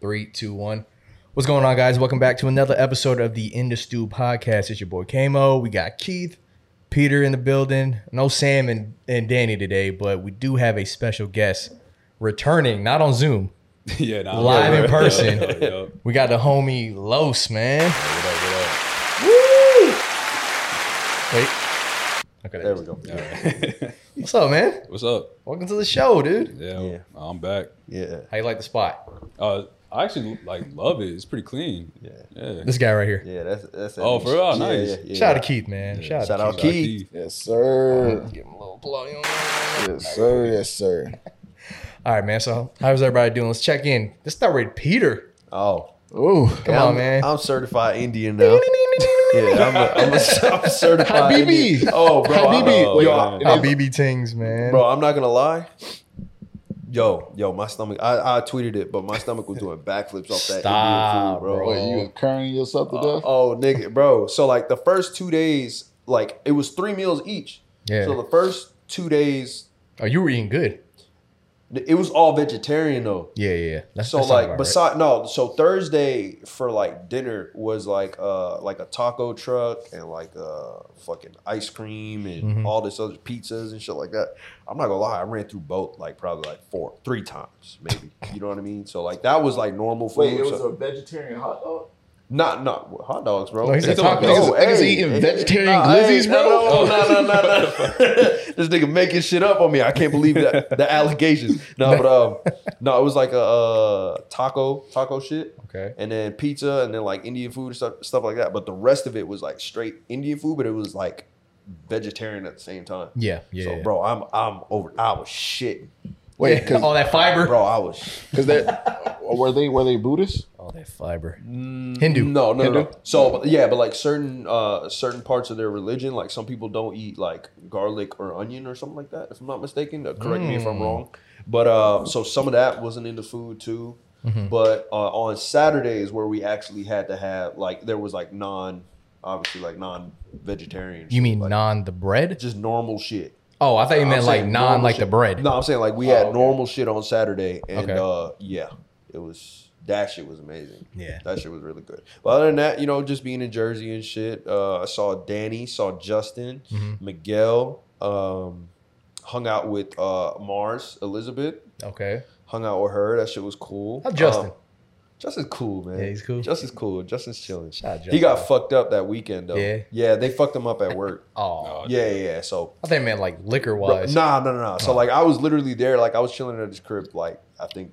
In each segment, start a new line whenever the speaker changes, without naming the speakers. Three, two, one. What's going on, guys? Welcome back to another episode of the In the Stew podcast. It's your boy Kamo. We got Keith, Peter in the building. No Sam and, and Danny today, but we do have a special guest returning, not on Zoom,
yeah, nah,
live in person.
Yup, yup.
We got the homie Los, man.
What up, what up?
Wait. Okay,
There we go.
All right.
What's up, man?
What's up?
Welcome to the show, dude.
Yeah,
Yeah.
I'm back.
Yeah.
How you like the spot?
Uh, I actually like love it. It's pretty clean.
Yeah.
Yeah.
This guy right here.
Yeah, that's that's that
Oh, for real?
Yeah,
Nice.
yeah, yeah.
Shout out to Keith, man. Shout,
Shout
out
out
Keith.
Keith.
Yes, sir.
to Keith. Give him a little plug.
Yes, sir. Yes, sir.
All right, man. So, how's everybody doing? Let's check in. Let's start with Peter.
Oh,
Ooh.
Come
yeah,
on,
I'm,
man.
I'm certified Indian now. yeah, I'm a, I'm a, I'm a certified
Habibi.
Indian. Oh, bro,
Habibi.
I, yo, I-
Yo,
it
Ah,
is-
BB Tings, man.
bro, I'm not gonna lie. Yo, yo, my stomach. I, I tweeted it, but my stomach was doing backflips off that Indian
Stop,
food, bro.
bro.
What, you currying yourself to death?
Oh, nigga, bro. So like the first two days, like it was three meals each.
Yeah.
So the first two days,
Oh, you were eating good.
it was all vegetarian though.
Yeah, yeah. yeah. That's,
so
that sounds
like
about right.
beside no so thursday for like dinner was like uh like a taco truck and like uh fucking ice cream and
Mhm.
all this other pizzas and shit like that i'm not gonna lie i ran through both like probably like four three times maybe you know what i mean so like that was like normal food so,
vegetarian hot dog?
not not well, hot dogs bro
No, he said
Niggas-
tacos.
niggas-
Oh, niggas eating vegetarian glizzies,
No,
bro?
no, no, no, no. this nigga making shit up on me. I can't believe that the allegations. No, but um, no, it was like a uh, taco, taco shit.
okay.
and then pizza and then like Indian food and stuff, stuff like that. But the rest of it was like straight Indian food, but it was like vegetarian at the same time.
Yeah, yeah.
so,
yeah.
bro, I'm I'm over. I was shit,
Wait,
Yeah, all that fiber.
bro. I was
because that were they were they Buddhists?
All that fiber. Hindu.
Mm, no, no, no, no.
Hindu?
So but- yeah, but like certain uh certain parts of their religion, like some people don't eat like garlic or onion or something like that. If I'm not mistaken, Uh, correct me if
Hmm.
I'm wrong. But uh, so some of that wasn't in the food too.
Mm-hmm.
But uh, on Saturdays where we actually had to have like there was like non, obviously like non vegetarian.
You mean
like,
non the bread?
just normal shit.
Oh, I thought you
I'm
meant like
saying
non
normal
like
shit.
the bread.
No, I'm saying like we
Oh,
had
okay.
normal shit on Saturday, and
Okay.
uh, yeah, it was that shit was amazing.
Yeah.
that shit was really good. But other than that, you know, just being in Jersey and shit. Uh, I saw Danny, saw Justin,
Mhm.
Miguel, um, hung out with uh, Mars Elizabeth.
Okay.
Hung out with her. That shit was cool.
How's Justin?
Um, Justin's cool, man.
Yeah, he's cool.
Justin's cool. Justin's chilling.
Shout out
He
Justin.
got fucked up that weekend though.
Yeah?
yeah, they fucked him up at work.
Oh.
Oh,
yeah, yeah. So
I think I meant like liquor
Bro,
wise.
Nah, no, no, no. So like I was literally there, like I was chilling at his crib, like I think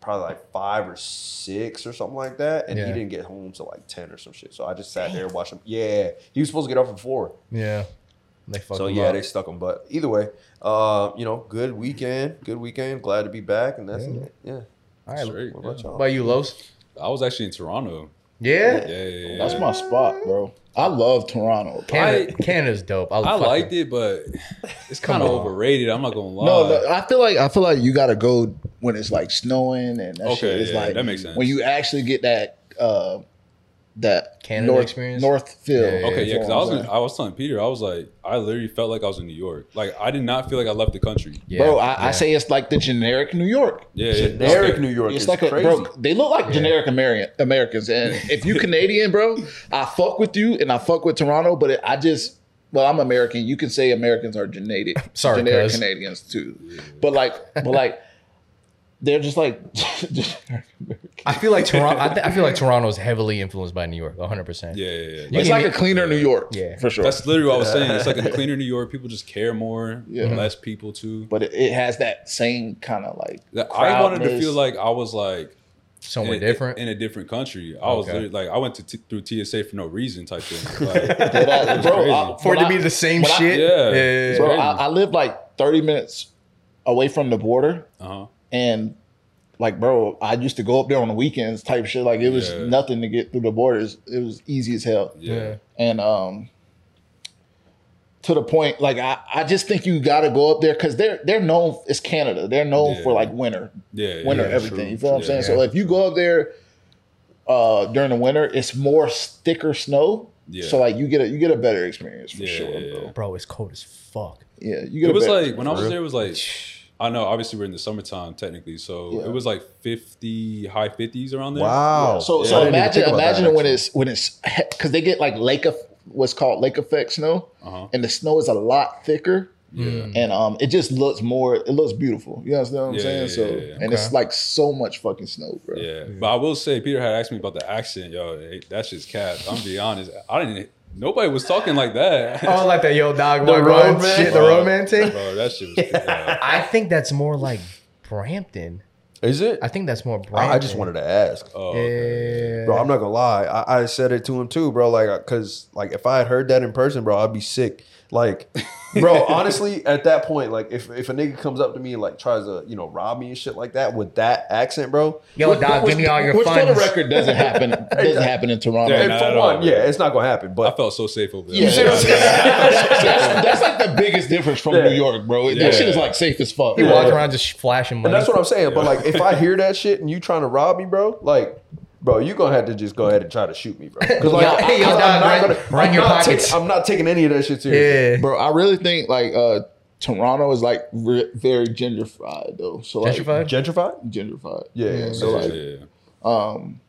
probably like five or six or something like that, and
Yeah.
he didn't get home till like ten or some shit. So I just sat there and watched him. Yeah, he was supposed to get off at four.
Yeah. They fucked
so
him
yeah,
up.
they stuck him. But either way, uh, you know, good weekend, good weekend. Glad to be back, and that's
Yeah.
it. Yeah.
All right.
Straight,
What about
yeah.
What
y'all?
about you, Los?
I was actually in Toronto.
Yeah.
Yeah, yeah, yeah.
That's my spot, bro. I love Toronto.
Canada,
I-
Canada's dope. I,
I
fuck
liked
with-
it, but it's
Come
kind of
on.
overrated. I'm not gonna lie.
No, no, I feel like I feel like you gotta go when it's like snowing and that
Okay,
shit is
yeah,
like
that makes sense.
When you actually get that uh that
Canada
North,
experience?
North Phil.
Yeah, yeah,
Okay, yeah,
is
because I
what I'm
was
saying.
gonna, I was telling Peter, I was like, I literally felt like I was in New York. Like I did not feel like I left the country.
Yeah,
bro. I,
yeah.
I say it's like the generic New York.
Yeah, yeah.
Generic
Okay.
New York
It's
is
like a
crazy.
bro. They look like generic Ameri- Americans, and if you Canadian, bro, I fuck with you, and I fuck with Toronto, but it, I just. Well, I'm American. You can say Americans are genetic,
Sorry,
generic
cuz.
Canadians too, but like, but like, they're just like generic Americans.
I feel like Toronto. I, th- I feel like Toronto is heavily influenced by New York, 100. percent
Yeah, yeah, yeah.
You can
It's like
be-
a cleaner New York,
Yeah.
for sure.
That's literally what I was saying. It's like a cleaner New York. People just care more.
Yeah.
Less people too.
but it, it has that same kind of like.
That- I wanted to
crowdness.
feel like I was like
Somewhere
in a-
different.
in a different country. I was
Okay.
literally like, I went to t- through TSA for no reason, type thing. Like,
Dead ass.
it was
Bro,
crazy.
I-
For it
when
to be
I-
the same
when I-
shit.
Yeah.
yeah,
Bro,
crazy.
I, I live like 30 minutes away from the border,
uh-huh.
and like, bro, I used to go up there on the weekends, type shit. Like, it was
Yeah.
nothing to get through the borders. It was easy as hell,
Yeah.
Yeah.
and um, to the point, like, I, I just think you got to go up there because they're they're known. It's Canada. They're known
Yeah.
for like winter,
Yeah.
winter
yeah,
everything.
true,
you feel what I'm
true,
saying?
yeah.
So if you go up there, uh, during the winter, it's more thicker snow.
Yeah.
So like you get a you get a better experience for
Yeah,
sure,
yeah, yeah.
bro.
Bro, it's cold as fuck.
Yeah, you
It
get a
was
better,
like when I was there, it was like I know. Obviously, we're in the summertime technically, so
Yeah.
it was like fifty high fifties around there.
Wow.
so
I
so
didn't even
imagine
think about that,
imagine when
actually.
it's when it's because they get like lake of what's called lake effect snow,
Uh-huh.
and the snow is a lot thicker.
Mm.
Yeah.
and um, it just looks more. It looks beautiful. You understand what I'm
Yeah,
saying?
yeah,
so,
yeah, yeah.
and it's
Okay.
like so much fucking snow, bro.
Yeah. But I will say, Peter had asked me about the accent, yo. hey, That's just cap. I'm gonna be honest. I didn't. Nobody was talking like that.
I don't like that yo dog
Oh, The
the
road
road
man?
shit, the
Bro,
road man thing.
Bro, that shit was. yeah.
I think that's more like Brampton.
Is it?
I think that's more Brampton.
I, I just wanted to ask.
Oh,
Yeah.
okay.
Bro, I'm not gonna lie. I, I said it to him too, bro. Like, uh, cause like if I had heard that in person, bro, I'd be sick. Like, bro, honestly, at that point, like if, if a nigga comes up to me and like tries to you know rob me and shit like that with that accent, bro.
yo dog, give me all your
Which for the
funds.
record doesn't happen. Doesn't happen in Toronto.
Yeah,
And
not
for
at
one,
all, bro.
yeah, it's not gonna happen.
I
But
felt so safe over there.
Yeah,
see what I'm saying?
that's, that's like the biggest difference from
Yeah.
New York, bro.
Yeah.
That shit is like safe as fuck.
He
bro.
walked around just flashing
and
money.
that's what I'm saying. But like, if I hear that shit and you trying to rob me, bro, like. Bro, you gonna have to just go ahead and try to shoot me, bro. Because like,
Yo,
I-
hey, yo,
I'm
dog,
not
run-
gonna-
run
I'm
your
not taking-
pockets.
I'm not taking any of that shit serious.
yeah.
Bro, I really think like uh Toronto is like re- very gentrified though. So like
Gentrified?
Gentrified?
gentrified.
Yeah, yeah,
So like um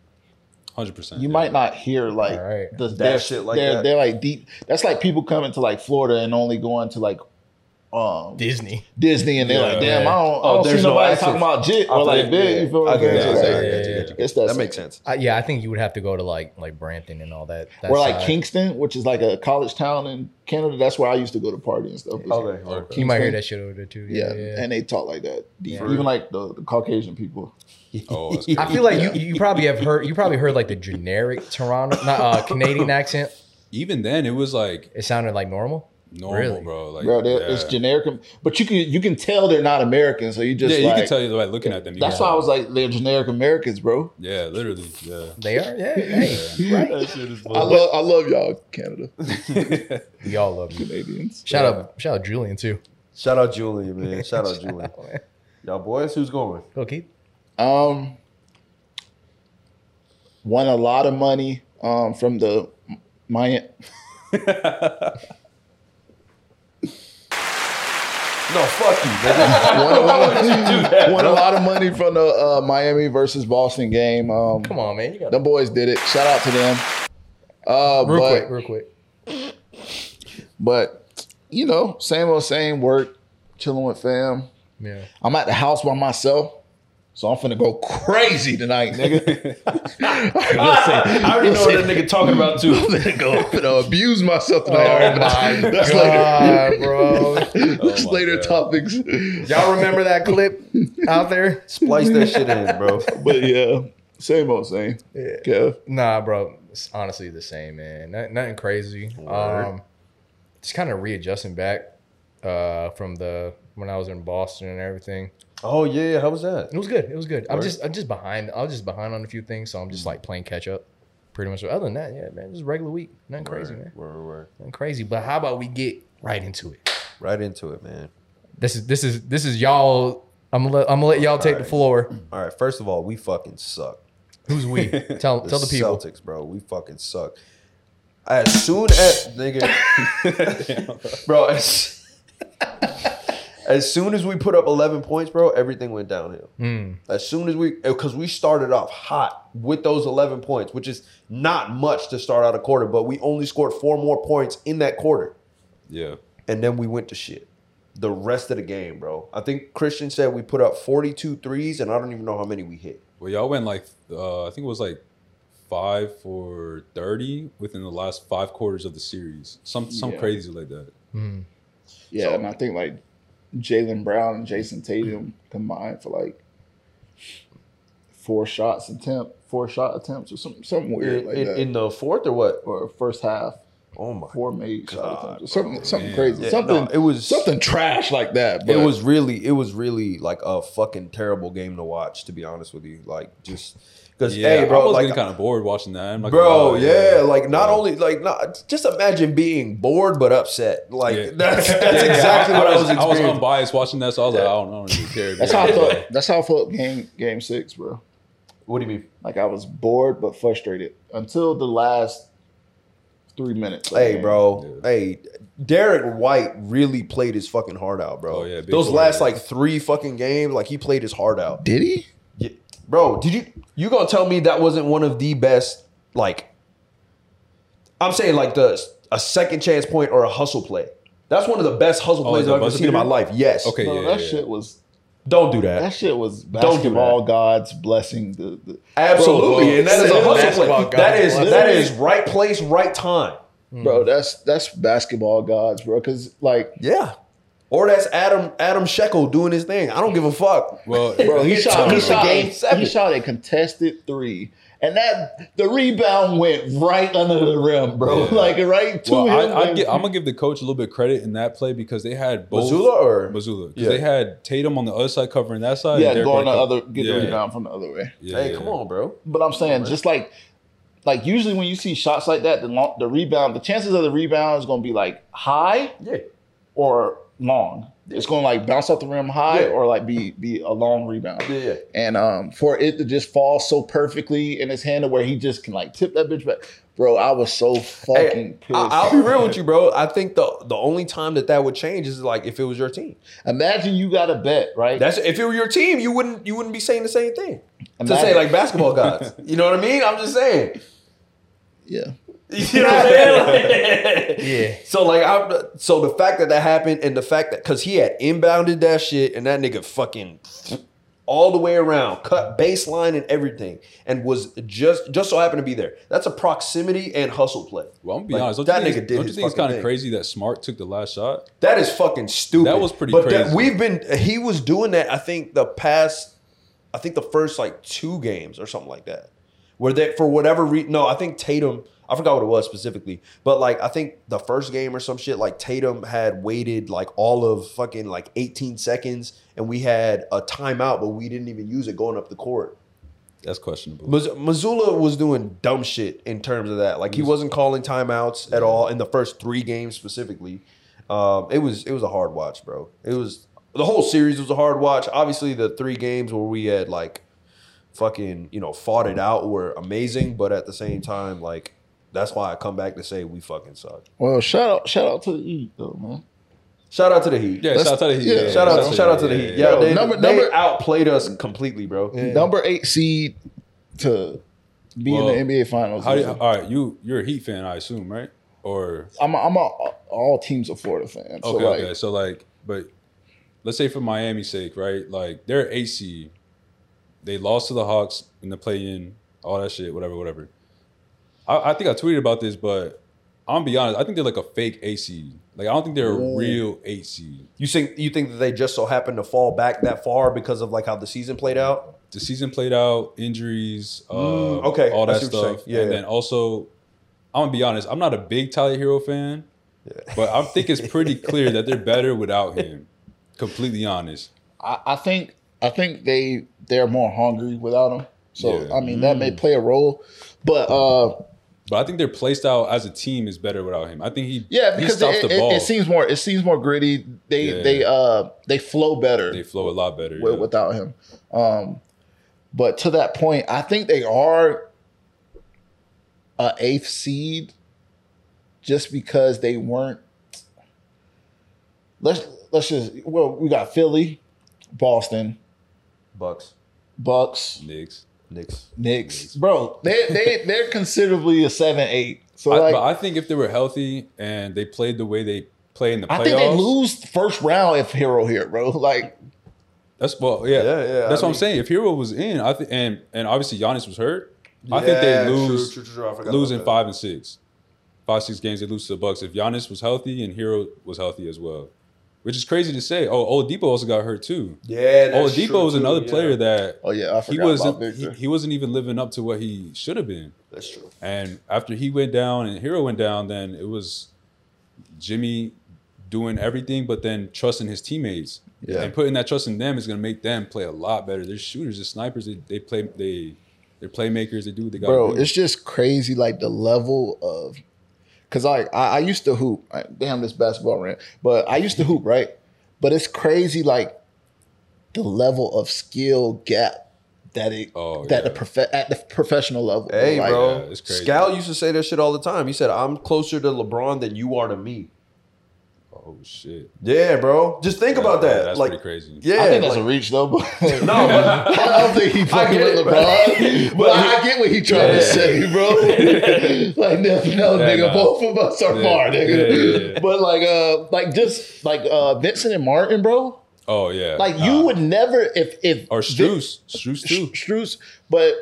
hundred percent.
you might not hear like
All right.
the,
That
they're-
shit like
they're,
that.
They're like deep. That's like people coming to like Florida and only going to like um
Disney.
Disney and they're like,
Yeah.
damn, I don't, I
Oh,
don't
there's
see
no
nobody
access.
talking about jit
I
or like
think-
big.
yeah.
You feel what
I
I'm
get you,
saying?
I
So it's
get
like,
you, I get you, I get you.
It's that,
That makes sense.
Uh, yeah, I think you would have to go to like like Brampton and all that. that
Or like
side.
Kingston, which is like a college town in Canada. That's where I used to go to party and stuff.
Okay.
You might hear that shit over there too. Yeah.
Yeah,
yeah.
and they talk like that. deep.
Yeah.
Even like the, the Caucasian people.
Oh, that's
I feel like you, you probably have heard you probably heard like the generic Toronto not uh, Canadian accent.
even then it was like
It sounded like normal.
normal,
Really?
bro. Like
Bro, they're- it's
yeah.
generic, but you can you can tell they're not American. So you just
Yeah, you
like,
can tell you by looking at them. you
That's
can
why I
tell.
was like, they're generic Americans, bro.
yeah, literally, yeah.
They are, yeah. Hey,
That shit is
I love I love y'all, Canada,
we all love you.
Canadians.
Shout out, shout out Julian too.
Shout out Julian, man. Shout out Julian. Y'all boys, who's going?
Go Keith.
Um, won a lot of money um, from the Miami.
No, fuck you, nigga.
Won a lot,
that,
won a
bro?
lot of money from the uh, Miami versus Boston game. Um,
Come on, man. You got
them boys did it. Shout out to them. Uh,
real
but,
quick, real quick.
but you know, same old same work, chilling with fam.
Yeah.
I'm at the house by myself. So I'm finna go crazy tonight, nigga.
I already know what that nigga talking about too.
I'm finna go, I'm finna abuse myself tonight. All
Oh
right,
my
that's
god, bro.
later. That's
Oh
my
later
God.
topics.
Y'all remember that clip out there?
Splice that shit in, bro.
But yeah, same old same.
Yeah.
Kev.
Nah, bro. It's honestly the same, man. Not, nothing crazy.
Word.
Um, just kind of readjusting back uh, from the when I was in Boston and everything.
Oh yeah, how was that?
It was good. It was good. I'm
Word. Mm.
just I'm just behind. I was just behind on a few things, so I'm just like playing catch up. Pretty much. But Other than that, yeah, man, just regular week. Nothing crazy, man.
Word, word.
Nothing crazy. But how about we get right into it?
Right into it, man.
This is this is this is y'all. I'm gonna let, I'm gonna let y'all take the
Alright.
floor.
All right, first of all, we fucking suck.
Who's we? Tell tell the people.
Celtics, bro. We fucking suck. As soon as nigga, bro, as, as soon as we put up 11 points, bro, everything went downhill.
Mm.
As soon as we, because we started off hot with those 11 points, which is not much to start out a quarter, but we only scored four more points in that quarter.
yeah,
And then we went to shit the rest of the game, bro. I think Christian said we put up 42 threes, and I don't even know how many we hit.
well, y'all went like uh, I think it was like five for thirty within the last five quarters of the series. Some some
Yeah.
crazy like that.
Mm-hmm.
Mm.
Yeah,
So-
and I think like Jalen Brown and Jason Tatum combined for like four shots attempt, four shot attempts or something, something weird
In,
like
in-
that.
in the fourth or what?
or first half,
Oh my.
four made shot
God,
attempts, or something, something
man.
crazy,
Yeah,
something,
no, it was
something trash like that. But
It was really, it was really like a fucking terrible game to watch, to be honest with you. Like just because,
Yeah,
hey, bro,
I was
like
getting kind of bored watching that. I'm like,
bro
wow,
yeah, like not
Yeah.
only like not just imagine being bored but upset like
Yeah.
that's
Yeah,
that's
yeah,
exactly
I,
what i,
I
was
was um,
experiencing
unbiased watching that, so I was like, I don't, I don't really care.
that's how I felt. That's how I felt game game six, bro.
What do you mean?
Like I was bored but frustrated until the last three minutes.
Hey, bro.
Yeah.
Hey, Derek White really played his fucking heart out, bro.
Oh, yeah, big
Those
boy.
last like three fucking games, like he played his heart out.
Did he?
Yeah. Bro, did you you gonna tell me that wasn't one of the best? Like, I'm saying like the a second chance point or a hustle play. That's one of the best hustle
Oh,
plays
the
I've ever
buzzer
seen in my
beater?
life. Yes.
Okay,
Bro,
yeah,
that
yeah, yeah.
shit was
Don't do that.
that shit was
do that.
basketball god's blessing. The, the
Absolutely,
Bro,
and that is a
bro,
hustle
basketball
play. That
guy.
is that is right place, right time.
bro, that's that's basketball gods, bro. Because like,
Yeah. Or that's Adam Adam Sheckle doing his thing. I don't give a fuck.
Well,
bro, he shot he
It's a
shot
game
a,
seven.
he shot a contested three, and that the rebound went right under the rim, bro.
Yeah.
Like right to
well,
him.
I, I
and-
gi- I'm gonna give the coach a little bit of credit in that play because they had both
Missoula or
Missoula, 'cause
Yeah.
they had Tatum on the other side covering that side.
yeah,
and Derrick
going the
White
other,
co-
get
yeah,
the rebound from the other way.
yeah,
hey,
yeah.
come on, bro.
But I'm saying,
Right.
just like, like usually when you see shots like that, the long, the rebound, the chances of the rebound is going to be like high
Yeah.
or long. It's going to like bounce off the rim high
Yeah.
or like be be a long rebound.
Yeah, yeah.
And um, for it to just fall so perfectly in his hand to where he just can like tip that bitch back, bro. I was so
Hey,
fucking pissed.
I, I'll be real with you, bro. I think the the only time that that would change is like if it was your team.
Imagine you got a bet, right?
That's if it were your team, you wouldn't you wouldn't be saying the same thing. To
Imagine-
say like basketball gods, you know what I mean? I'm just saying.
yeah,
You know what I'm saying? Like-
Yeah.
So like I so the fact that that happened and the fact that because he had inbounded that shit and that nigga fucking all the way around cut baseline and everything and was just just so happened to be there. That's a proximity and hustle play.
Well, I'm gonna be
Like,
honest. Don't
that
you
nigga
think,
did
don't you
his
think it's
fucking
kind
thing.
of crazy that Smart took the last shot?
That is fucking stupid.
That was pretty
But that-
crazy.
we've been he was doing that. I think the past, I think the first like two games or something like that, where that for whatever reason. No, I think Tatum. I forgot what it was specifically, but like I think the first game or some shit, like Tatum had waited like all of fucking like 18 seconds, and we had a timeout, but we didn't even use it going up the court.
That's questionable.
Miss- Missoula was doing dumb shit in terms of that. Like he wasn't calling timeouts at all in the first three games specifically. Um, it was it was a hard watch, bro. It was the whole series was a hard watch. Obviously, the three games where we had like fucking you know fought it out were amazing, but at the same time, like that's why I come back to say we fucking suck.
Well, shout out, shout out to the E though, man.
Shout out to the Heat.
yeah,
that's-
shout out to the Heat.
yeah.
Yeah,
Shout out, shout out to the
yeah,
Heat.
yeah,
Yeah,
Yo,
they,
number-
they
number-
outplayed us completely, bro.
Number eight seed to be
Well,
in the NBA Finals.
How do you, all right, you you're a Heat fan, I assume, right? Or
I'm a, I'm a all teams of Florida fan. So
okay,
like,
okay. So like, but let's say for Miami's sake, right? Like they're AC, they lost to the Hawks in the play-in, all that shit, whatever, whatever. I, I think I tweeted about this, but I'm gonna be honest. I think they're like a fake AC. Like I don't think they're a
Ooh.
real AC.
You think you think that they just so happened to fall back that far because of like how the season played out?
The season played out, injuries, uh,
Mm, okay,
all
I
that
see what you're saying.
stuff.
Yeah,
and
yeah.
then also, I'm gonna be honest. I'm not a big Tyler Hero fan, but I think it's pretty clear that they're better without him. Completely honest.
I, I think I think they they're more hungry without him. So
Yeah. Mm.
I mean that may play a role,
Mm.
but uh,
But I think their play style as a team is better without him. I think he
yeah,
he
because
stops
it,
the
it-
ball.
it, seems more it seems more gritty. They
Yeah.
they uh they flow better
they flow a lot better.
wi-
yeah.
without him. Um, but to that point, I think they are a eighth seed just because they weren't. Let's let's just well we got Philly, Boston,
Bucks,
Bucks,
Knicks.
Knicks.
Knicks, bro. They they they're considerably a seven eight. So
I,
like,
but
I,
I think if they were healthy and they played the way they play in the playoffs,
think they lose first round if Hero here, bro. Like,
that's well, yeah,
Yeah, yeah,
That's
I
what
mean-
I'm saying. If Hero was in, I think, and and obviously Giannis was hurt. I think they lose lose in five and six, five six games. They lose to the Bucks. If Giannis was healthy and Hero was healthy as well, which is crazy to say. Oh, Oladipo also got hurt too.
Yeah, that's
Oladipo
true,
is
too,
another
yeah.
player that
oh yeah, I
he
forgot about
wasn't he,
Victor.
he wasn't even living up to what he should have been.
That's true.
And after he went down and Hero went down, then it was Jimmy doing everything, but then trusting his teammates
Yeah.
and putting that trust in them is going to make them play a lot better. They're shooters, they're snipers. They, they play they they're playmakers. They do what they got.
bro,
do.
it's just crazy, like the level of, cause like I, I used to hoop. I, damn this basketball rant, but I used to hoop, right? But it's crazy, like the level of skill gap that it
Oh,
that the
yeah.
prof- at the professional level.
Hey,
Like,
bro.
Yeah, it's crazy.
Scal used to say that shit all the time. He said, I'm closer to LeBron than you are to me.
Oh shit!
Yeah, bro. Just think about that.
That's
like,
pretty crazy.
yeah.
I think that's
like-
a reach though. But
no, but
I don't think he fucking
get it,
with
bro.
LeBron. But I get what he trying
Yeah.
to say, bro. like no, no,
Yeah,
nigga,
nah.
both of us are
Yeah.
far, nigga.
Yeah, yeah, yeah.
But like, uh, like just like uh, Vincent and Martin, bro.
Oh yeah.
Like
Nah.
you would never if if
or
Vin-
Struce, Struce
Sh-
too.
Struz, but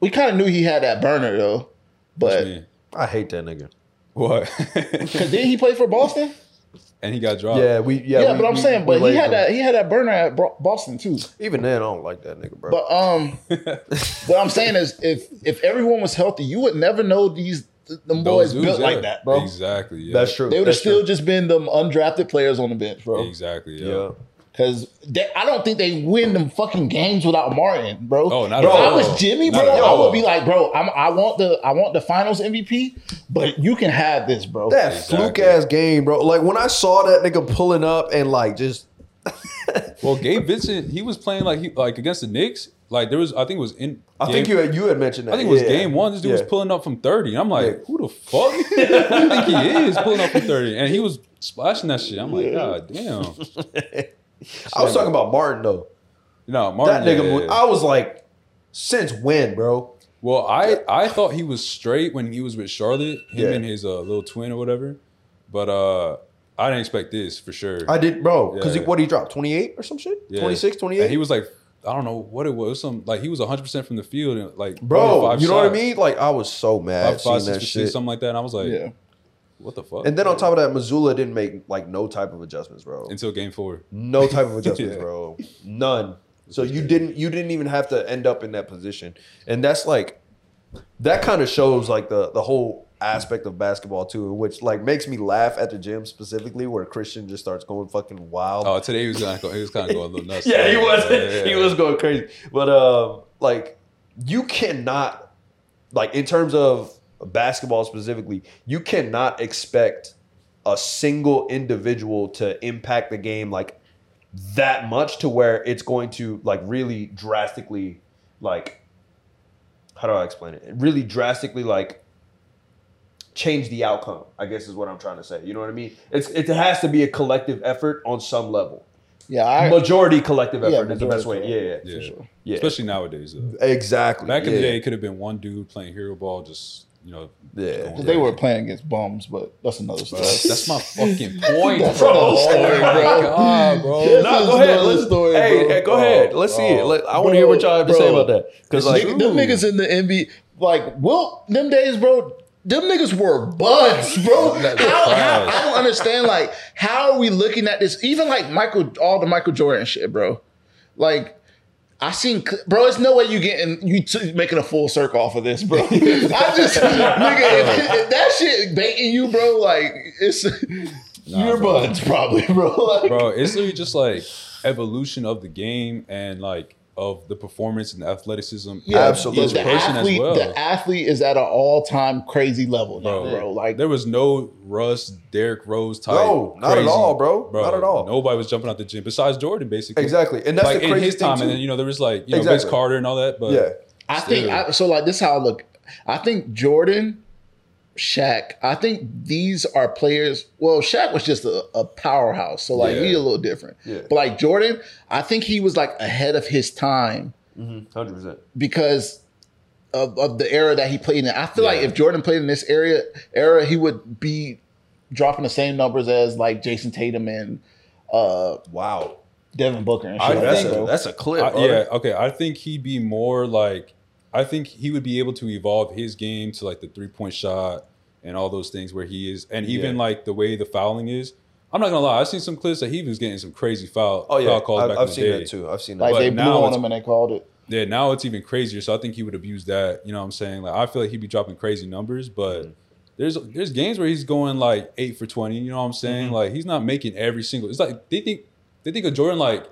we kind of knew he had that burner though. But
Man,
I hate that nigga.
What?
because then he played for Boston.
and he got dropped.
Yeah, we yeah.
Yeah,
we-
but I'm
we-
saying,
we
but he
laid
had
him.
that he had that burner at Bro- Boston too.
Even then, I don't like that nigga, bro.
But um, what I'm saying is, if if everyone was healthy, you would never know these them
Those
boys
dudes,
built
yeah.
like that, bro.
Exactly. Yeah.
that's true.
They would have
That's
still
true.
just been them undrafted players on the bench, bro.
Exactly. Yeah.
Yeah.
Because I don't think they win them fucking games without Martin, bro.
Oh, not
bro,
at
if I
all.
was Jimmy, bro.
Not at
I
all.
would be like, bro, I'm, I want the I want the Finals MVP, but you can have this, bro.
That
Exactly.
fluke ass game, bro. Like when I saw that nigga pulling up and like just
Well, Gabe Vincent, he was playing like he like against the Knicks. Like there was, I think it was in.
I think you had you had mentioned that.
I think it was
Yeah.
game one. This dude was
Yeah.
pulling up from 30. I'm like,
Yeah.
who the fuck? who do you think he is pulling up from 30? And he was splashing that shit. I'm like, God damn.
I was talking about Martin though.
No, Martin.
That nigga,
yeah,
was-
yeah.
I was like, since when, bro?
Well, I I thought he was straight when he was with Charlotte, him
Yeah.
and his uh, little twin or whatever. But uh I didn't expect this for sure.
I did, bro. Because
Yeah.
what he dropped, twenty eight or some shit,
Yeah.
26,
And
28?
he was like, I don't know what it was. Some like he was 100 percent from the field and like
bro,
five
you know what I
shots,
mean? Like I was so
Five, five,
mad seeing
six
that
percent,
shit.
something like that. And I was like,
yeah.
what the fuck?
And then on top of that, Missoula didn't make like no type of adjustments, bro.
until game four.
No type of adjustments,
Yeah.
bro. None. So you didn't you didn't even have to end up in that position. And that's like that kind of shows like the the whole aspect of basketball too, which like makes me laugh at the gym specifically where Christian just starts going fucking wild.
Oh, today he was gonna go, he was kind of going a little nuts.
yeah, he was
Yeah,
he
yeah.
was going crazy. But um like you cannot like in terms of basketball specifically, you cannot expect a single individual to impact the game like that much to where it's going to like really drastically like how do I explain it? Really drastically like change the outcome, I guess is what I'm trying to say. You know what I mean? It's it has to be a collective effort on some level.
Yeah, I,
Majority collective effort
Yeah,
is the best way.
majority,
Yeah, yeah,
Yeah.
sure.
yeah.
Especially nowadays though.
Exactly.
Back in the
yeah.
day, it could have been one dude playing hero ball, just you know.
Yeah.
going
'Cause
down.
they were playing against bums, but that's another
Bro,
story.
that's my fucking point,
That's
bro.
another story,
Oh my
"Ah, bro.
God, bro.
Yes.
No,
This
go
is
ahead.
another
Let's,
story,
hey,
bro. Oh,
hey, go ahead. Let's see it.
Bro.
Let, I want to hear what y'all have to say
Bro.
about that. Because like,
Nigga, them niggas in the NBA, like, well, them days, bro, them niggas were buds, bro. How,
That- that
how,
trash.
I don't understand, like, how are we looking at this? Even like Michael, all the Michael Jordan shit, bro. Like, I seen, cl- bro. It's no way you getting you t- making a full circle off of this, bro. I just, nigga, if, if that shit baiting you, bro. Like, it's your
bro.
buds, probably, bro. Like,
bro it's literally just like evolution of the game and like of the performance and the athleticism
Yeah,
Absolutely.
The
Person as
athlete,
well.
the athlete is at an all time crazy level, now,
Bro.
bro. Like,
there was no russ derrick rose type
No, not at
crazy-
all, bro. Not at all.
nobody was jumping out the gym besides jordan basically
exactly. And that's
like
the
in
crazy
his
thing
time
too.
and then you know there was like you know vince
Exactly.
carter and all that but
yeah.
I think I, so. Like this, is how I look. I think Jordan, Shaq. I think these are players. Well, Shaq was just a, a powerhouse, so like
Yeah.
he a little different.
Yeah.
But like Jordan, I think he was like ahead of his time
Mm-hmm, Hundred percent.
because of, of the era that he played in. I feel like
Yeah.
if Jordan played in this area era, he would be dropping the same numbers as like Jason Tatum and uh
Wow.
Devin Booker and shit.
I
like
that's,
that,
think-
a,
bro.
that's a clip.
I-
brother.
yeah okay i think he'd be more like i think he would be able to evolve his game to like the three-point shot and all those things where he is and even
Yeah.
like the way the fouling is i'm not gonna lie i've seen some clips that he was getting some crazy foul
Oh yeah.
foul calls
I've,
back
I've
in the
seen
day.
that too. I've seen that.
like
but
they
now
blew on
it's-
him and they called it.
Yeah, now it's even crazier. So I think he would abuse that. You know what I'm saying? Like I feel like he'd be dropping crazy numbers, but there's there's games where he's going like eight for twenty. You know what I'm saying? Like he's not making every single. It's like they think they think of Jordan like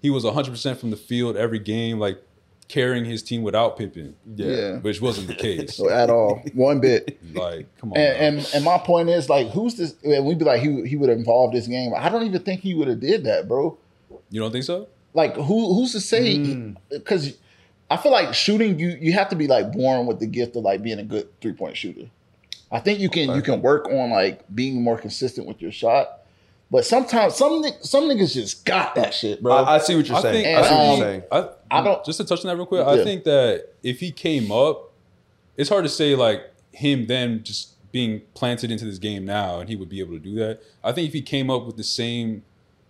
he was 100 percent from the field every game, like carrying his team without Pippen,
yeah.
which wasn't the case.
At all. One bit.
like come on,
And,
now.
and and my point is like, who's this? And we'd be like, he he would have involved this game. I don't even think he would have did that, bro.
you don't think so? Hmm.
Like, who who's to say? Because I feel like shooting you you have to be like born with the gift of like being a good three point shooter. I think you can you can work on like being more consistent with your shot. But sometimes some ni- some niggas just got that shit, bro.
I, I see what you're
I
saying.
think
I see what
um,
you're saying.
I,
I don't-
Just to touch on that real quick,
Yeah.
I think that if he came up, it's hard to say like him then just being planted into this game now and he would be able to do that. I think if he came up with the same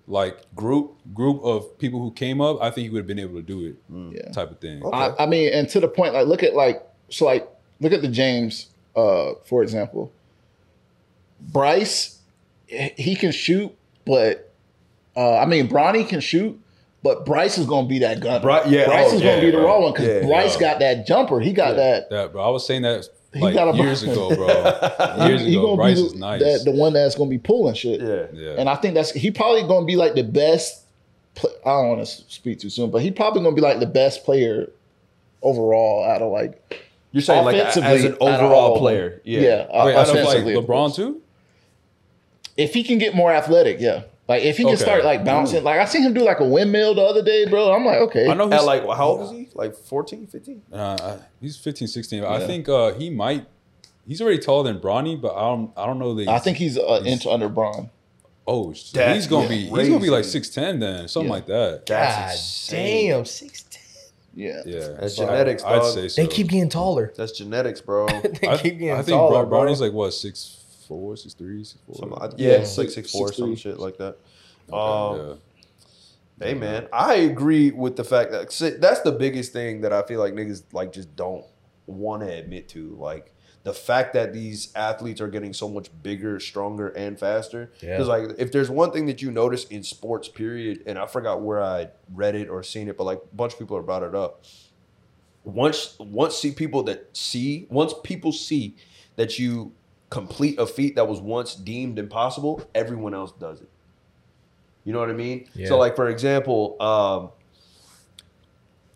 like group group of people who came up, I think he would have been able to do it.
Yeah.
Type of thing.
Mm. Okay.
I, I mean, and to the point, like look at like so like look at the James, uh, for example. Bryce, h- he can shoot, but uh, I mean Bronny can shoot, but Bryce is gonna be that gun.
Bri- yeah,
Bryce
oh,
is gonna
yeah,
be the
bro.
raw one because
Yeah,
Bryce
yeah.
got that jumper. He got that.
That bro, I was saying that
He
like
got a-
years ago, bro. years
He
ago,
gonna
Bryce
be
is
the,
nice.
that- the one that's gonna be pulling shit.
Yeah.
yeah.
And I think that's he probably gonna be like the best. pla- I don't want to speak too soon, but he probably gonna be like the best player overall out of like
You're saying like as
Offensively,
an
out of all
overall
of
player.
Yeah,
Yeah.
uh,
Wait, out of like
offensively, of
LeBron
course.
too?
If he can get more athletic, yeah. Like if he can
Okay.
start like bouncing, like I seen him do like a windmill the other day, bro. I'm like, okay,
I know he's
At like how old is he? Like 14, 15?
Uh, I- he's 15, 16. but I think uh, he might. He's already taller than Bronny, but I don't. I don't know that.
I think he's an inch under Bron.
Oh, so
That's
he's gonna be. He's gonna be like
crazy.
six ten then, something
Yeah.
like that.
God damn, six ten.
Yeah,
Yeah,
That's
So I-
genetics,
I'd
dog.
say so.
They keep getting taller.
That's genetics, bro.
They
I,
keep getting
I think
taller,
Bron-
bro.
Bronny's like what six four, six three, six four.
Some- I-
Okay,
yeah,
Yeah.
six six four,
Six,
some
three.
shit like that. Um,
yeah.
Hey man, I agree with the fact that see, that's the biggest thing that I feel like niggas like just don't want to admit to. Like the fact that these athletes are getting so much bigger, stronger, and faster.
Yeah.
Because like if there's one thing that you notice in sports, period, and I forgot where I read it or seen it, but like a bunch of people have brought it up. Once once see people that see once people see that you complete a feat that was once deemed impossible, everyone else does it. You know what I mean?
Yeah.
So, like for example, um,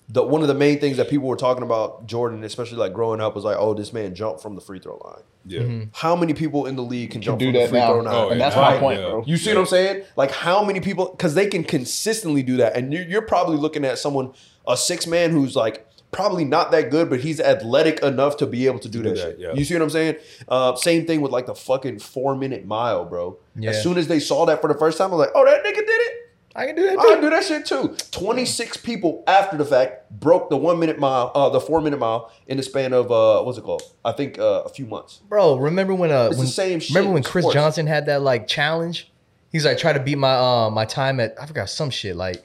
the one of the main things that people were talking about Jordan, especially like growing up, was like, "Oh, this man jumped from the free throw line."
yeah.
How many people in the league can jump
Mm-hmm. do
from the
that
free throw
now.
line?
Oh,
and
yeah.
that's my
Right,
point,
yeah.
bro.
You see what I'm saying? Like how many people? Because they can consistently do that, and you're, you're probably looking at someone, a six man who's like probably not that good, but he's athletic enough to be able to do
do
that.
that,
shit.
yeah.
You see what I'm saying? Uh, same thing with like the fucking four minute mile, bro.
Yeah.
As soon as they saw that for the first time, I was like, oh, that nigga did it.
I can do that
I
too.
do that shit too. Twenty six people after the fact broke the one minute mile, uh, the four minute mile in the span of uh, what's it called? I think uh, a few months.
Bro, remember when uh
It's
when,
the same shit
remember when
in
Chris
sports.
Johnson had that like challenge? He's like try to beat my uh my time at I forgot some shit like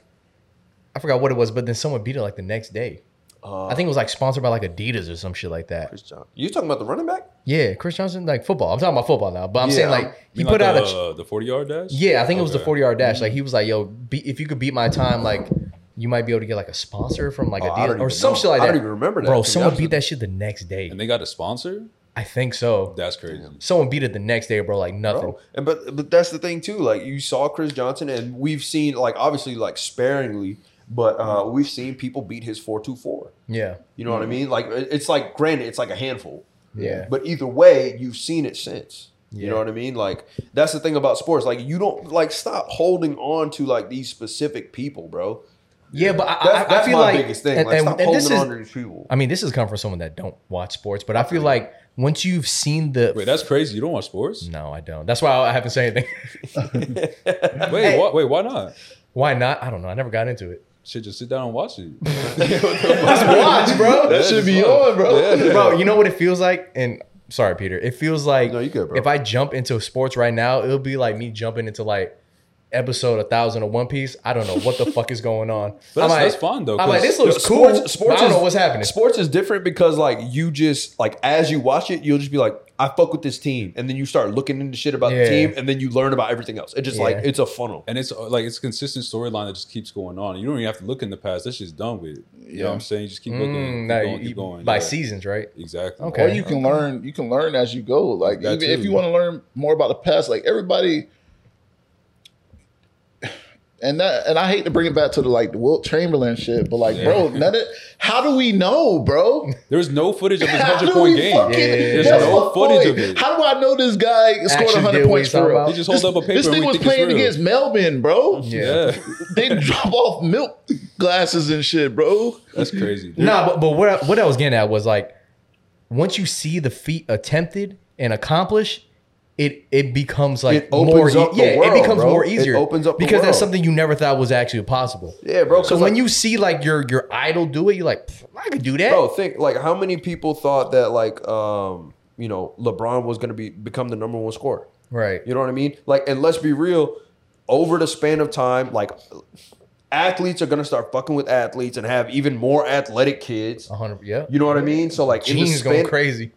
I forgot what it was, but then someone beat it like the next day.
Uh,
I think it was like sponsored by like Adidas or some shit like that.
Chris Johnson. You talking about the running back?
Yeah, Chris Johnson like football. I'm talking about football now, but I'm
Yeah,
saying
I'm-
like he
You
put
like
out
the,
a ch-
uh, the forty yard dash.
yeah. I think it was the
Okay.
40 yard dash. Like he was like, yo, be, if you could beat my time, like you might be able to get like a sponsor from like
Oh, I
Adidas
don't
or
even
some
know.
shit like
I
that.
don't even remember that.
Bro,
to be
someone
honest
beat
with
that shit the next day.
and they got a sponsor.
I think so.
That's crazy.
Someone beat it the next day, bro. Like nothing.
Bro, and but but that's the thing too. Like you saw Chris Johnson, and we've seen like obviously like sparingly, but uh, we've seen people beat his four two four.
Yeah.
You know what I mean? Like it- it's like granted, it's like a handful.
Yeah.
But either way, you've seen it since. You
Yeah.
know what I mean? Like that's the thing about sports. Like you don't like stop holding on to like these specific people, bro.
Yeah, but I,
That's,
I,
that's
I feel
my
like,
biggest thing.
and-
Like
and-
stop
and
holding
this
on
is,
to these people.
I mean, this is come from someone that don't watch sports, but I feel like once you've seen the,
Wait, that's crazy. You don't watch sports?
no, I don't. That's why I I haven't said anything.
Wait, why, wait, why not?
why not? I don't know. I never got into it.
Shit, just sit down and watch it.
Watch, bro.
That should be on, bro. Yeah.
Bro, you know what it feels like? And sorry, Peter. It feels like
No, you good, bro.
if I jump into sports right now, it'll be like me jumping into like episode 1000 of One Piece. I don't know what the fuck is going on.
But
I'm
that's-
like-
that's fun, though,
I'm like,
'cause
this looks
Yo,
cool. but I don't
is-
know what's happening.
Sports is different because like you just like as you watch it, you'll just be like, I fuck with this team, and then you start looking into shit about
Yeah.
the team, and then you learn about everything else. It's just like
Yeah.
it's a funnel.
and it's uh, like it's a consistent storyline that just keeps going on. You don't even have to look in the past. That's just done with. You know what I'm saying? You just keep looking,
Mm,
keep
no,
going,
you-
keep going.
by
yeah.
seasons, right?
Exactly.
Okay.
Or you can learn. You can learn as you go. Like
That
even if
too.
you want to learn more about the past, like everybody, And that, and I hate to bring it back to the like the Wilt Chamberlain shit, but like, bro, none of, how do we know, bro?
There's no footage of his
How
hundred
do
point
we
game.
fucking?
Yeah.
There's
that's
no
my
footage of
point.
it.
How do I know this guy scored
Action
hundred
deal we
points for
talking
real?
about.
He just holds up a paper.
This
and
thing
we
was
think it's
playing
real.
against Melbourne, bro.
Yeah,
They drop off milk glasses and shit, bro.
that's crazy. dude.
Nah, but, but what I, what I was getting at was like once you see the feat attempted and accomplished, it it becomes like
It opens
more
up
e-
the
yeah,
world,
it becomes
bro.
more
It
easier.
opens up the
because that's
world.
something you never thought was actually possible.
Yeah, bro.
So
Because
when you see like your your idol do it, you're like, "Pff, I could do that.
bro, think like how many people thought that like um you know LeBron was gonna be become the number one scorer.
right.
You know what I mean? Like, and let's be real, over the span of time, like athletes are gonna start fucking with athletes and have even more athletic kids.
100 yeah.
You know what I mean? So like in the
Gene's going
span,
crazy.
in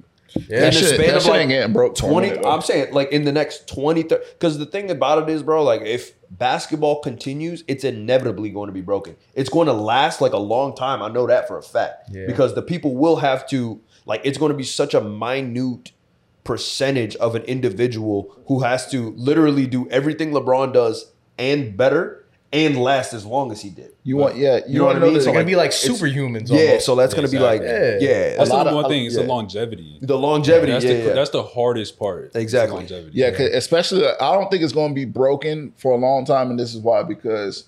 Yeah.
That
the
shit-
span
that
of
shit
like
ain't getting broke for a
20
minute, though.
I'm saying like in the next 20 cuz the thing about it is bro like if basketball continues it's inevitably going to be broken. It's going to last like a long time. I know that for a fact
Yeah.
because the people will have to like it's going to be such a minute percentage of an individual who has to literally do everything LeBron does and better and last as long as he did.
You want, yeah, you,
You know
want
what
to
I
know
mean?
this?
They're
So,
going to be like
it's-
superhumans
Yeah,
almost.
so that's going to be like yeah,
Exactly.
a
That's the
lot
lot
number
of-
one thing. It's
yeah.
the longevity.
the longevity.
That's,
yeah,
the,
yeah.
that's the hardest part. is
Exactly.
Longevity.
Yeah, 'cause especially I don't think it's going to be broken for a long time, and this is why because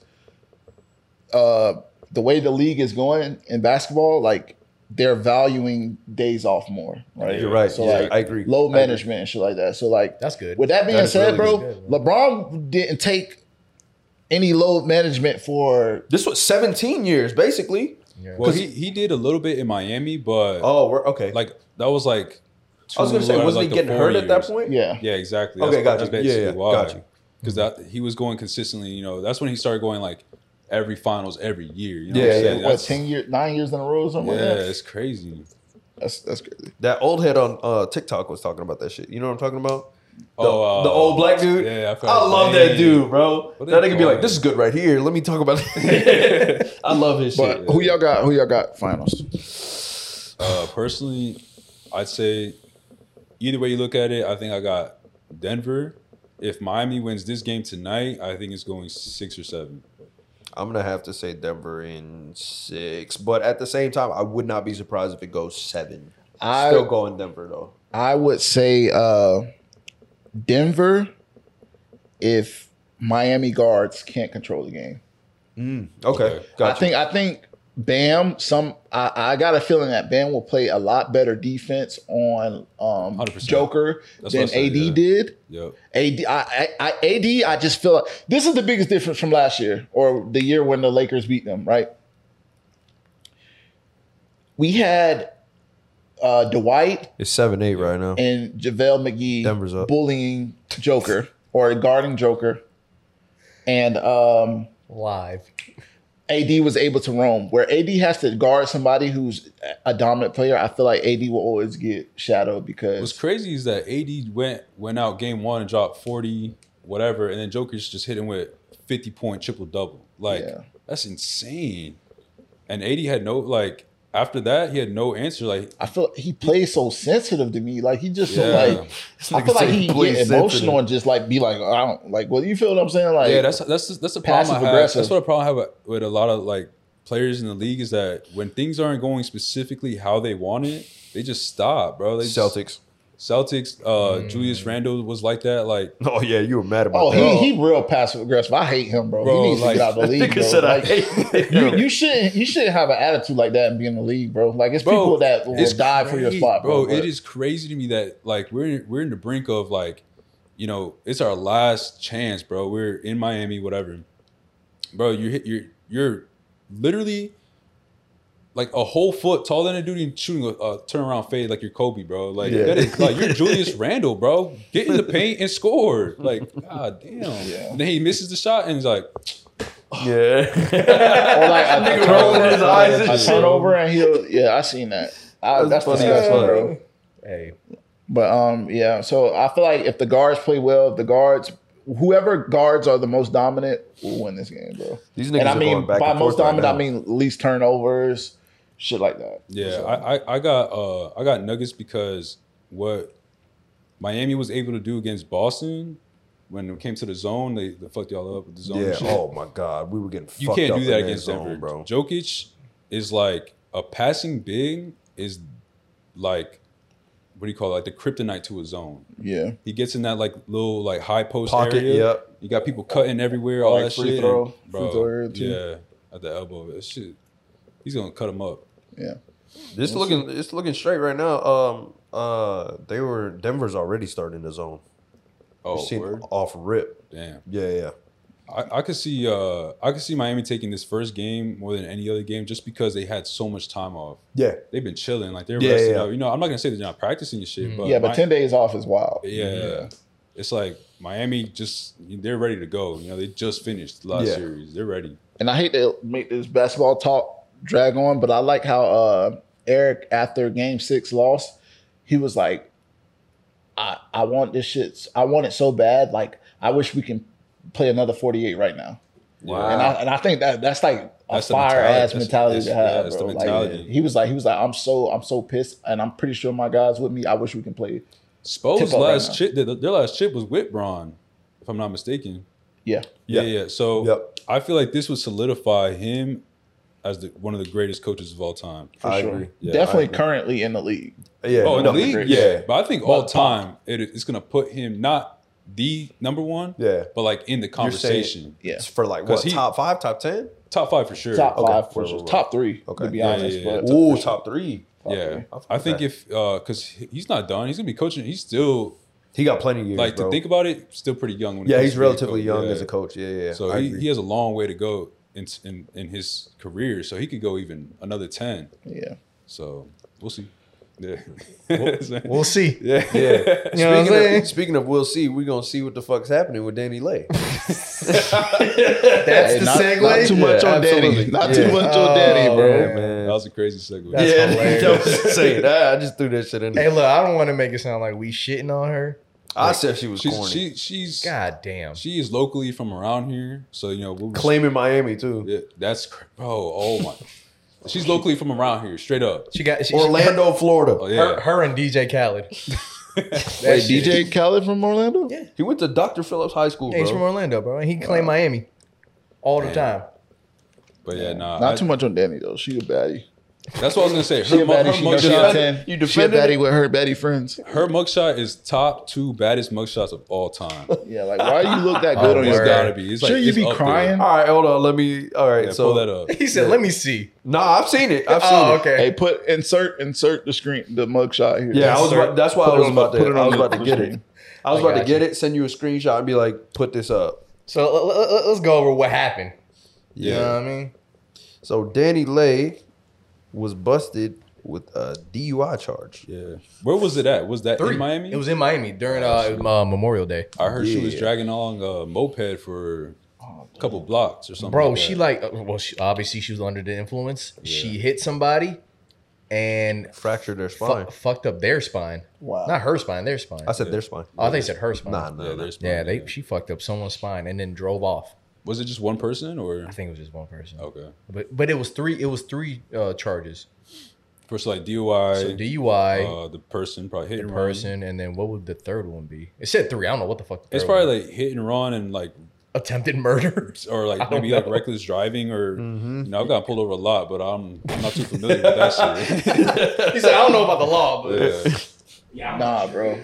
uh, the way the league is going in basketball, like they're valuing days off more, right?
You're right.
So
yeah,
like
I agree. I
low
agree.
management and shit like that. So like
That's good.
With that being
That is
said,
really
bro,
good,
LeBron didn't take any low management for
This was 17 years, basically.
Well, he, he did a little bit in Miami, but
Oh, we're okay.
like that was like.
I was gonna
two
say,
out of, like,
wasn't he
the
getting
four
hurt at that
years.
point?
yeah.
Yeah, exactly.
Okay, got you. Yeah, yeah, got you.
Because that he was going consistently. You know, that's when he started going like every finals every year. You know
Yeah,
what I'm
yeah.
saying?
What
That's-
ten years, nine years in a row or something
Yeah,
like that?
it's crazy.
That's that's crazy.
That old head on uh, TikTok was talking about that shit. You know what I'm talking about? The,
Oh, uh,
the old black dude.
yeah, I forgot
I
his
love
name.
that dude, bro.
What
that
they
nigga be
call
like,
him?
"This is good right here." Let me talk about it. I love his
But
shit.
who y'all got? Who y'all got? Finals.
Uh, personally, I'd say either way you look at it, I think I got Denver. If Miami wins this game tonight, I think it's going six or seven.
I'm gonna have to say Denver in six, but at the same time, I would not be surprised if it goes seven.
I-
Still going Denver though.
I would say uh, Denver if Miami guards can't control the game.
Okay,
Okay.
got
I
you.
think I think Bam some I, I got a feeling that Bam will play a lot better defense on um
100%.
Joker
That's
than
what I said,
AD
yeah.
did.
Yep.
AD, I, I, I, AD, I just feel like this is the biggest difference from last year or the year when the Lakers beat them, right? We had uh, Dwight
it's seven eight right now.
and JaVale McGee
Denver's up.
bullying Joker or guarding Joker. And um,
Live.
AD was able to roam. Where AD has to guard somebody who's a dominant player, I feel like AD will always get shadowed
What's
because
crazy is that AD went went out game one and dropped forty whatever, and then Joker's just hitting with fifty point triple double. Like
Yeah.
that's insane. And AD had no like after that he had no answer. Like
I feel he plays so sensitive to me. Like he just so
Yeah.
like I feel like he
Please
get
sensitive.
emotional and just like be like, I don't like. Well, you feel what I'm saying? Like,
yeah, that's that's that's the
passive
problem I have.
aggressive.
That's what a problem I have with a lot of like players in the league is that when things aren't going specifically how they want it, they just stop, bro. They just-
Celtics.
Celtics. Uh, Julius Randle was like that. Like
Mm. Oh yeah, you were mad about
oh,
that.
he, he real passive aggressive. I hate him, bro.
Bro,
he needs
like-
to get out of the league, bro.
Nigga said I
Like,
hate
you,
him.
you shouldn't you shouldn't have an attitude like that and be in the league, bro. Like it's
bro,
people that will
it's
die for your
crazy,
spot, bro.
It is crazy to me that like we're we're in the brink of like, you know, it's our last chance, bro. We're in Miami, whatever. Bro, you hit you're you're literally like a whole foot taller than a dude and shooting a, a turnaround fade like you're Kobe, bro. Like,
Yeah.
that is, like you're Julius Randle, bro. Get in the paint and score. Like, god damn.
Yeah.
And then he misses the shot and he's like,
yeah.
or like a,
Nigga
a turnover,
rolling his eyes and
a
shit.
turnover, and he'll yeah, I seen that. I, that's
That's funny
funny,
as fuck.
bro.
Hey.
But um, yeah. So I feel like if the guards play well, if the guards, whoever guards are the most dominant, will win this game, bro.
These
and
niggas
I
are
mean
going back
by
and
most
forth right
dominant,
now.
I mean least turnovers, shit like that.
Yeah, I, I I got uh I got Nuggets because what Miami was able to do against Boston, when it came to the zone, they, they fucked y'all up with the zone.
Yeah.
and shit.
Oh my God, we were getting
you
fucked
can't
up
do that
in
against
zone,
Denver,
bro.
Jokic is like a passing big is like what do you call it? Like the kryptonite to his zone.
Yeah.
He gets in that like little like high post
Pocket,
area.
yep.
You got people cutting everywhere, all
Like
that
free
shit.
throw,
and,
free
bro,
throw area, too.
yeah, at the elbow. That shit. He's gonna cut him up.
This looking, it's looking straight right now. Um, uh, they were Denver's already starting the zone.
Oh,
Seen
word?
off rip.
damn.
Yeah, yeah.
I, I could see uh I could see Miami taking this first game more than any other game just because they had so much time off.
Yeah.
They've been chilling, like they're
Yeah,
rested
yeah.
up. You know, I'm not gonna say they're not practicing and shit, but
Mm-hmm. yeah, but
Mi-
10 days off is wild.
Yeah. It's like Miami just they're ready to go. You know, they just finished the last
Yeah.
series. They're ready.
And I hate to make this basketball talk drag on, but I like how uh, Eric, after game six loss, he was like, I, I want this shit. s- I want it so bad. Like, I wish we can play another 48 right now.
Wow.
And I, and I think that that's like a
That's the
fire
mentality.
ass
That's-
mentality
that's-
to
yeah,
have.
that's the
bro. Like,
mentality.
he was like, he was like, I'm so, I'm so pissed, and I'm pretty sure my guys with me. I wish we can play.
Spo's
Tip off
last
right now.
chip their, their last chip was with Braun, if I'm not mistaken.
Yeah,
Yeah,
Yeah.
yeah. So
Yep.
I feel like this would solidify him as the, one of the greatest coaches of all time.
for
I
sure.
agree.
Yeah,
Definitely
I agree.
currently in the league.
Yeah.
oh, in the
no,
league, yeah.
Yeah.
But I think all time it, it's gonna put him not the number one,
Yeah.
but like in the
You're saying-
conversation,
Yeah,
It's for like
'Cause
what
he-
top five, top ten?
top five for sure.
top
Okay.
five for
Right,
sure.
right, right.
top three.
Okay.
To be
Yeah,
honest,
yeah, yeah.
but
Ooh, top three.
Yeah,
Okay.
I think if because he's not done, he's gonna be coaching. He's still
He got plenty of years.
like
bro.
to think about it, still pretty young. When it
Yeah,
comes
he's
to being
relatively
coach.
young
Yeah.
as a coach. Yeah, yeah. yeah.
So
I
he,
agree.
he has a long way to go in, in in his career. So he could go even another ten.
yeah.
So we'll see. Yeah,
We'll see.
yeah,
Yeah.
You know what I'm
speaking,
saying?
of, speaking of, we'll see. We're gonna see what the fuck's happening with Danny Lay.
That's
Hey,
the
not,
segue.
not too much
Yeah,
on daddy.
absolutely.
Not
Yeah.
too much on daddy,
Oh,
bro.
yeah,
That
man.
was a crazy segue.
That's
yeah,
hilarious.
I was just saying that. I just threw that shit in.
Hey,
there.
look, I don't want to make it sound like we shitting on her.
I said she was
she's
corny.
she, she's
God damn.
she is locally from around here. So you know we'll
claiming Miami too.
Yeah, that's cr- bro. Oh my, she's locally from around here, straight up.
She got she,
Orlando, Florida.
Oh
Her,
yeah,
her and DJ Khaled.
Wait, DJ Khaled from Orlando?
Yeah.
He went to Dr. Phillips High School,
Yeah, he's from
bro.
Orlando, bro. And he claimed Miami all the
Damn.
time.
but yeah, nah.
Not
I-
too much on Danny though. She a baddie.
That's what I was gonna say.
She
Her,
a
mu-
baddie.
her
She knows she a
mugshot,
ten.
You
She a
defended
baddie
it?
with her baddie friends.
her mugshot is top two baddest mugshots of all time.
Yeah, like why you look that
Oh,
good on
It's
your
word.
gotta
dad?
be. It's like,
Should you
it's
be
up there.
crying?
All right, hold on. Let me. All right,
Yeah,
so
pull that up.
He said, "Let me see."
Nah, I've seen it. I've seen
oh,
it.
okay.
Hey, put insert insert the screen the mugshot here.
Yeah, I was.
sir.
About, that's why
Put
I
it
was
on the-
about to.
put it on
I was
the-
about to get it. I was
I
about to
got
get it. Send you a screenshot and be like, put this up.
So l- l- l- let's go over what happened. You know
Yeah.
what I mean?
So Danny Lay was busted with a DUI charge.
Yeah. Where was it at? Was that
Three.
in Miami?
It was in Miami during uh, uh, Memorial Day.
I heard she was
Yeah.
dragging along a moped for
Oh,
a couple blocks or something.
Bro,
like
she
that.
like uh, well, she, obviously she was under the influence. She hit somebody and
Fractured their
fu-
spine.
fucked up their spine.
Wow.
Not her spine, their spine.
I said their spine.
oh, I think said her spine.
Nah, nah,
Yeah,
nah.
there's
yeah,
mine,
they she fucked up someone's spine and then drove off.
was it just one person or
I think it was just one person.
okay
But but it was three it was three uh, charges.
first like DUI,
So DUI,
uh, the person probably hit and run.
person, and then what would the third one be? It said three. I don't know what the fuck. The
It's
third one-
probably like hit and run and like
attempted murder.
or
I
like
don't
maybe like
know.
reckless driving or you know I've gotten pulled over a lot, but I'm I'm not too familiar with that shit.
he said, "I don't know about the law, but
yeah.
Nah, bro.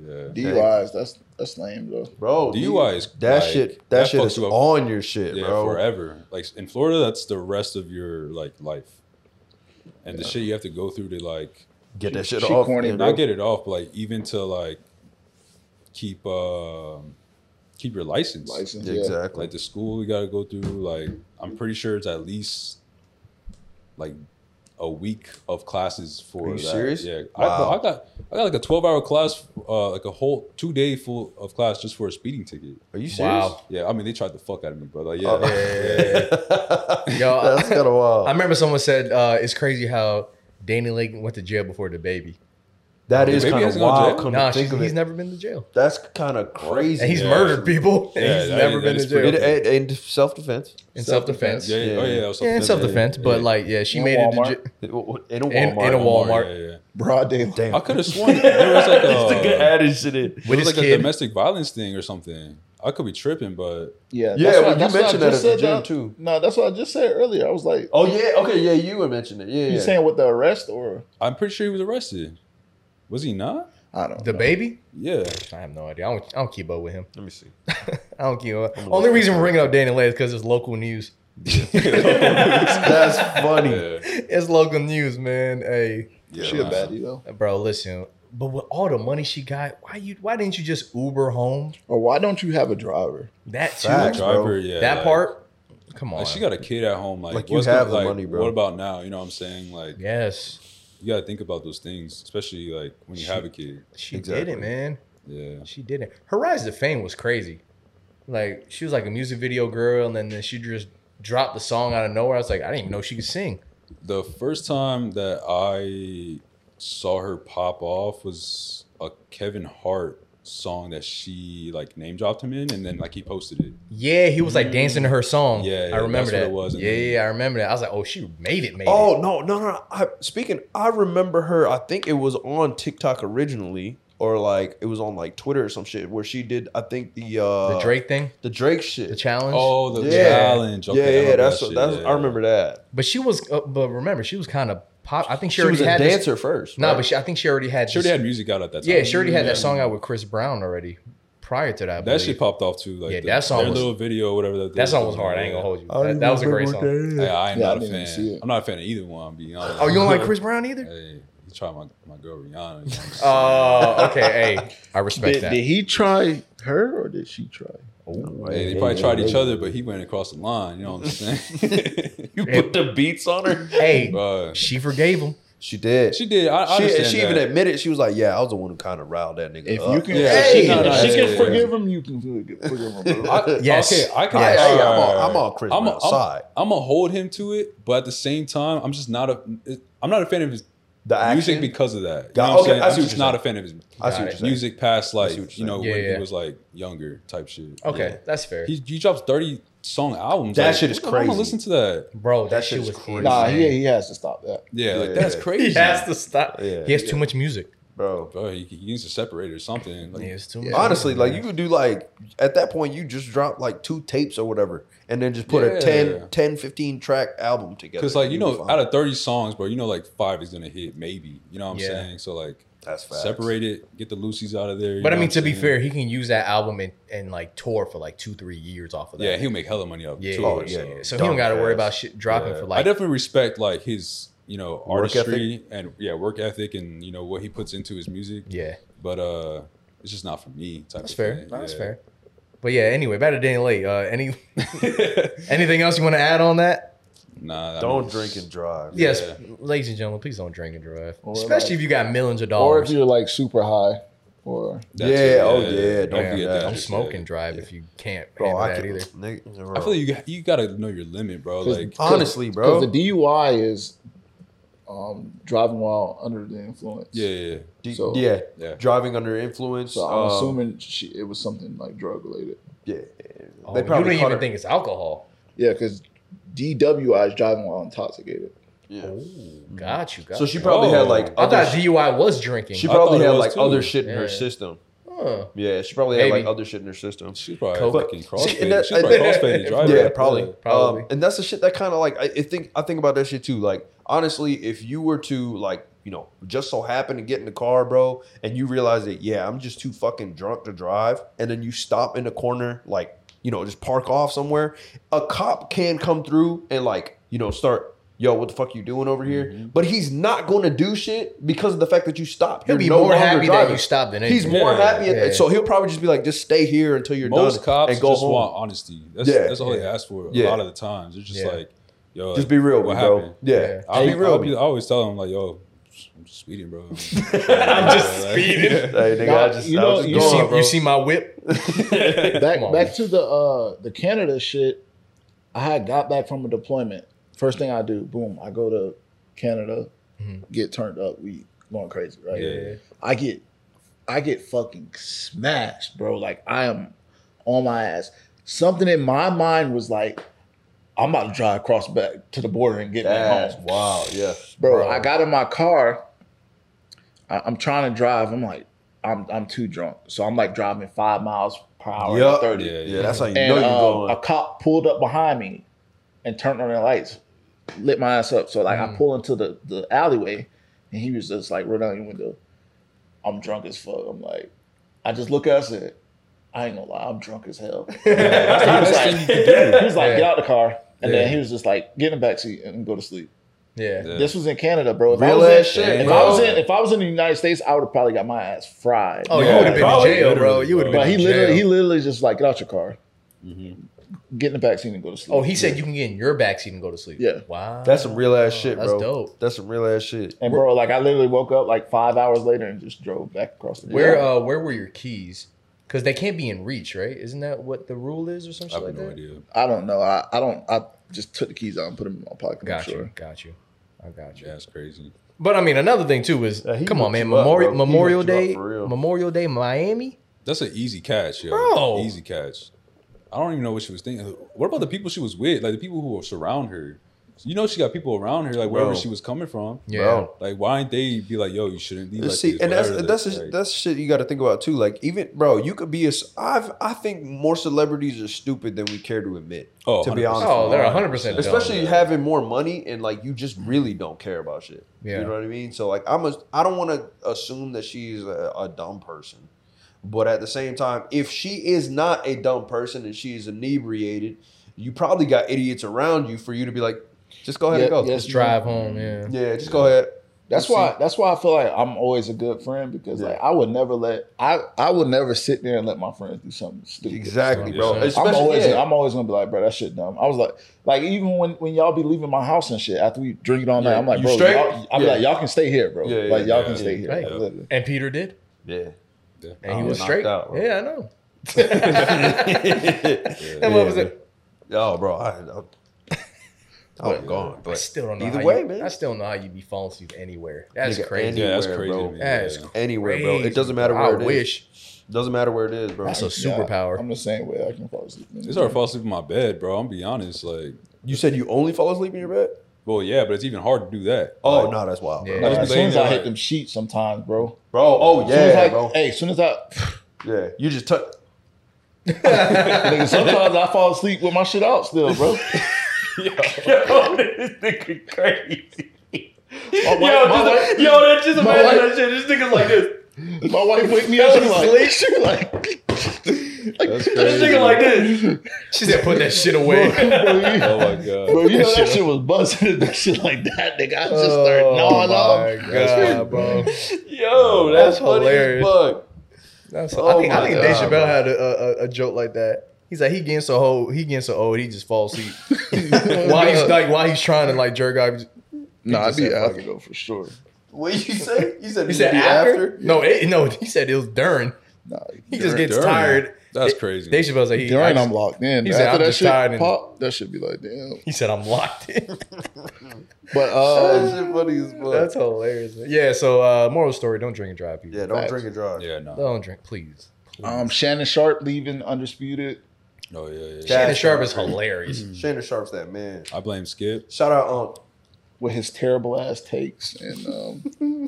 yeah.
DUIs, that's that's lame, bro.
Bro,
DUI is
that
like,
shit. That, shit
fucks
is
you up
on your shit,
yeah,
bro.
forever. Like in Florida, that's the rest of your like life, and the shit you have to go through to like
Get that shit
she
off.
corny,
yeah.
bro.
not get it off, but like even to like keep um keep your license.
License, yeah.
Exactly.
Like the school you got to go through. Like I'm pretty sure it's at least like a week of classes for.
Are you
that.
serious?
Yeah,
Wow.
I, I got I got like a 12 hour class, uh, like a whole two day full of class just for a speeding ticket.
Are you serious?
wow,
Yeah, I mean they tried the fuck out of me, brother. Like, yeah,
Oh.
yeah, yeah.
yo, I,
That's kind of
I
wild.
remember someone said uh, it's crazy how Danny Lake went to jail before the baby.
That is
Maybe he
kind of
hasn't gone to
wild.
jail.
Come
Nah,
to think
she's-
of
he's
it,
never been to jail.
that's kind of crazy.
And he's
Yeah.
murdered people. and
Yeah,
he's
that-
never been
that is
to
pretty-
jail.
It- it- and self defense
In self defense.
Yeah,
Yeah,
yeah, oh, yeah, it was
in self defense.
yeah,
But
yeah. Oh,
like, yeah, she
In
made it to
Walmart.
jail.
in a Walmart.
In- in a Walmart.
Yeah,
Broad daylight.
Damn,
yeah. I could have sworn there was like
That's the good
a,
adage it is.
there
With
was
his
like a
kid.
domestic violence thing or something. I could be tripping, but
Yeah,
Yeah,
that's
well,
what-
you
that's what I
mentioned that
just
at the
said
gym,
now.
too.
No, that's what I just said earlier. I was like,
uh, Oh yeah, okay, yeah, you had mentioned it. Oh, Yeah,
you
yeah.
saying with the arrest or
I'm pretty sure he was arrested. Was he not?
I don't
The
know.
baby?
Yeah.
I have no idea. I don't, I don't keep up with him.
Let me see.
I don't keep up. Only reason we're bringing up Danny Lay is because it's local news.
That's funny.
Yeah.
It's local news, man. Hey,
Yeah,
she a
wow.
baddie though.
bro, listen. But with all the money she got, why you? Why didn't you just Uber home?
Or why don't you have a driver?
That too.
Facts.
Driver,
bro.
yeah.
that
like-
part. Come on.
Like she got a kid at home. Like,
Like, you
what's the-
have the
like,
money, bro.
What about now? You know what I'm saying? Like
yes.
you gotta think about those things, especially like when you have a kid.
She did
Exactly.
it, man.
Yeah.
She did it. Her rise to fame was crazy. Like she was like a music video girl, and then, then she just dropped the song out of nowhere. I was like, I didn't even know she could sing.
The first time that I saw her pop off was a Kevin Hart song that she like name dropped him in, and then like he posted it.
Yeah, he was like dancing to her song.
Yeah, yeah,
I remember
that's what
that.
it was.
Yeah, yeah, I remember that. I was like, oh, she made it, made it.
Oh no, no, no. I, speaking, I remember her. I think it was on TikTok originally, or like it was on like Twitter or some shit, where she did. I think the uh,
The Drake thing,
the Drake
the
shit.
challenge.
Oh, the
Yeah.
challenge. Okay, I
yeah, yeah,
remember
that's
that shit,
that's.
yeah.
I remember that.
But she was, uh, but remember, she was kind of pop. I think she,
She
already
was a
had this-
dancer first.
No,
right?
but she, I think she already had.
She already
this-
had music out at that time.
Yeah, she already had
Yeah.
that song out with Chris Brown already prior to that. I
That
believe.
shit popped off too. Like
Yeah,
the-
that song
their
was-
little video, whatever. That, they
That song
were
was
doing,
hard. I ain't
yeah.
gonna hold you.
I
That, that was a great
remember
song.
that.
Hey, I am
Yeah, I
not a
didn't even see
fan.
it.
I'm not a fan of either one. I'm being honest.
Oh, you don't like Chris Brown either?
Hey, you try my, my girl Rihanna. you know what I'm saying?
Oh, okay. Hey, I respect
Did,
that. Oh,
did he try her or did she try?
Oh,
Hey, they probably tried each other, but he went across the line. You know what I'm saying?
You put the beats on her.
Hey,
but
she forgave him.
She did.
she did. I, I
she, and
understand
she
that.
even admitted she was like, "Yeah, I was the one who kind of riled that nigga
If
up."
you can,
yeah.
if
Hey,
she
no,
can, if
no,
she
yeah,
can
yeah,
forgive him. You can forgive him. Bro.
I,
Yes.
Okay, I can.
Yes.
Hey, I'm all- I'm all Chris
I'm
Brown's side.
I'm gonna hold him to it, but at the same time, I'm just not a. I'm not a fan of his
the
music
action.
because of that. You
Got-
know what I'm
okay,
saying?
I
I'm
see what
just
you're
not a fan of his
I see
Got
what
it.
you're saying.
music past
I see what
like
you're
you know
saying.
when
Yeah, yeah.
he was like younger type shit.
Okay,
Yeah.
that's fair,
He, he drops 30 song albums.
That
Like,
shit is
I wanna
crazy.
listen to that.
bro. That,
That
shit
shit is
was
crazy.
Nah,
insane.
he, he has to stop that.
Yeah, like
Yeah.
that's
He
crazy.
to stop.
Yeah.
he has too much music.
bro.
Bro, he, he needs to separate or something. Like,
He has too much.
Honestly,
music,
like you could do like at that point you just drop like two tapes or whatever and then just put
Yeah.
a 10, 10, 15 track album together.
Because like you
You'd be
know,
fine.
out of thirty songs, bro, you know like five is gonna hit maybe. You know what I'm
Yeah.
saying? So like
that's facts.
separate it, get the Lucy's out of there. you
But I
know
mean,
what
to
I'm
be
saying?
fair, he can use that album and, and like tour for like two, three years off of that.
yeah, he'll make hella money off
yeah,
the
yeah,
tour.
Oh, yeah,
yeah.
so,
So he don't got to worry
Dumbass.
about shit dropping
yeah.
for
I
like.
definitely respect like his you know
Work
artistry and yeah work ethic and you know what he puts into his music.
Yeah,
But uh, it's just not for me. Type
that's
of
fair.
thing.
That's
Yeah.
fair. But yeah, anyway, back to Danny Lay. Uh, any anything else you want to add on that?
Nah, I
Don't
mean,
drink and drive.
Yes,
Yeah.
ladies and gentlemen, please don't drink and drive,
Or
especially
like-
if you got millions of
Or if
dollars.
you're like super high, or
that
Yeah,
too,
oh, yeah, don't
do
forget
that.
Don't
shit,
smoke
yeah.
and drive if you can't
Bro,
handle
I
that
can,
either.
nigga,
I feel like you got- you gotta know your limit, bro.
'Cause-
Like
honestly, bro.
because the DUI is um, driving while under the influence.
yeah, yeah, yeah.
D-
so-
yeah,
Yeah.
driving under influence.
So
um,
I'm assuming she, it was something like drug related.
Yeah,
Oh,
they
you don't
probably
even
cut her.
think it's alcohol.
Yeah, because DWI is driving while intoxicated.
Yeah.
Oh, got you. Got
So she
you.
probably had
Oh.
like
I
other
thought
sh-
DUI was drinking.
she
I thought
probably
it
had
was
like
too.
other shit in
Yeah.
her system.
Huh.
Yeah, she probably had like
Maybe.
other shit in her system.
She probably
Coke.
fucking crossfaded.
and that-
She's probably
and-
crossfaded driving.
Yeah, probably.
Probably.
Um, and that's the shit that kind of like I, I think I think about that shit too. Like honestly, if you were to like you know just so happen to get in the car, bro, and you realize that yeah, I'm just too fucking drunk to drive, and then you stop in the corner, like you know just park off somewhere. A cop can come through and like you know start. Yo, what the fuck you doing over here?
Mm-hmm.
But he's not going to do shit because of the fact that you stopped.
He'll
You're
be
no
more
longer
happy that
driving.
you stopped than
He's
anything.
more
Yeah.
happy,
Yeah.
so he'll probably just be like, "Just stay here until you're
Most
done
cops
and go
just
home."
want honesty. That's,
Yeah.
that's all they
Yeah.
ask for. A
Yeah.
lot of the times, it's just
Yeah.
like, yo,
Just be real,
What
bro.
happened?
Yeah.
Yeah.
I'll
Hey,
be real.
bro.
I always tell them like, yo, I'm just speeding, bro. I'm
just speeding.
Hey, nigga,
Nah,
I just,
you
I
know-
was just
You
Go
going,
see,
on,
bro.
you see my whip?
Back
Come on,
back
man.
to the uh, the Canada shit. I had got back from a deployment. First thing I do, boom, I go to Canada,
Mm-hmm.
Mhm.
get turned up. We going crazy, right?
Yeah.
I get I get fucking smashed, bro. Like I am on my ass. Something in my mind was like, I'm about to drive across back to the border and get back
That's
home.
wild. Yeah.
Bro, I got in my car. I, I'm trying to drive. I'm like, I'm I'm too drunk. So I'm like driving five miles per hour.
Yup.
30.
Yeah,
Yeah, that's how you
And
know you're
uh,
going.
a cop pulled up behind me and turned on their lights, lit my ass up. So like
Mm.
I pull into the, the alleyway and he was just like roll down your window. I'm drunk as fuck. I'm like, I just look at us and I ain't gonna lie, I'm drunk as hell.
That's the
He was
best
like-
thing you can do.
He was like,
Yeah.
get out the car. And then
Yeah.
he was just like, get in the backseat and go to sleep.
Yeah.
Yeah.
This was in Canada, bro. If I
Real
was in-
ass shit,
If
bro.
I was in if I was in the United States, I would have probably got my ass fried.
Oh,
Yeah,
you would have been in
probably
jail, bro.
literally,
You would have
bro.
been
But he
in
literally, he
jail.
literally just like get out your car,
Mhm.
Mm-hmm.
get in the backseat and go to sleep.
Oh, he said you can get in your backseat and go to sleep.
Yeah.
Wow.
That's some real ass shit, bro.
That's dope.
That's some real ass shit.
And bro, like I literally woke up like five hours later and just drove back across the
Where
Yeah.
uh where were your keys? Because they can't be in reach, right? Isn't that what the rule is or some
I
shit
have
like
no
that?
idea.
I don't know. I,
uh,
I don't. I just took the keys out and put them in my pocket.
Got
I'm
you,
sure.
got you. I got you.
Yeah, it's crazy.
But I mean, another thing too is,
Yeah, he
come on,
hooked
man.
you up,
Memorial
bro. He
Memorial
hooked you up
Day,
for real.
Memorial Day, Miami.
That's an easy catch, yo.
Bro.
Easy catch. I don't even know what she was thinking. What about the people she was with? Like the people who were surround her. You know she got people around her, like wherever
Bro.
she was coming from.
Yeah,
Bro.
Like why ain't they be like, yo, you shouldn't leave. Like
See,
this,
and that's
whatever,
that's
like-
that's shit you got to think about too. Like even bro, you could be a. s- I've I think more celebrities are stupid than we care to admit.
Oh,
to be
100%.
honest,
Oh, they're 100% dumb.
especially having more money and like you just really don't care about shit.
Yeah.
You know what I mean? So like I'm a I don't want to assume that she's a, a dumb person. But at the same time, if she is not a dumb person and she is inebriated, you probably got idiots around you for you to be like, just go ahead
Yeah,
and go.
yes.
Let's drive home. Yeah.
Yeah, just go ahead. Let's
That's why. That's why I feel like I'm always a good friend because
Yeah.
like I would never let I I would never sit there and let my friends do something
see.
stupid.
Exactly, bro.
Yeah.
I'm
Especially
always
yeah.
I'm always gonna be like, bro, that shit dumb. I was like, like even when when y'all be leaving my house and shit after we drink it all night,
Yeah.
I'm like,
You
bro,
straight?
y'all, I'm
Yeah.
like, y'all can stay here, bro.
Yeah, yeah,
like y'all
yeah.
can stay here.
Right.
Like, literally.
And Peter did,
yeah.
Yeah.
and
I
he
was
was
knocked
straight.
out, bro.
yeah, I know. that
Yeah.
motherfucker's
Yeah.
like,
Oh, bro, I, I, I was gone.
I
But
still don't know.
either
how
way,
you,
man.
I still know how you be falling asleep anywhere. That's
Nigga,
crazy.
Yeah, that's
Anywhere,
crazy.
bro.
To me.
That's
yeah.
anywhere, bro.
Crazy,
It doesn't matter where
I
it is.
wish.
Doesn't matter where it is, bro.
That's a
Yeah,
superpower.
I'm the same way. I can fall asleep.
It's hard to fall asleep in my bed, bro. I'm gonna be honest. Like,
you said you only fall asleep in your bed?
well, yeah, but it's even hard to do that.
Oh
Like,
no, that's wild, bro.
Yeah.
Bro,
I just be
as
laying
soon as
there
I
like-
hit them sheets, sometimes, bro.
bro. Oh
Soon as
yeah,
I-
bro.
Hey, soon as I,
Yeah, you just took.
nigga, sometimes I fall asleep with my shit out still, bro.
Yo, this nigga crazy.
My
Yo,
wife, my
just,
wife,
yo, that just
my
imagine that
wife-
shit. This nigga's like this.
my wife wake me up. She like, she like, like,
That's
This
crazy.
nigga like this.
She said, "Put that shit away."
bro, you-
Oh my god.
bro, you know that shit was buzzing. That shit like that, nigga. I just
Oh
started gnawing off.
my god, bro.
Yo, that's
That's
Funny as
hilarious.
fuck.
That's,
Oh
I think, I
my
think
God,
Dave Chappelle
bro.
had a, a, a joke like that. He's like, he getting so old, he getting so old, he just falls asleep while he's like, while he's trying to like jerk off. he's-
Nah, I'd
just
be
said,
after though for sure.
What you say? You said
He said
be
after? No, it, no, he said it was during.
Nah,
He just gets
during.
tired.
That's
It-
crazy.
Dave Chappelle's like, he, I
during
just-
I'm locked in.
he
After
said, "I'm
that
just tired
shit
and-"
pop, that should be like damn.
he said, I'm locked in.
But
That
uh,
shit funny as fuck.
Oh. That's hilarious. man. Yeah. So, uh, moral of the story: don't drink and drive, people.
yeah, don't
Facts.
drink and drive.
Yeah, no.
Don't drink, please.
um, Shannon Sharp leaving undisputed.
No, Oh, yeah, yeah. yeah.
That's
Shannon Sharp is
crazy.
hilarious.
Shannon Mm-hmm. Sharp's that man.
I blame Skip.
Shout out, Unc.
with his terrible ass takes and um,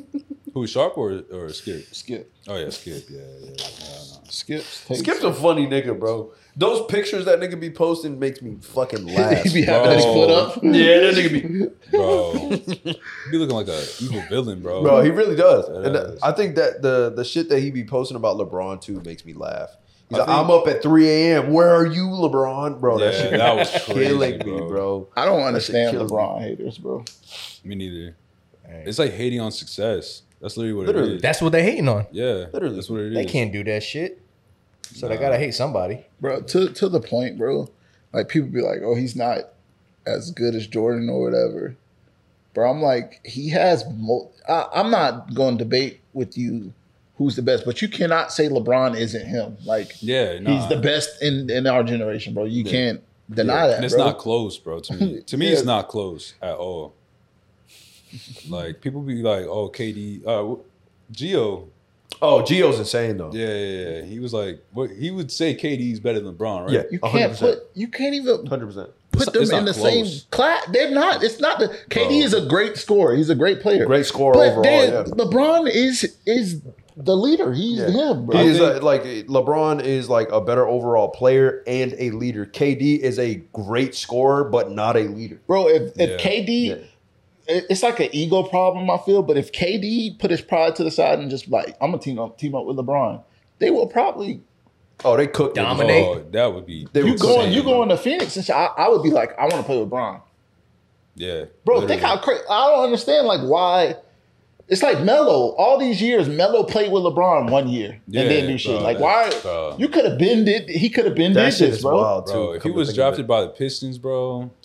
Who Sharp or or Skip?
Skip
Oh yeah, Skip. Yeah, yeah. yeah.
Skip's takes.
Skip's a funny nigga, bro. Those pictures that nigga be posting makes me fucking laugh.
he be having his
bro.
foot up.
Yeah, that nigga be.
No, no. Bro, you be looking like a evil villain, bro.
Bro, he really does. And
does.
I think that the the shit that he be posting about LeBron too makes me laugh. He's
I
like,
think-
I'm up at 3 a.m. Where are you, LeBron? Bro, that
Yeah,
shit
that was
killing
crazy,
me,
bro.
bro.
I don't understand
kills me.
LeBron haters, bro.
Me neither.
Hey.
It's like hating on success. That's literally what
Literally.
it is.
That's what they hating on.
yeah,
Literally.
that's what it is.
They can't do that shit. So they
Nah.
gotta hate somebody.
Bro, to to the point, bro. Like people be like, "Oh, he's not as good as Jordan or whatever." Bro, I'm like, he has. Mo- I, I'm not going to debate with you who's the best, but you cannot say LeBron isn't him. Like
Yeah, nah.
he's the best in in our generation, bro. You can't deny that.
And it's
bro.
not close, bro. To me, to me,
Yeah.
it's not close at all. Like people be like, "Oh, KD, uh, wh- Gio,
Oh, Geo's insane though.
yeah, yeah, yeah." He was like, "What?" He would say KD's better than LeBron, right?
Yeah.
You can't
100%.
put. You can't even
hundred percent.
put
not-
them
it's
in the
not
same
close.
class. They're not. It's not the KD is a great scorer. He's a great player.
Great scorer
But
overall.
then
Yeah.
LeBron is is the leader. He's
Yeah.
him, bro.
He is
think-
a, like LeBron is like a better overall player and a leader. KD is a great scorer, but not a leader.
bro, if, if
Yeah.
KD,
Yeah.
it- it's like an ego problem. I feel, but if KD put his pride to the side and just like I'm gonna team up team up with LeBron, they will probably
Oh, they cooked him.
Dominate.
Oh, that would be
They
you
were
going
insane,
you
bro.
going to Phoenix and shit, I, I would be like I want to play with LeBron,
yeah,
bro.
literally.
Think how crazy. I don't understand like why. It's like Melo. All these years, Melo played with LeBron one year
Yeah,
and didn't do shit.
bro,
Like why?
that's- uh, bro.
you could have been did. He could have been
That
did
shit
this,
is
bro.
wild too.
Bro, if he
come to
was
think of
drafted
it.
by the Pistons, bro,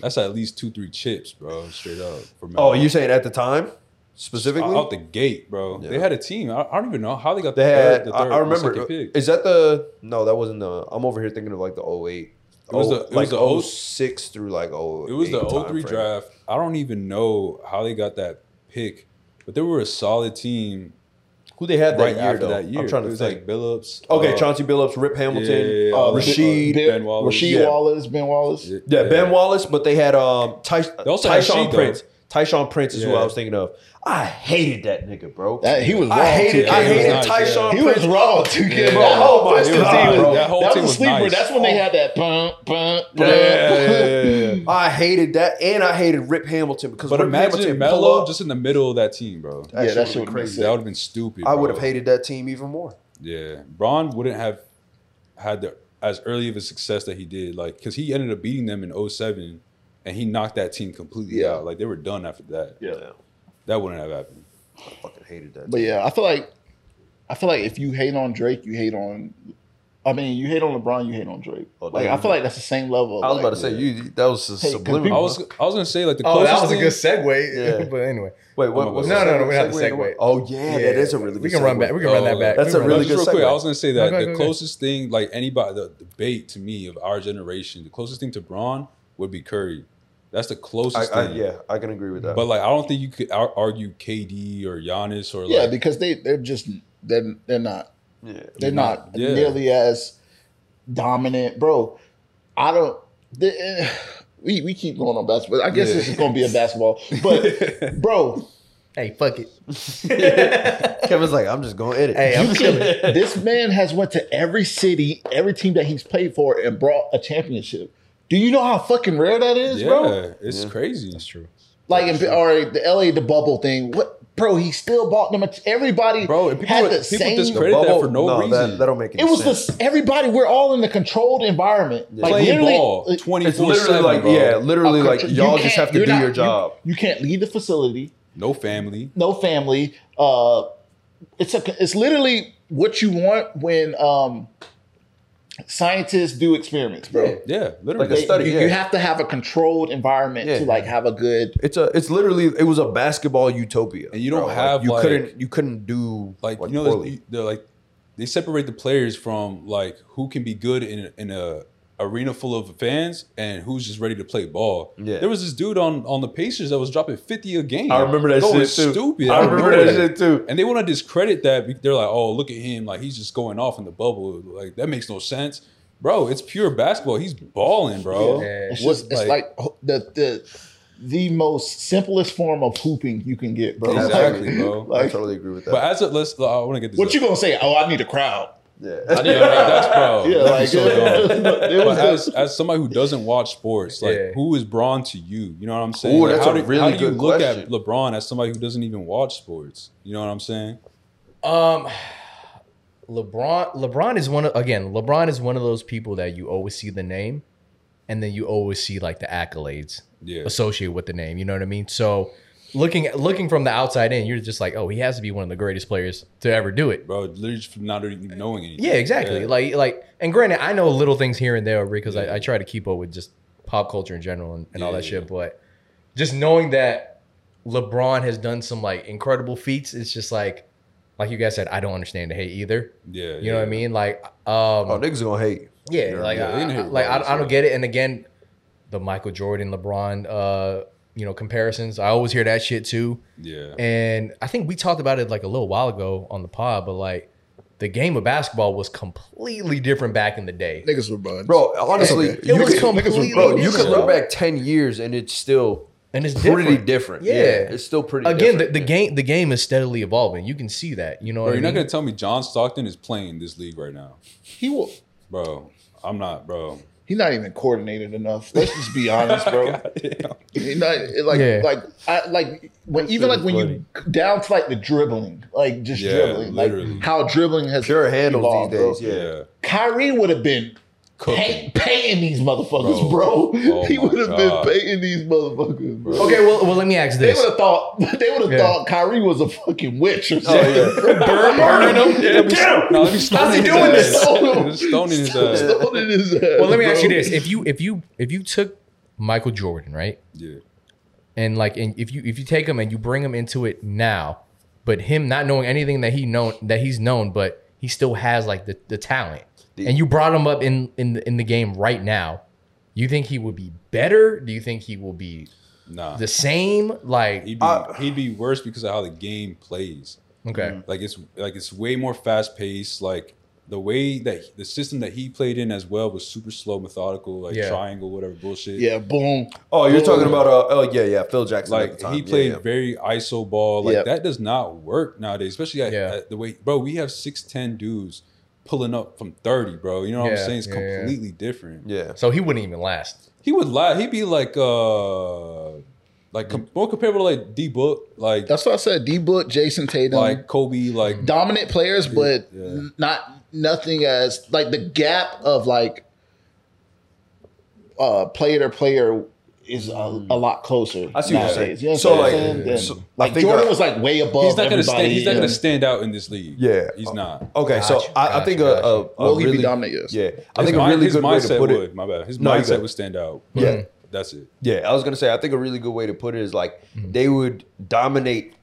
that's at least two, three chips, bro, straight up. For Melo.
Oh, you saying at the time specifically?
out the gate, bro? They
Yeah.
had a team. I, I don't even know how they got the
They had.
third. The
I-
third
I,
the
remember. uh,
second pick.
Is that the? No, that wasn't the. I'm over here thinking of like the 08.
It was
Oh,
the- it was
like
the O-
06 through like 08.
It was the
time
03
frame.
draft. I don't even know how they got that pick, but they were a solid team
Who they had that
right
year
after
though?
that year.
I'm trying
it
to
was
think.
like Billups.
okay,
uh,
Chauncey Billups, Rip Hamilton,
yeah, yeah, yeah,
uh,
all them-
Rasheed.
Ben Wallace.
Rasheed
Yeah.
Wallace, Ben Wallace.
yeah,
Yeah, Ben Wallace, but they had um Ty,
also had Sheed,
Tyshawn
though.
Prince. Tyshawn Prince is who
Yeah.
I was thinking of. I hated that nigga, bro.
That- he was. Raw
I hated.
too,
I
kid.
He was
hated
nice,
Tyshawn.
He was
Prince.
raw too, kid.
Yeah.
Bro,
Oh, my
That's the
God,
team.
bro.
That whole
that
team
was a
was
sleeper.
nice.
That's when they had that bump, bump, bump.
Yeah, yeah, yeah, yeah, yeah.
I hated that, and I hated Rip Hamilton because
But
Rip
imagine
Hamilton pull
Melo
up,
just in the middle of that team, bro.
Yeah, that
would've
shit would've
been
been sick.
That would have been stupid.
I
bro.
would have hated that team even more.
Yeah, Braun wouldn't have had the as early of a success that he did, like because he ended up beating them in 07 and he knocked that team completely
Yeah.
out. Like they were done after that.
Yeah,
That wouldn't have happened.
I fucking hated that.
But yeah, I feel like I feel like if you hate on Drake, you hate on. I mean, you hate on LeBron, you hate on Drake.
Oh,
like I
damn.
feel like that's the same level. of,
I was about
like,
to say you. That was a
Hey, 'cause
subliminal.
I
people-
was I was gonna say like the
Oh,
closest
that was a
thing-
good segue.
Yeah.
but anyway, Oh
Wait, what? was
No,
the
no, no,
second
we have the
in
segue.
Oh yeah, that is a really. good
We can run
segue.
back. We can run that
Oh,
back.
that's
We
a
can
really
run
just
that
good
real quick,
segue.
I was gonna say
No,
that
go ahead,
the
go ahead.
closest thing, like anybody, the debate to me of our generation, the closest thing to Braun would be Curry. That's the
I,
closest
I,
thing.
yeah, I can agree with that.
But like, I don't think you could ar- argue KD or Giannis or like.
yeah, because they they're just they're they're not
yeah.
they're not
Yeah.
nearly as dominant, bro. I don't. The, eh, we we keep going on basketball. I guess
Yeah.
this is gonna be a basketball, but bro,
Hey, fuck it.
Kevin's like, I'm just going to edit.
Hey, I'm chilling.
this man has went to every city, every team that he's played for, and brought a championship. Do you know how fucking rare that is,
yeah,
bro?
it's
Yeah.
crazy. That's
true.
Like, in, all right, the LA the bubble thing. What, bro? He still bought them. A everybody,
Bro, and people
had
were-
the
people
same.
discredit- Rated that for no reason.
That, that'll make any
it was
sense.
this. Everybody, we're all in the controlled environment. Like
Playing
literally,
ball,
like,
twenty
It's
four
literally
seven,
like,
bro.
yeah, literally
a
like
control-
y'all
you
just
can't-
have to
you're
do
not-
your
you-
job.
You, can't leave the facility.
no family.
No family. Uh, it's a. It's literally what you want when um, scientists do experiments, bro.
Yeah, literally.
Like a study.
you,
yeah.
you have to have a controlled environment
Yeah.
to like have a good
It's a. It's literally. It was a basketball utopia.
And you don't
Like,
have,
you
like-
couldn't. You couldn't do
like,
like
you know,
poorly.
they they're like they separate the players from like who can be good in in a arena full of fans and who's just ready to play ball.
Yeah.
there was this dude on on the Pacers that was dropping fifty a game.
I remember that
Going
shit too.
Stupid.
I
out of
remember that
nowhere.
shit too.
And they want to discredit that. be- They're like, "Oh, look at him! Like he's just going off in the bubble. Like that makes no sense, bro. It's pure basketball. He's balling, bro.
Yeah.
it's
What-
just it's like, ho- the the the most simplest form of hooping you can get, bro.
exactly,
Like,
bro.
I
like,
totally agree with that.
But as a let's, I want to get this.
what you gonna say? Oh, I need a crowd.
yeah.
Yeah, right, that's bro.
Yeah,
That'd be
like
so dumb.
it
But as,
was
as somebody who doesn't watch sports, like
Yeah.
who is Braun to you? You know what I'm saying?
Ooh,
Like,
that's
how
a
do,
really
how do you
good
look at
question.
LeBron as somebody who doesn't even watch sports? You know what I'm saying? Oh.
Um, LeBron. LeBron is one of again. LeBron is one of those people that you always see the name, and then you always see like the accolades
Yeah.
associated with the name. You know what I mean? So looking looking from the outside in, you're just like, oh, he has to be one of the greatest players to ever do it.
Bro, literally from not even knowing anything.
Yeah, exactly.
Yeah.
Like like, and granted, I know little things here and there because I, I try to keep up with just pop culture in general and, and all
Yeah,
that
yeah,
shit. But just knowing that LeBron has done some like incredible feats, it's just like, like you guys said, I don't understand the hate either.
Yeah.
You know what I mean? Like, um,
Oh, niggas gonna hate.
yeah,
Yeah,
like,
yeah, they
I,
didn't
I-
hate
like I,
LeBron,
I
so-
don't get it. And again, the Michael Jordan, LeBron, uh, you know comparisons. I always hear that shit too.
Yeah.
And I think we talked about it like a little while ago on the pod, but like the game of basketball was completely different back in the day.
Niggas were buns.
Bro, honestly,
It
you
was
could,
completely
bro, you could
different.
look back 10 years and it's still
and it's
pretty
different.
different.
Yeah.
It's still pretty
Again, the,
different.
the game the game is steadily evolving. You can see that. You know,
Bro,
what
you're
I
not
mean?
gonna tell me John Stockton is playing this league right now,
He will.
bro. I'm not, bro.
He's not even coordinated enough. Let's just be honest, bro. He not- it like
Yeah.
like I, like when even like when you down to like the dribbling, like just
Yeah,
dribbling,
literally.
like how dribbling has
Pure handles
evolved,
these
bro.
days, yeah.
Yeah.
Kyrie would have been pay,
Cooking.
paying these motherfuckers, bro.
Oh
he
my
would have been
God.
paying these motherfuckers, bro.
Okay, well, well, let me ask
They
this.
would have thought they would have
Yeah.
thought Kyrie was a fucking witch or something.
Oh, yeah.
Burning him. Yeah, get him.
No, let me stone
he
his
doing
ass.
this?
Just stoning his ass.
Stone in his ass,
well, let me ask you
bro.
this: if you if you if you took Michael Jordan, right,
Yeah.
and like, and if you if you take him and you bring him into it now, but him not knowing anything that he known that he's known, but he still has like the, the talent, and you brought him up in in the, in the game right now, you think he would be better? Do you think he will be
Nah.
the same? Like,
He'd be
I-
he'd be worse because of how the game plays.
Mm-hmm.
okay,
Like it's like it's way more fast paced. Like the way that the system that he played in as well was super slow, methodical, like
Yeah.
triangle, whatever bullshit.
Yeah, boom.
Oh, you're
Boom.
talking about, uh, oh, yeah, yeah, Phil Jackson. at
Like
the time.
he
Yeah,
played
yeah.
very ISO ball. Like
Yep.
that does not work nowadays, especially at,
Yeah.
at the way, bro. We have six ten dudes pulling up from thirty, bro. You know what
Yeah,
I'm saying? It's
yeah, yeah.
completely different.
Yeah.
so he wouldn't even last.
He would lie. He'd be like, uh, like com- more comparable to like D Book, like
That's what I said. D Book, Jason Tatum,
like Kobe, like
dominant players, but
Yeah.
n- not nothing as like the gap of like uh player to player is a, a lot closer.
I see what you're
nowadays.
saying.
You know what
So,
I'm
like,
saying? Than-
so, I
like
think
Jordan
I-
was like way above.
he's not gonna
everybody.
stand. He's not
yeah.
gonna stand out in this league.
Yeah.
he's not.
Okay, so
Gotcha,
I, I think a,
gotcha,
a, a
Oh,
Will he be
really-
dominant? Yes.
Yeah, I
his,
think a
mi-
really
his
good way to
mindset
put
would.
it.
My bad. His
No, you
mindset
good.
would stand out. Mm-hmm.
Yeah,
That's it. Mm-hmm.
yeah. I was gonna say I think a really good way to put it is like they would dominate.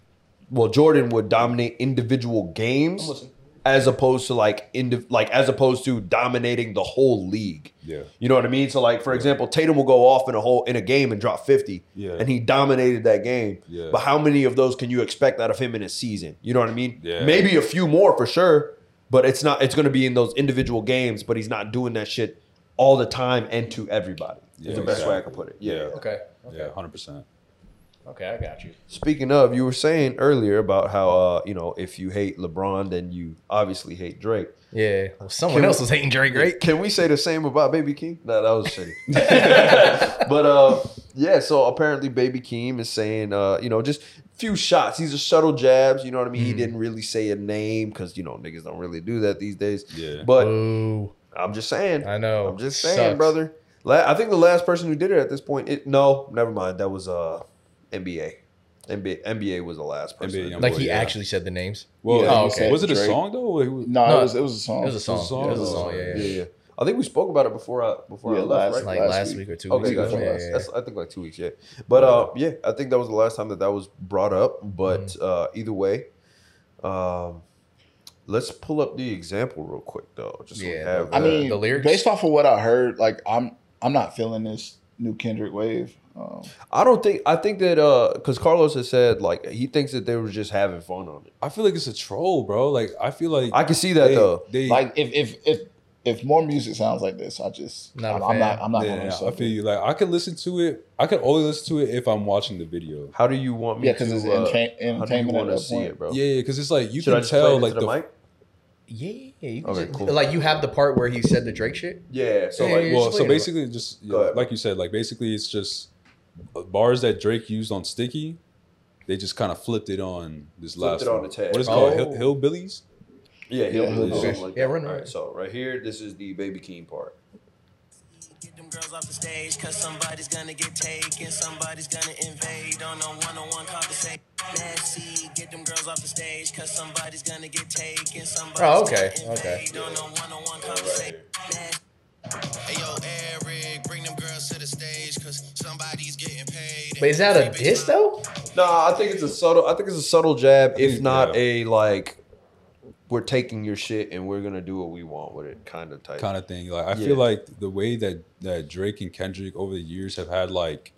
Well, Jordan would dominate individual games
listening.
as opposed to like indiv- like as opposed to dominating the whole league.
Yeah.
You know what I mean? So like for example, Tatum will go off in a whole in a game and drop 50.
Yeah.
And he dominated that game.
Yeah.
But how many of those can you expect out of him in a season? You know what I mean?
Yeah.
Maybe a few more for sure, but it's not it's gonna be in those individual games, but he's not doing that shit all the time and to everybody. Is
Yeah,
the best way I
exactly.
can put it.
Yeah.
Yeah.
Okay,
Yeah, hundred percent.
okay, I got you.
Speaking of, you were saying earlier about how uh, you know, if you hate LeBron, then you obviously hate Drake.
Yeah, well, someone else was hating Drake, right?
Can we say the same about Baby Keem? No, that was shitty. but uh, yeah, so apparently Baby Keem is saying, uh, you know, just few shots. These are subtle jabs. You know what I mean?
Mm-hmm.
He didn't really say a name because you know niggas don't really do that these days.
Yeah.
But
Ooh,
I'm just saying.
I know.
I'm just saying,
Sucks.
brother. La- I think the last person who did it at this point. It, no, never mind. That was uh, NBA. NBA, NBA was the last person.
NBA,
to do
I'm
it.
Like he
Yeah.
actually said the names.
Well,
Yeah,
he said
was it a
Drake.
song though? Or he was-
No,
Oh, No.
it was it was a song.
It was a song.
song. Oh,
It was a song. Yeah, yeah.
yeah, yeah. I think we spoke about it before I before
Yeah,
I left. right?
last-
like
last
last,
week.
week. or two
Okay,
weeks
gotcha.
ago. Yeah,
Last-
yeah,
That's I think like two weeks, yeah. But uh, yeah, I think that was the last time that that was brought up. But
Mm-hmm.
uh, either way, um, let's pull up the example real quick though. Just so we
Yeah,
have
I
that.
mean,
the lyrics?
based off of what I heard, like I'm I'm not feeling this new Kendrick wave. Um,
I don't think I think that because Carlos has said like he thinks that they were just having fun on it.
I feel like it's a troll, bro. Like I feel like
I can see that
they,
though.
They,
like if if if if more music sounds like this, I just
Not a
I'm, I'm
fan.
not I'm not
yeah,
gonna
I
accept
feel
it.
you. Like I can listen to it. I can only listen to it if I'm watching the video.
How do you want me?
Yeah,
because
because it's
uh,
entertain-
how do you
entertainment at
want to
that
see
point.
it, bro?
Yeah, yeah, because it's like you
Should I
can
just tell
tell
it
like
to the,
the
mic?
yeah. yeah, you can
Okay,
just-
cool.
Like you have the part where he said the Drake shit.
Yeah. So
Yeah,
like,
yeah,
well,
just
so
wait a minute.
basically, just yeah,
Go ahead.
like you said, like basically, it's just uh, bars that Drake used on Sticky. They just kind of flipped it on this
Flipped
last.
it on
one.
the tag.
What is it called?
Oh.
Hill, hillbillies.
yeah, he'll
Yeah,
do
okay.
something like
Yeah,
that.
run it.
All right, so right here, this is the Baby Keem part.
Get them girls off the stage, cause somebody's gonna get taken, somebody's gonna invade on a one on one conversation. Nasty, get them girls off the stage, cause somebody's gonna get taken, somebody's
Oh, okay,
gonna
okay.
invade on a one on one
Right
conversation.
here.
Nasty. Hey yo, Eric, bring them girls to the stage, cause somebody's getting paid.
But is that a diss though?
No, I think it's a subtle. I think it's a subtle jab, if
think-
not
yeah.
a like. We're taking your shit and we're gonna do what we want with it, kind of type.
kind of thing. Like I
Yeah.
feel like the way that that Drake and Kendrick over the years have had like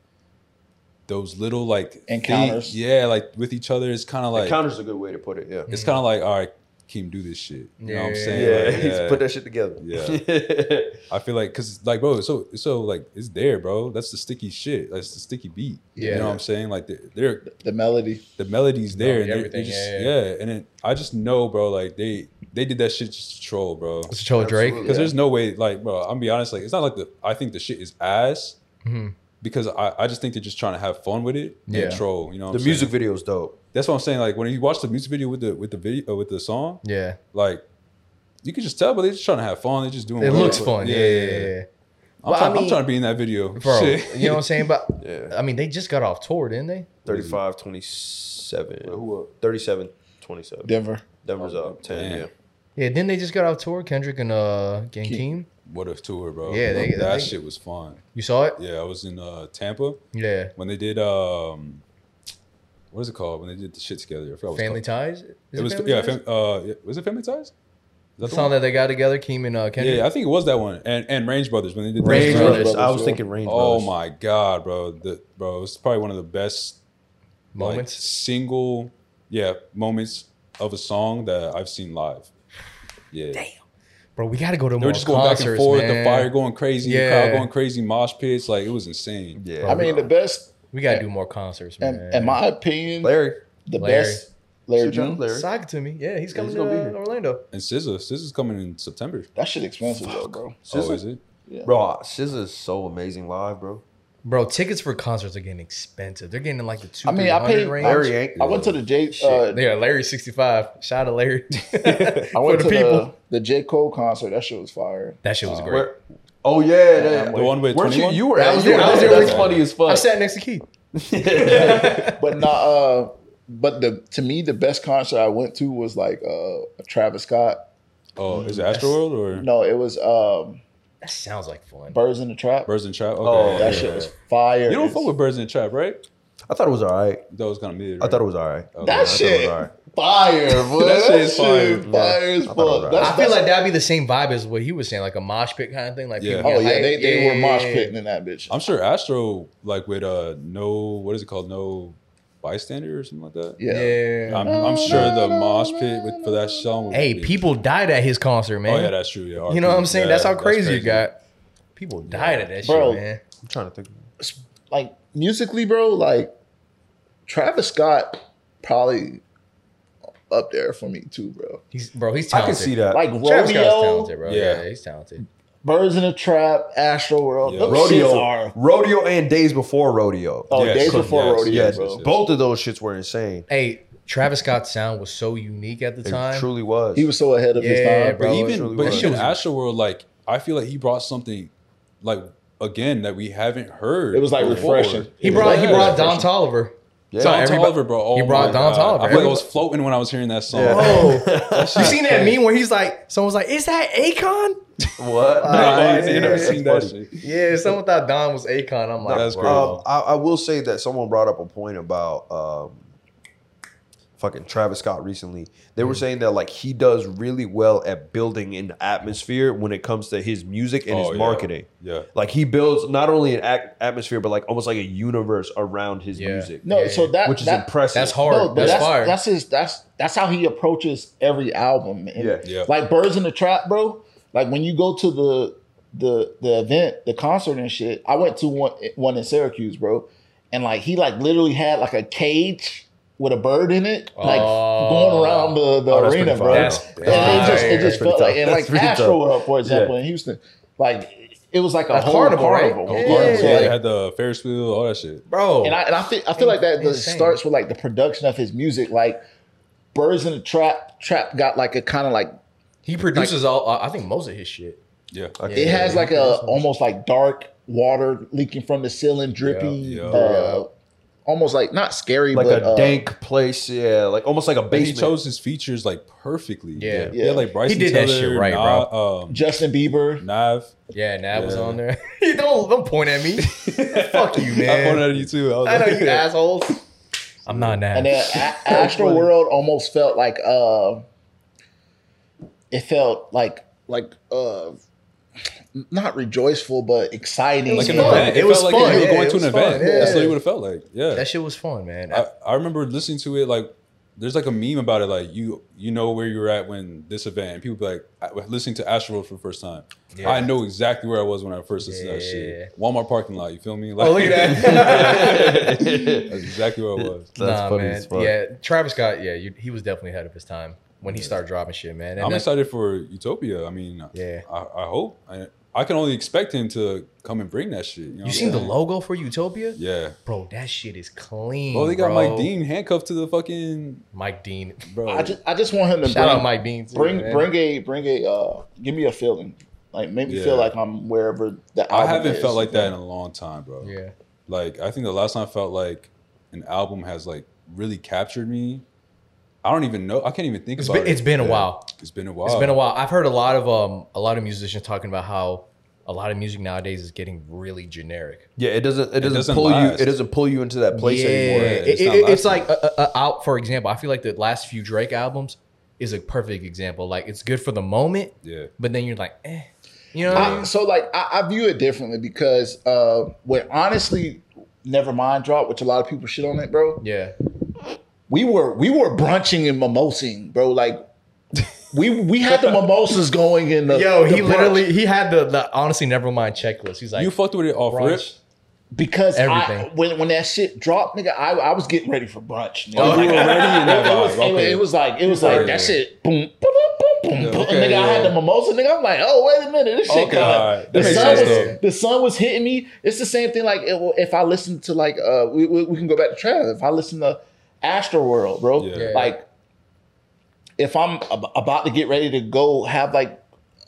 those little like
Encounters.
thi- yeah, like with each other. It's kind of like
Encounter's a good way to put it. Yeah.
it's kind of like all right, Keem, do this shit. You know what I'm
Yeah.
saying? Like,
he's put that shit together. Yeah.
I feel like because like bro, it's so it's so like it's there, bro. That's the sticky shit. That's the sticky beat.
Yeah.
you know what I'm saying? Like they're, they're
The melody.
the melody's there, and
Melody,
everything.
everything,
just,
yeah,
yeah,
yeah,
and it, I just know, bro. Like they they did that shit just to troll, bro.
Let's troll Drake.
Absolutely.
Because there's no way, like, bro, I'm gonna be honest, like, it's not like the I think the shit is ass
Mhm.
because I, I just think they're just trying to have fun with it. and
Yeah.
troll. You know, what
The
I'm
music
saying?
video's dope.
That's what I'm saying. Like when you watch the music video with the with the video uh, with the song,
Yeah,
like you can just tell, but they're just trying to have fun. They're just doing.
it
whatever.
looks fun. Yeah, yeah, yeah. yeah.
I'm,
Well, I
trying,
mean-
am trying to be in that video,
Bro,
Shit.
you know what I'm saying? But
Yeah.
I mean, they just got off tour, didn't they?
35, 27.
who up?
37, 27.
Denver.
Denver's up 10.
Damn.
Yeah.
Yeah, didn't they just got off tour? Kendrick and uh, Gang Keem.
What a tour, bro!
Yeah, they-
that
they-
shit was fun.
You saw it?
Yeah, I was in uh, Tampa
Yeah.
when they did um, what is it called? When they did the shit together, I forgot what
Family
It's
Ties. Is
called. It was
Family
yeah,
Ties?
fam- uh, yeah, was it Family Ties? Is that
the
the
song
one?
that they got together, Keem and uh, Kendrick.
Yeah, I think it was that one. And and Range Brothers when they did the-
Range
Range
Brothers.
Brothers. I was
yeah.
thinking Range
Oh
Brothers.
my god, bro! The, bro, it's probably one of the best like,
Moments.
single, yeah, moments of a song that I've seen live. Yeah,
Bro, we got to go to
they were
more
just going
concerts,
back and forth, the
man.
fire going crazy,
Yeah.
the crowd going crazy, mosh pits, like it was insane.
Yeah.
I mean, the best,
We got to do more concerts, man.
and in my opinion,
Larry.
the
Larry.
best Larry
Shoot, John,
June.
Larry.
Sock it to me. Yeah, he's coming
he's
to
gonna be
uh,
here.
Orlando.
And SZA, SZA's coming in September.
That shit expensive though, bro.
Oh,
SZA?
is it?
Bro, SZA is so amazing live, bro.
Bro, tickets for concerts are getting expensive. They're getting in like the two.
I mean, I paid-
range.
Larry ain't.
I went to the J.
Shit.
Uh,
yeah, Larry sixty five. Shout out to Larry.
I
for
went to
the people. Uh,
the J Cole concert. That shit was fire.
that shit was great.
Where, oh yeah, that-
The one with
Weren't you,
21?
you were
Yeah, I
out
was
there.
there. I
That
was
was
there.
funny as fuck.
I sat next to Keith.
But not. Uh, but the to me the best concert I went to was like uh Travis Scott.
Oh, is it Astroworld or
No, it was um
That sounds like fun.
Birds in the Trap.
Birds in Trap?
Oh,
Okay.
that
yeah.
shit was fire.
You don't fuck with Birds in Trap, right?
I thought it was all right.
That was kind of mid.
I thought it was all right.
Okay.
that shit fire, boy.
That shit is
fire,
fire.
I
fire as
thought it was
fuck.
alright.
That's-
I feel
that's-
like that'd be the same vibe as what he was saying, like a mosh pit kind of thing. Like
Yeah.
people
Oh
get
yeah,
hyped.
they, they were mosh
yeah,
pitting in that bitch.
I'm sure Astro, like with uh no, what is it called, no bystander or something like that.
Yeah.
Yeah.
yeah.
I'm, I'm sure the mosh pit with, for that song. would
Hey,
be-
people died at his concert, man.
Oh yeah, that's true. Yeah,
you know what I'm
RP,
saying?
yeah,
that's how crazy,
crazy.
you got. People died at that
Bro.
shit, man.
I'm trying to think.
Like musically, bro, like Travis Scott probably up there for me too, bro.
He's bro, he's
I
talented.
can see that.
Like
Travis Scott's
rodeo,
talented, bro. Yeah.
Yeah.
he's talented.
birds in a trap, Astro World.
Yeah.
Those shits
rodeo,
are
rodeo, and days before rodeo.
oh,
Yes,
days before
yes,
rodeo,
yeah,
yes,
bro.
yes, yes.
both of those shits were insane.
Hey, Travis Scott's sound was so unique at the
It
time.
truly was.
He was so ahead of his
Yeah,
time,
bro.
But
it
even
truly
but
was.
even Astro World, like I feel like he brought something, like again that we haven't heard.
It was like
before.
refreshing.
He brought he
Yeah.
brought Don Tolliver.
Yeah.
So
Don
everybody-
Tolliver, bro. Oh
he brought
my
Don
God.
Tolliver.
I feel like I was floating when I was hearing that song.
Yeah.
Oh, you seen that meme where he's like, someone's like, "Is that Akon?"
what?
Nah,
Uh,
I ain't
yeah,
never
that's
seen that
funny.
shit.
Yeah, someone thought Don was Akon. I'm like,
That's
bro.
crazy.
Um, I, I will say that someone brought up a point about um, fucking Travis Scott recently. They
Mm.
were saying that like he does really well at building an atmosphere when it comes to his music and
Oh,
his
yeah.
marketing.
Yeah.
Like he builds not only an ac- atmosphere but like almost like a universe around his
Yeah.
music.
No,
Yeah,
so
yeah.
that
which is
that,
impressive.
That's hard.
No, but
that's,
that's
fire.
that's his that's that's how he approaches every album. man.
Yeah.
Yeah.
Like Birds in the Trap, bro. Like when you go to the the the event, the concert and shit. I went to one one in Syracuse, bro, and like he like literally had like a cage with a bird in it, like
Oh.
going around the, the
Oh, that's
arena,
pretty
bro.
fire.
That's-
And
that's
it just
fire.
it just
That's
felt
pretty
like and
tough.
like
That's pretty
Astro World, for example,
Yeah.
in Houston, like it was like a
That's
whole
carnival, right?
carnival.
Yeah.
Yeah,
So, like,
they had the Ferris wheel, all that shit.
bro.
and I and I feel I feel like that the,
Insane.
starts with like the production of his music. Like Birds in the Trap Trap got like a kind of like
he produces all. uh, I think most of his shit.
Yeah.
I
it
can't-
has like
yeah.
a almost like dark water leaking from the ceiling, drippy,
Yeah, yeah.
uh, almost like not scary,
like
but,
a
uh,
dank place, yeah, like almost like a
But he
basement.
chose his features like perfectly.
Yeah.
yeah. They had, like Bryson
He did that
Tiller,
shit right,
Na- Um,
Justin Bieber.
Nav.
Yeah, Nav was
Yeah.
on there. don't don't point at me. Fuck you,
I
man.
pointed at you too. I, was
I know
like-
you assholes. I'm not Nav.
And then a- Astro World almost felt like uh, it felt like like uh, not rejoiceful, but exciting.
Like an
fun.
event.
It was
felt
fun.
Like you
Yeah,
were going
it
to an
was fun.
event.
Yeah.
That's what it would have felt like. Yeah.
That shit was fun, man.
I, I remember listening to it like there's like a meme about it like you you know where you were at when this event and people be like I- listening to Astro for the first time
Yeah.
I know exactly where I was when I first listened to that shit Walmart parking lot you feel me like,
oh, look at that.
that's exactly where I was
That's
That's
nah,
funny
man.
as fuck.
Yeah, Travis Scott. Yeah, you, he was definitely ahead of his time when he started dropping shit, man. And
I'm
that-
excited for Utopia I mean
Yeah.
I, I hope I, I can only expect him to come and bring that shit you, know
You
what
seen
I'm
the
saying?
logo for Utopia?
yeah
Bro, that shit is clean.
oh they got
bro.
Mike Dean handcuffed to the fucking
Mike Dean.
bro
I just I just want him to
Shout
bring,
out Mike Dean. too,
bring
man.
bring a bring a uh, give me a feeling. Like make me
Yeah.
feel like I'm wherever that
I haven't felt like that in a long time bro
Yeah.
like I think the last time I felt like an album has like really captured me. I don't even know. I can't even think
It's
about
been-
it.
it's been a
Yeah.
while.
It's been a while.
It's been a while. I've heard a lot of um a lot of musicians talking about how a lot of music nowadays is getting really generic.
Yeah, it doesn't. It doesn't,
doesn't
pull
last.
you. It doesn't pull you into that place
yeah,
anymore.
it-
It's
it-
not
it- it's
lasting.
like uh, uh, uh, out. For example, I feel like the last few Drake albums is a perfect example. Like it's good for the moment,
Yeah.
but then you're like, eh, you know. What I
I,
mean?
so like I, I view it differently because uh when honestly Nevermind dropped, which a lot of people shit on it, bro.
Yeah,
We were we were brunching and mimosing, bro. Like we we had the mimosas going in the
yo,
the
he
brunch
literally he had the, the honestly never mind checklist. He's like,
you fucked with it off rip.
brunch.
because I,
Everything.
when when that shit dropped, nigga, I, I was getting ready for brunch. Nigga.
Oh, you were already in that
It was,
vibe.
it was-
Okay.
it was like it was like
Yeah.
that shit. Boom, boom, boom, boom,
Yeah,
boom.
okay,
nigga, I had
yeah.
the mimosa. Nigga, I'm like, oh wait a minute, this shit.
Okay,
kinda-
alright. That
the
makes
sun
sense,
was
though.
the sun was hitting me. It's the same thing. Like it, if I listen to like uh, we, we, we can go back to Trav. If I listen to Astroworld, bro,
Yeah. Yeah.
like if I'm ab- about to get ready to go have like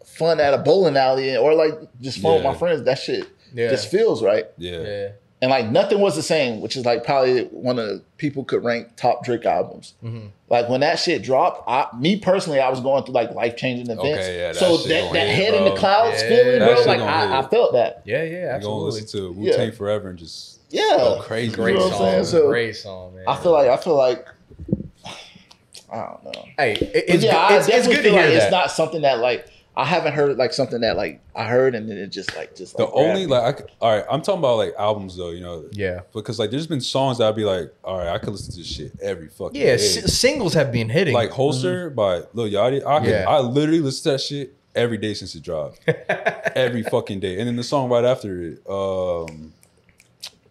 fun at a bowling alley or like just fun with
Yeah.
my friends, that shit
Yeah.
just feels right
Yeah.
yeah,
and like nothing was the same, which is like probably one of the people could rank top Drake albums.
Mm-hmm.
Like when that shit dropped, I me personally, I was going through like life changing events.
Okay, yeah, that
so
shit
that,
gonna
that
hit,
head in
bro.
the clouds
Yeah.
feeling,
That
bro,
shit
like
gonna
I,
hit.
I felt that.
yeah, yeah,
You're gonna
absolutely.
listen to Wu Tang
Yeah.
Forever and just go
Yeah,
crazy.
Great
You know what I'm
song,
saying? So-
great song, man.
I feel like I feel like I don't know.
hey, it-
But
it's,
yeah,
good-
I
it's, it's
definitely
good to
feel
hear
like
that.
it's not something that like I haven't heard like something that like I heard and then it just like just
The
like, grabbed
only
me.
like, I c all right, I'm talking about like albums though, you know,
yeah,
because like there's been songs that I'd be like, all right, I could listen to this shit every fucking
yeah.
day.
s- singles have been hitting Mm-hmm.
like Holster by Lil Yachty. I could,
Yeah.
I literally listen to that shit every day since it dropped. every fucking day. And then the song right after it, um,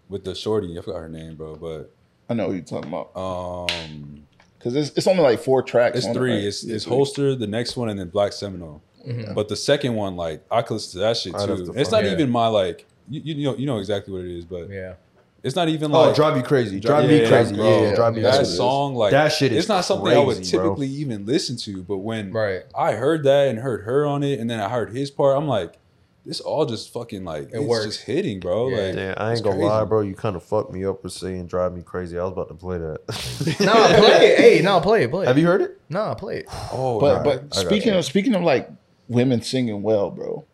with the shorty, I forgot her name, bro, but
I know what you're talking about
um,
because it's, it's only like four tracks.
it's
on it,
three.
right?
It's it's Holster, the next one, and then Black Seminole. But the second one, like I could listen to that shit
I'd have
too.
to
It's not
find-
even my like. You, you know you know exactly what it is, but
yeah.
it's not even
Oh,
like
drive you crazy. Drive
Yeah,
me
yeah,
crazy.
bro.
Yeah, yeah,
Drive me
that
crazy.
song like
That shit
It's
is
not something I would
crazy, bro.
typically even listen to, but when
Right.
I heard that and heard her on it, and then I heard his part, I'm like, this all just fucking like it's
works.
just hitting, bro.
Yeah.
Like
Damn, I
it's
ain't gonna
crazy.
lie, bro. You kind of fucked me up with saying drive me crazy. I was about to play that.
No, play it. Hey, no, play it. Play it.
Have you heard it?
No, play it.
Oh, alright.
But but
I got
speaking
you.
of speaking of like women singing well, bro.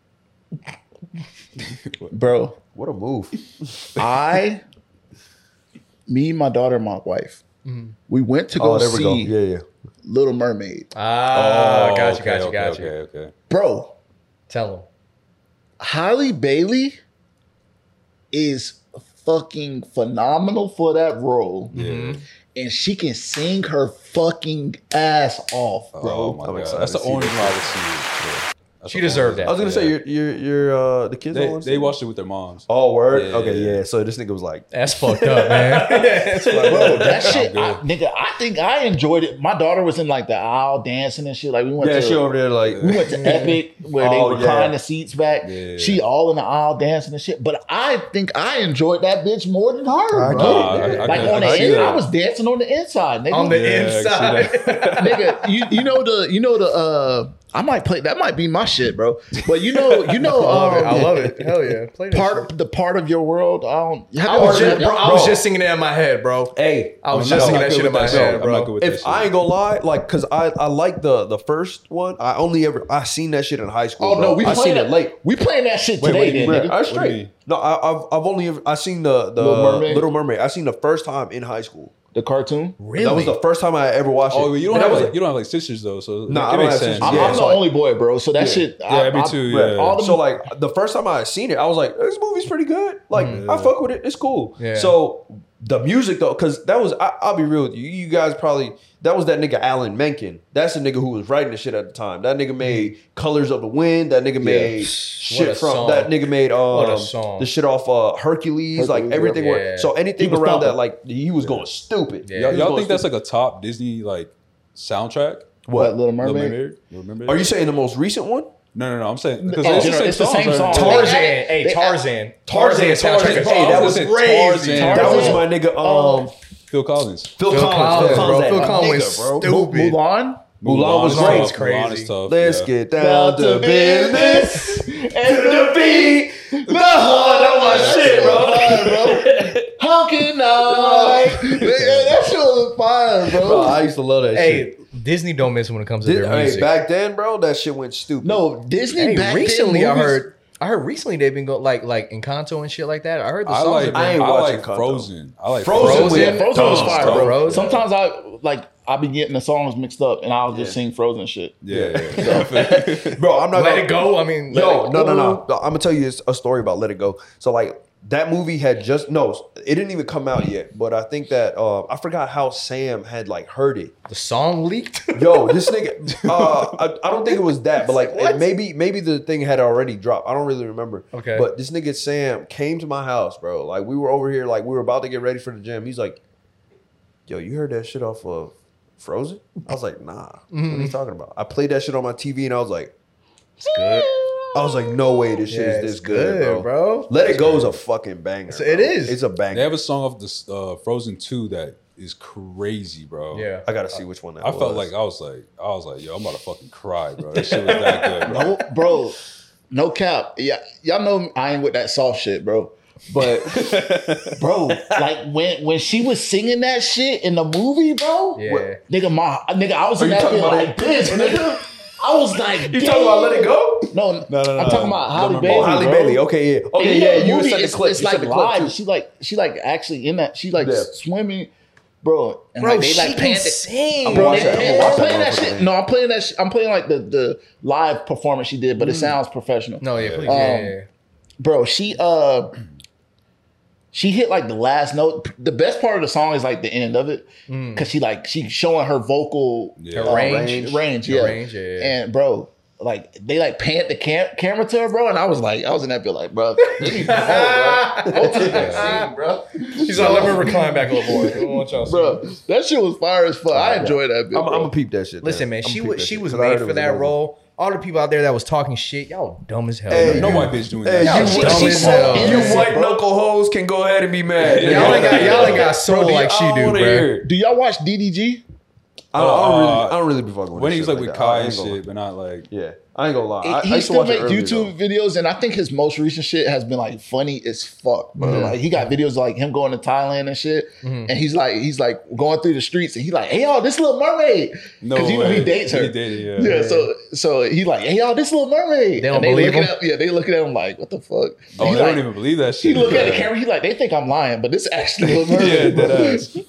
bro,
what a move.
I, me, my daughter, my wife, we went to go
Oh, there we
see
go. Yeah, yeah.
Little Mermaid.
Ah,
Oh,
got you,
okay,
got you,
okay,
got you.
Okay, okay.
Bro,
Tell him.
Holly Bailey is fucking phenomenal for that role,
Yeah.
and she can sing her fucking ass off, bro.
Oh my
I'm
god,
excited
that's the
to see
only
that.
one I would see. Yeah. That's
She
the
deserved
only-
that.
I was gonna say
Yeah.
your your your uh the kids. don't wanna
They, they
see it?
watched it with their moms.
Oh, word.
Yeah,
okay,
yeah, yeah.
yeah. So this nigga was like,
That's fucked up, man. That's fucked
Bro,
up.
that shit,
good.
I, nigga. I think I enjoyed it. My daughter was in like the aisle dancing and shit. Like we went
yeah,
to
she over there like,
We went to Epic where
Oh,
they recline
yeah.
the seats back.
Yeah.
She all in the aisle dancing and shit. But I think I enjoyed that bitch more than her,
I
bro.
get it.
Nah, I- I
like
can-
on
I
the
see
end,
that.
I was dancing on the inside, nigga.
On the
Yeah, I see
inside.
nigga, you, you know the you know the uh I might play that might be my shit, bro. But you know you know
I love it. I
um,
love it. Hell yeah. Play that shit.
part the part of your world. I don't. you have
I
to
was,
learn
just,
that-
bro, I was just singing that in my head, bro.
hey,
I was
I'm
just
not good
singing that shit
with
in my
that shit.
head,
I'm not good
bro.
with that
if
shit.
I ain't gonna lie, like, cause I I like the the first one. I only ever I seen that shit in high school.
Oh no,
bro.
we
I
playing
seen
that
it late.
We playing that shit
Wait,
today,
wait,
then,
wait,
nigga.
I
What do you mean?
straight. No, I, I've I've only ever- I seen the the
Little
Little
Mermaid?
Mermaid. I seen the first time in high school.
the cartoon.
Really?
That was the first time I ever watched
Oh,
it.
but you don't
And that
have
was
like, you don't have like sisters though, so
Nah, I
it
don't
makes
have
sense.
sisters.
I'm,
Yeah,
I'm the
so I-
only boy, bro. So that shit.
Yeah, me too.
Right.
Yeah,
all the-
so like the first time I seen it, I was like, "This movie's pretty good. Like I fuck with it. It's cool."
Mm. Yeah.
So the music though, because that was I, I'll be real with you. You guys probably that was that nigga Alan Menken. That's the nigga who was writing the shit at the time. That nigga made Colors of the Wind. That nigga made
Mm. What a
shit from
song.
that nigga made um
What a song.
the shit off uh, Hercules, like
Hercules,
everything.
yeah.
where-
Yeah.
so anything
was
around that,
thumping.
like he was going stupid.
Yeah.
He
y'all,
was
y'all
going
think that's
stupid.
like a top Disney like soundtrack?
what Little
Little
Mermaid?
Mermaid? Little Mermaid?
Are you saying the most recent one?
No, no, no. I'm saying because
Oh,
it's,
general- it's the
the same
same
songs, right?
song.
Tarzan.
They-
Hey,
they-
Tarzan.
Tarzan, Tarzan.
soundtrack is
Hey, that
awesome.
was
Tarzan.
crazy.
Tarzan.
That was
Tarzan.
my nigga. Um,
Phil Collins.
Phil,
Phil
Collins.
Collins, bro.
that
Phil
nigga,
Collins was
bro.
stupid.
Mulan.
Mulan was
tough.
great.
It's
Mulan
crazy.
is tough.
Let's
yeah.
get down to business.
and the beat.
The hood, that was shit,
bro. Honking night. Yeah, that shit was fire, bro.
Bro, I used to love that shit.
Hey, Disney don't miss when it comes to
Did-
their music.
hey, back then, bro, that shit went stupid.
no, Disney
hey,
back then
recently I
movies-
heard. I heard recently they've been go like like Encanto and shit like that. I heard the
I
songs.
like.
have been-
I
I,
ain't watching
like
Kanto.
Frozen. I like
Frozen was-
Yeah,
Yeah,
Frozen was
dumb
fire,
stuff.
bro.
Frozen.
Sometimes I like I be getting the songs mixed up, and I'll just sing Frozen shit.
Yeah, yeah, yeah.
bro, I'm not.
Let
gonna,
it go. I mean,
No,
let it
no, no,
go.
no. I'm gonna tell you this- a story about Let It Go. So like that movie had just no, it didn't even come out yet. But I think that uh, I forgot how Sam had like heard it.
The song leaked.
Yo, this nigga. Uh, I, I don't think it was that, but like
What?
it, maybe maybe the thing had already dropped. I don't really remember.
Okay.
But this nigga Sam came to my house, bro. Like we were over here, like we were about to get ready for the gym. He's like, "Yo, you heard that shit off of Frozen?" I was like, "Nah." What are
Mm-hmm.
you talking about? I played that shit on my TV, and I was like,
It's good.
I was like, "No way, this shit
Yeah,
is
it's
this good, bro.
bro.
Let it go is a fucking banger.
So it
bro.
is.
It's a
They
banger.
have a song off this uh, Frozen Two that is crazy, bro.
Yeah.
I gotta see which one that
I
was.
felt like I was like I was like, yo, I'm about to fucking cry, bro. That shit was that good, bro.
No, bro. No cap. Yeah, y'all know I ain't with that soft shit, bro. But bro, like when when she was singing that shit in the movie, bro.
Yeah.
Nigga, my nigga, I was in
you
that
talking
bit
about-
like this, nigga. I was like,
you talking about Let It Go?
No,
No, no,
I'm
no.
talking about Holly
Lemon
Bailey.
Ball.
Oh, Holly
bro.
Bailey. Okay, yeah.
And
Okay,
you know
yeah.
the
You
movie,
sent the
it's,
clip.
it's
you sent
like
the clip
live.
too.
She like she like actually in that. She like
Yeah.
swimming, bro. And
Bro,
like, they
she
like
can
panned it-
sing.
I'm
Bro,
Watch
they-
that. Watch
they- I'm
that
playing that
motherfucker,
shit.
man.
No, I'm playing that. Shit. I'm playing like the the live performance she did, but it sounds professional.
No, yeah, please.
Um,
yeah, yeah, yeah.
bro, she uh, she hit like the last note. The best part of the song is like the end of it because she like she showing her vocal
Yeah.
Mm. Her range.
range, range,
Her
yeah.
range, yeah, yeah.
And bro, like they like panned the cam- camera to her, bro, and I was like, I was in that bit like, bro, let me go, bro. Open that scene, bro.
She's like, let me recline back a little more. I don't want y'all to see
Bro,
me.
that shit was fire as fuck. I enjoyed that bit.
I'm, I'm
bro.
a peep that shit.
Listen, man,
I'ma
she
peep that
was she
shit,
was
'cause I heard
made
it
for
was
that
amazing.
role. All the people out there that was talking shit, y'all dumb as hell.
Hey,
No
man.
white bitch doing that.
Hey, you
Y'all
white-
dumb
she's
as
so
hell.
innocent.
You
Listen,
white
bro.
knuckle hoes can go ahead and be mad.
Yeah.
Y'all ain't got y'all ain't got soul
Bro, do
like she
y'all
do,
wanna
bro.
hear it?
Do y'all watch DDG?
I don't, I don't really,
Uh-uh.
Uh,
I don't really be fucking with
when
that
he was
shit
like with
that.
Kai
I
and
ain't gonna lie.
shit, but not like
Yeah, I ain't gonna lie. I, I
he
used to
still
watch
make
it early,
YouTube videos, and I think his most recent shit has been like funny as fuck, bro. Like he got videos of, like him going to Thailand and shit,
Mm-hmm.
and he's like he's like going through the streets, and he like, hey y'all, this little mermaid,
no.
because you know
way.
he dates her.
He dated, yeah.
yeah, so so he like, hey y'all, this little mermaid.
They don't
and they
believe
looking
him?
at yeah, they looking at him like, what the fuck?
Oh,
he
they
like,
don't even believe that
he
shit.
look at the
Yeah.
camera, he like, they think I'm lying, but it's actually little
Yeah, uh,
mermaid.
dead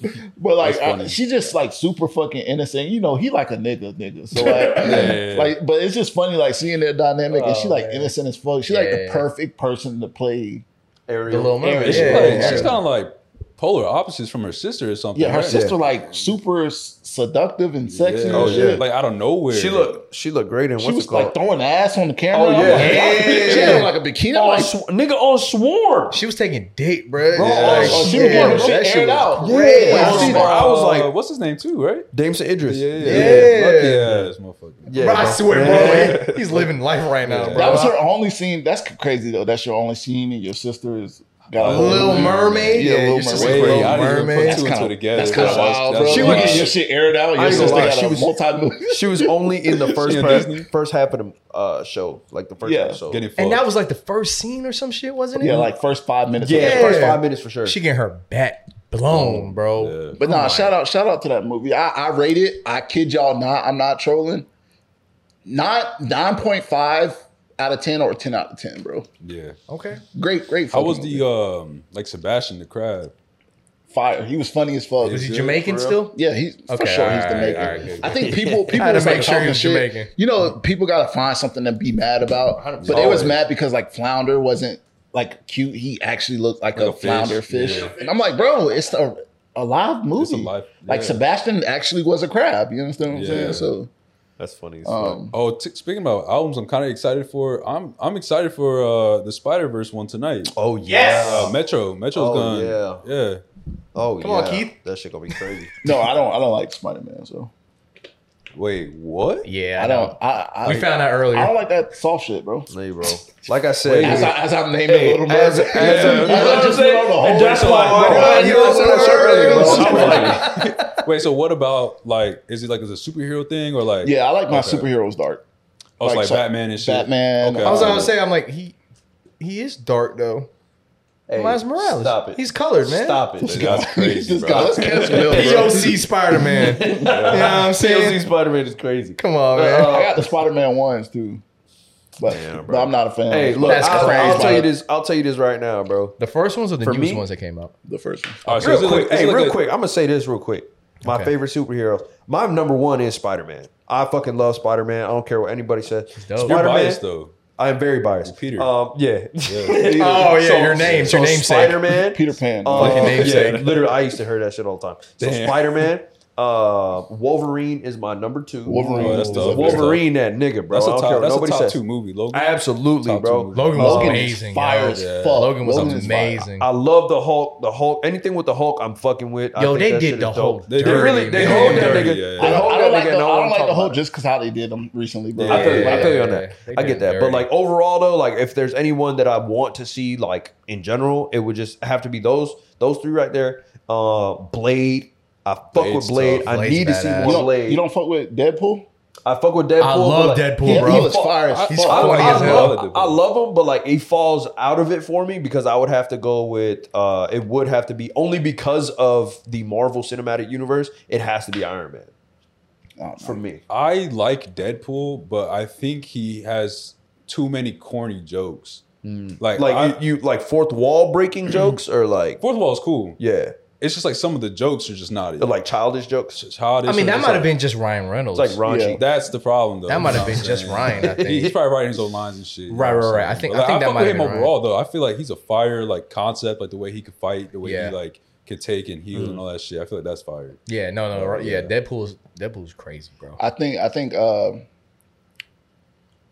bro.
ass.
But like,
That's funny.
I, she just like super fucking innocent. You know, he like a nigga, nigga. So like,
yeah, yeah.
like, but it's just funny like seeing their dynamic, and she
Oh,
like
man.
innocent as fuck. She like the
Yeah.
perfect person to play.
though.
The little
Ariel.
mermaid.
She's
Yeah,
like-
yeah,
She's
yeah.
kind of like polar opposites from her sister or something.
Yeah, her
right?
sister like super s- seductive and sexy.
Yeah.
and
Oh, yeah.
shit.
Like out of nowhere.
She looked she looked great in
she
what's
was
it called?
like throwing ass on the
Oh,
camera. I'm
yeah.
like,
Yeah.
she had, like a bikini. I'm like,
Sw- nigga on sworn.
She was taking dick, bro.
oh,
Like,
oh, she
yeah,
was getting her
that
shit aired
was
out.
crazy.
Yeah.
Like, she-
bro, I was
Uh,
like-
what's his name too, right?
Damson Idris.
Yeah.
Lucky ass motherfucker.
Yeah,
Bro,
bro.
I swear, bro, he's living life right now,
That
bro.
was her only scene. That's crazy though. That's your only scene, and your sister is got a whole
Little Mermaid.
Yeah, Little
your sister's
Mermaid.
Little
Wait, I didn't even put
Mermaid.
two and
kinda-
two together.
That's kind of wild, bro.
that's-
She
She
was
was-
getting your shit aired out.
I
Your
ain't
sister
gonna lie,
got
she
a
was-
multi.
She was only in the first
in
part-
Disney?
first half of the uh, show, like the first
Yeah.
episode.
Getting fucked.
And that was like the first scene or some shit, wasn't it?
Yeah, like first five minutes.
yeah,
of that.
first
Yeah.
five minutes for sure.
she getting her back blown, bro. Oh
Yeah.
But nah, shout out, shout out to that movie. I, I rate it. I kid y'all not. I'm not trolling. Not nine point five out of ten or ten out of ten, bro.
yeah.
Okay.
Great, great.
How was
fucking
the um like Sebastian the crab?
fire. He was funny as fuck.
Is he
Good,
Jamaican
for real?
still?
Yeah, he's for
Okay,
sure he's
all right,
Jamaican.
all right, good,
I think people people
Had to
was
make
like
sure he
talking
was
shit.
Jamaican.
You know, people gotta find something to be mad about. But they was mad because like flounder wasn't like cute. He actually looked like, a,
a fish.
flounder fish.
Yeah.
And I'm like, bro, it's a, a live movie.
It's a live-
Like
yeah.
Sebastian actually was a crab. You understand what I'm
Yeah.
saying? So
That's funny. As
um,
Oh, t- speaking about albums, I'm kind of excited for. I'm I'm excited for uh, the Spider Verse one tonight.
Oh yeah.
Uh, Metro, Metro's
Oh,
gone.
yeah.
yeah.
Oh
Come
yeah.
on, Keith.
That shit gonna be crazy.
no, I don't I don't like Spider Man, so
Wait, what?
Yeah,
I don't I I,
We found out
I
earlier.
don't like that soft shit, bro.
Hey, bro. Like I said,
As I as I'm naming
Hey,
Little
as-
Mermaid.
as a-
You
you know
know,
what
just went on a whole Oh
that's
bunch of-
why-
Bro,
Bro,
you know, said that shit earlier, bro.
Bro,
Wait, so what about like? Is it like is a superhero thing or like?
Yeah, I like my
Okay.
superheroes dark.
Oh, it's
like,
like,
so-
Batman and shit.
Batman,
Okay.
I was
uh,
gonna say, I'm like he, he is dark though.
Hey,
Miles Morales,
Stop it.
He's colored, man.
Stop it.
Dude, that's crazy,
This
bro.
guy, let's cancel Bill, bro.
POC Spider Man. You know what I'm saying?
Spider Man is crazy. Uh,
Come on, man.
I got the Spider Man ones too, but,
Damn, bro.
but I'm not a fan.
Hey, look,
That's
I'll,
crazy,
I'll tell
bro.
you this. I'll tell you this right now, bro.
the first ones or the
For
newest
me?
ones that came out?
the first one.
All right, Oh, so
Real
is it
quick,
like- is it
hey,
like
real
a-
quick. I'm gonna say this real quick. My
Okay.
favorite superhero. My number one is Spider Man. I fucking love Spider Man. I don't care what anybody says.
dope.
You're
Spider
biased
Man.
though.
I am very biased.
Peter.
Um, yeah.
Oh, yeah, your name's your namesake.
Spider Man.
Peter
Fucking
Pan.
Oh, um, yeah,
namesake.
literally, I used to hear that shit all the time. So
Damn.
Spider Man, uh, Wolverine is my number two. Uh,
Wolverine.
Oh, that's
was
dope.
up there.
Wolverine, that nigga, bro.
That's
I
a
don't
top.
care what
That's a
nobody
top
says.
two movie. Logan.
Absolutely,
Top two
bro.
movies.
Logan was
Logan is
amazing.
fire
yo.
as
yeah.
fuck.
Logan was
is fire.
amazing.
I love the Hulk. The Hulk. Anything with the Hulk, I'm fucking with. I
Yo,
think
they
that
did
shit is
the
dope.
whole
They,
dirty,
really, they
man.
hold that
Dirty,
nigga.
yeah, yeah.
they
I don't,
hold
I
that
don't like
nigga,
the,
no
I
one
don't like
talk
the whole
about it.
just because how they did them recently, bro.
Yeah.
I feel, you- I feel you on
Yeah,
that.
they
I
did
get that.
dirty.
But like overall though, like if there's anyone that I want to see, like in general, it would just have to be those those three right there. Uh Blade. I fuck
Blade's
with Blade.
tough.
I
Blade's
need to see
badass.
you,
more
don't,
Blade.
you don't fuck with Deadpool.
I fuck with Deadpool.
I
but,
love
like,
Deadpool,
He
bro.
was fire as
He's
fuck.
I,
funny
I
as hell.
love, I love him, but like he falls out of it for me because I would have to go with uh it would have to be only because of the Marvel Cinematic Universe, it has to be Iron Man
I don't know.
for me.
I like Deadpool, but I think he has too many corny jokes. Like,
Mm. Like
I,
you, you like fourth wall breaking jokes or like
fourth wall is cool.
yeah,
It's just like some of the jokes are just not it.
they're like childish jokes.
It's childish.
I mean,
It's
that
just
might have
like-
been just Ryan Reynolds.
It's like raunchy.
Yeah.
That's the problem, though.
That might have
You know what I'm
been just
saying?
Ryan. I
He- He's
think.
probably writing his own lines and shit. you know
Right,
what I'm
right, right.
saying?
I think-
But,
I think that
fuck
might
with
have
him
been
overall though. I feel like he's a fire like concept, like the way he could fight, the way
Yeah.
he like could take and heal
Mm.
and all that shit. I feel like that's fire. Uh,
Yeah, no, no, right,
Yeah.
yeah. Deadpool's Deadpool's crazy, bro.
I think I think uh,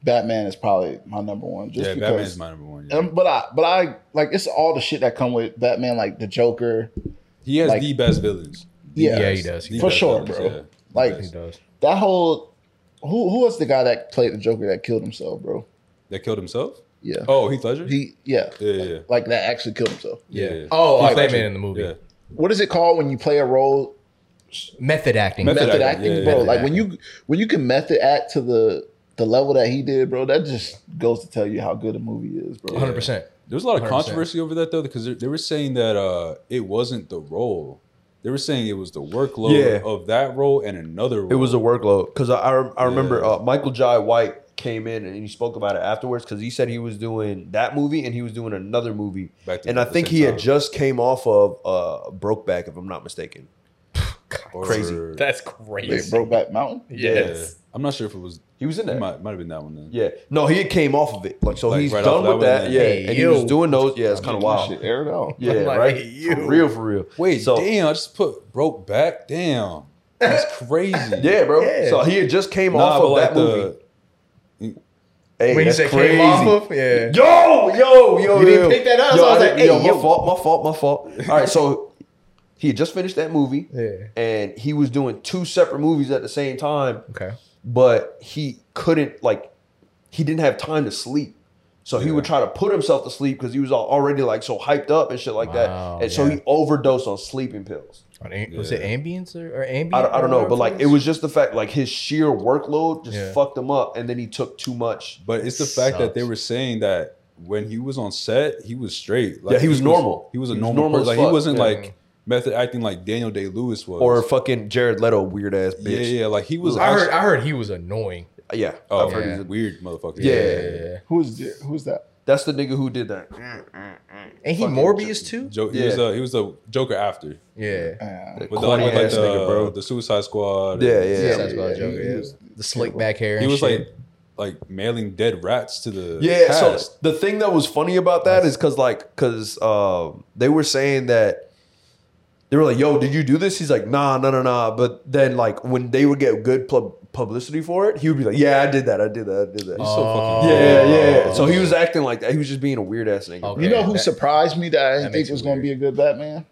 Batman is probably my number one. Just
yeah,
because
Batman's my number one. yeah.
And, but I, but I like it's all the shit that come with Batman, like the Joker.
he has
like-
the best villains.
Yeah,
Yeah, he does. He
The
for
best
sure,
villains,
bro.
yeah.
Like
He does.
that whole, who who was the guy that played the Joker that killed himself, bro?
That killed himself.
Yeah,
Oh, Heath Ledger.
he yeah,
yeah, yeah, yeah.
like that actually killed himself.
yeah. yeah.
Oh,
Heath
like
Ledger.
Batman in the movie.
Yeah.
What is it called when you play a role
Method acting.
Method acting,
method, acting,
yeah,
bro?
method
like when you when you can method act to the the level that he did, bro, that just goes to tell you how good a movie is, bro.
100%.
There was a lot of
100%.
controversy over that though, because they- they were saying that uh, it wasn't the role. They were saying it was the workload
Yeah.
of that role and another role.
It was a workload because I, I, rem- I remember
Yeah.
uh, Michael Jai White came in and he spoke about it afterwards because he said he was doing that movie and he was doing another movie
Back to
and
back at
I
the
think
same
he had
time.
just came off of uh, Brokeback if I'm not mistaken.
Or-
crazy.
That's
They
crazy.
broke back mountain.
Yeah. I'm not sure if it was.
He was in
It
that.
might, might have been that one then.
Yeah, no, he came off of it. Like so,
Like,
he's
right off
done with
that
that.
one,
yeah,
yeah.
Hey,
and he
yo.
was doing those. Yeah, it's kind of
Wow,
wild.
shit aired out.
Yeah,
I'm like,
right.
hey, yo.
For real, for real.
Wait,
so
damn! I just put broke back. Damn, that's crazy.
yeah, bro.
Yeah.
So he had just came
Nah,
off
but
of
like
that
the-
movie. Hey,
When you
that's
say
crazy.
came off of, yeah.
Yo, yo, yo,
You didn't
yo.
pick that up,
Yo,
so I was
I
like,
didn't- yo,
hey,
my
yo.
fault, my fault, my fault. All right, so he had just finished that movie,
Yeah.
and he was doing two separate movies at the same time,
Okay.
but he couldn't like he didn't have time to sleep. So he would try to put himself to sleep because he was al- already like so hyped up and shit like
Wow,
that, and so
yeah.
he overdosed on sleeping pills.
On Am- Was it ambience or, or ambient?
I don't, I don't know,
or
but like
whatever
it was just the fact like his sheer workload just
Yeah.
fucked him up, and then he took too much.
But it's the fact that they
Sucks.
were saying that when he was on set, he was straight. Like,
Yeah, he was normal.
He was a
He was
normal,
normal as
person. Like
fuck,
he wasn't
yeah.
like method acting like Daniel Day Lewis was.
Or fucking Jared Leto, weird ass bitch.
yeah, yeah. Like he was.
I heard.
actually-
I heard he was annoying.
Yeah,
Oh,
I've heard
yeah.
he's a-
weird motherfucker.
Yeah.
yeah, yeah.
Who's who's that?
That's the nigga who did that.
Ain't he
Fucking
Morbius too?
Jo- he,
Yeah.
was, uh, he was the Joker after.
Yeah.
Uh,
With the, like, with, like,
Corny-ass
the,
nigga, bro.
the Suicide Squad. And
Yeah, yeah.
Yeah, that's about
yeah.
Joker.
he
yeah.
was-
The slick back hair.
He
and
was
shit.
like like mailing dead rats to the
Yeah,
cast.
so the thing that was funny about that is because like because um, they were saying that they were like, "Yo, did you do this?" He's like, "Nah, no, no, nah." But then like when they would get good pub- publicity for it, he would be like, "Yeah, I did that. I did that. I did that."
He's so fucking
yeah, yeah. So he was acting like that. He was just being a weird ass nigga.
Okay.
you know who
that-
surprised me that I
that
didn't
makes
think was
it
going to be a good Batman?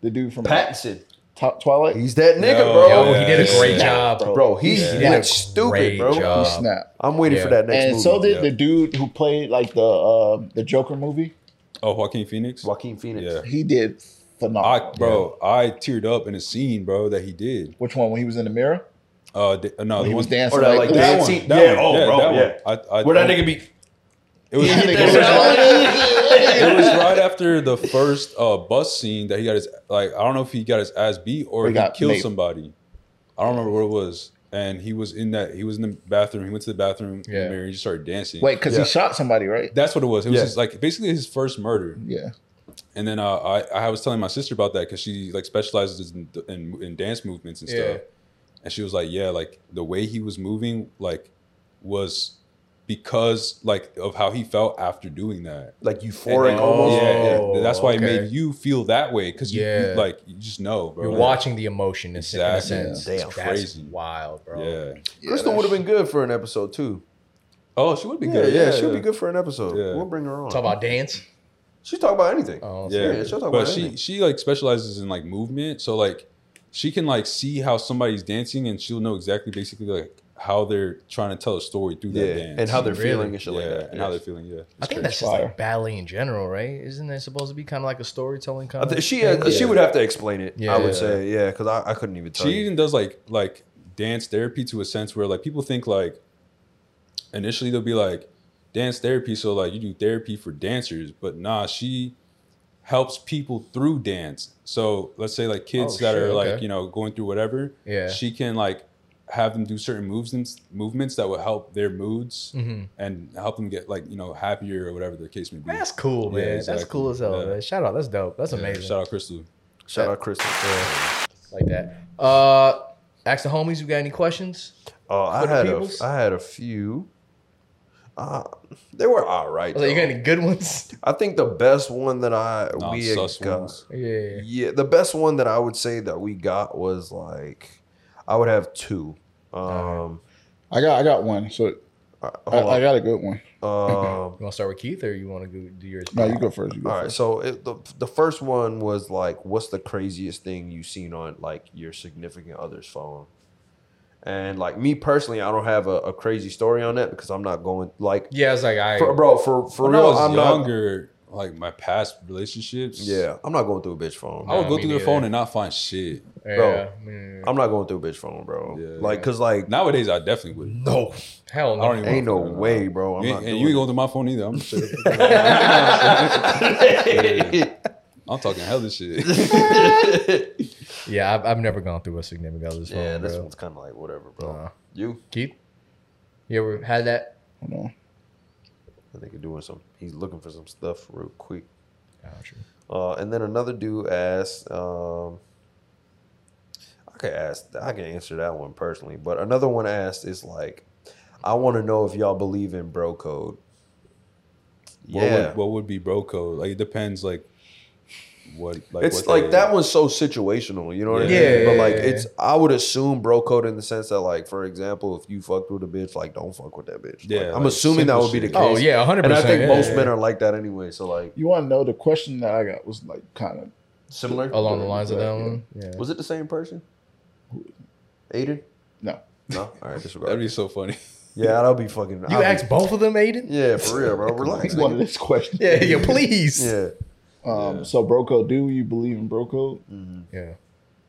The dude from
Pattinson,
Top Twilight.
he's that nigga,
Yo,
bro.
Yo, he did a
Yeah.
great
Yeah.
job, bro.
Bro, he
He did
went
a
stupid,
great
bro.
he
job.
snapped.
I'm waiting
Yeah.
for that next
And
movie.
so did
yeah.
the dude who played like the uh, the Joker movie.
Oh, Joaquin Phoenix.
Joaquin Phoenix.
Yeah.
He did phenomenal.
I bro, I teared up in a scene, bro, that he did.
Which one? When he was in the mirror,
Uh, d- uh, no,
when
the
he
one,
was dancing
Or that,
like
like,
this.
that
that
one,
scene-
that
yeah,
one,
oh,
yeah,
bro,
that
yeah.
one. I, I,
Where that
I-
nigga be?
It was,
Yeah,
it,
nigga,
was right,
right.
it was right after the first uh, bus scene that he got his like. I don't know if he got his ass beat or
We
he
got
killed
made.
somebody. I don't remember what it was. And he was in that. He was in the bathroom. He went to the bathroom. Yeah.
Yeah.
In the mirror, he just started dancing.
Wait, because
Yeah.
he shot somebody, right?
That's what it was. It was
Yeah.
his, like basically his first murder.
Yeah.
And then uh, I I was telling my sister about that because she like specializes in, in in dance movements and
Yeah.
stuff, and she was like, yeah, like the way he was moving like was because like of how he felt after doing that.
Like euphoric
And-
almost.
yeah,
Oh,
yeah. That's why
okay.
it made you feel that way because you,
Yeah.
you, like you just know, bro.
You're
Like,
watching the emotion in, s- in a
Exactly.
sense.
Yeah. Damn.
That's
Crazy.
wild, bro.
Yeah.
Crystal would have been good for an episode too.
Oh, she would be
Yeah,
good.
yeah, she'll be good for an episode.
Yeah.
We'll bring her on.
Talk about dance.
she talk about anything.
Oh,
Yeah,
Yeah, she'll talk
but
about
she
anything.
she like specializes in like movement, so like she can like see how somebody's dancing, and she'll know exactly basically like how they're trying to tell a story through
yeah,
that dance
and how they're
Really?
feeling and shit
yeah,
like that.
and how
yeah.
they're feeling. Yeah,
I think that's just like ballet in general, right? Isn't that supposed to be kind of like a storytelling kind
I
of?
thi- she
thing?
uh, she would have to explain it.
Yeah.
I would say yeah, because I, I couldn't even tell.
she
you.
even does like like dance therapy to a sense where like people think like initially they'll be like dance therapy, so like you do therapy for dancers, but nah, she helps people through dance. So let's say like kids
Oh,
that
shit,
are like
okay.
you know going through whatever,
Yeah.
she can like have them do certain movements movements that will help their moods
Mhm.
and help them get like you know happier or whatever the case may be.
That's cool,
Yeah,
man.
exactly.
That's cool as hell,
Yeah.
man. Shout out. That's dope. That's
Yeah,
amazing.
Shout out Crystal.
Shout out Crystal.
Like that. Uh, ask the homies. You got any questions?
Oh, I
For the
had a,
peoples?
I had a few. Uh, they were all right.
I was like, you got
though.
any good ones?
I think the best one that I
Nah,
we had
sus
got.
ones.
Yeah.
Yeah, the best one that I would say that we got was like I would have two. Um,
I got I got one. So
uh,
I, I
hold
got a good one.
on. Um,
You want to start with Keith, or you want to go do yours?
No, you go first. You go
All right,
first.
so it, the the first one was like, what's the craziest thing you've seen on like your significant other's phone? And like me personally, I don't have a, a crazy story on that because I'm not going like,
Yeah, I was like, I.
for, bro, for for
when
real,
I was
I'm not.
younger, like my past relationships,
Yeah, I'm not going through a bitch phone.
I would
Nah,
go
me
through their
neither.
phone and not find shit.
yeah,
bro.
mm,
I'm not going through a bitch phone, bro.
Yeah.
Like, cause like,
Nowadays, I definitely would.
no,
hell no.
I don't even
ain't no
Nah.
way, bro. I'm
You
not.
ain't-
doing
and you ain't
it.
going through my phone either. I'm, straight I'm talking hella shit.
Yeah, I've, I've never gone through a significant other's phone.
yeah, this
bro.
one's kind of like whatever, bro.
Nah.
You,
Keith, you ever had that?
Hold on.
I think you're doing some. He's looking for some stuff real quick.
Gotcha.
Uh, and then another dude asked, um, I could ask, I can answer that one personally, but another one asked is like, I want to know if y'all believe in bro code.
What
Yeah,
would, what would be bro code? Like it depends. Like what? Like what
it's like
they-
that one's so situational, you know what I mean?
Yeah,
but
yeah,
like,
yeah,
it's I would assume bro code in the sense that, like, for example, if you fucked with a bitch, like, don't fuck with that bitch. Like,
Yeah,
I'm
like,
assuming that
simple
would be the
shit.
case.
Oh yeah, hundred
and I
percent.
think
yeah,
most
yeah.
men are like that anyway. So like,
You want to know the question that I got was like kind of
similar
along the lines of that
Yeah.
one. Yeah.
Was it the same person? Aiden?
no.
No. All right, disregard.
That'd be so funny.
Yeah, that'll be fucking. I'll
You
be-
asked both of them, Aiden?
Yeah, for real, bro. Relax.
He
nigga.
wanted this question.
Yeah, yeah, please.
Yeah. Mm-hmm.
Um,
Yeah.
So, bro code, do you believe in bro code?
Yeah.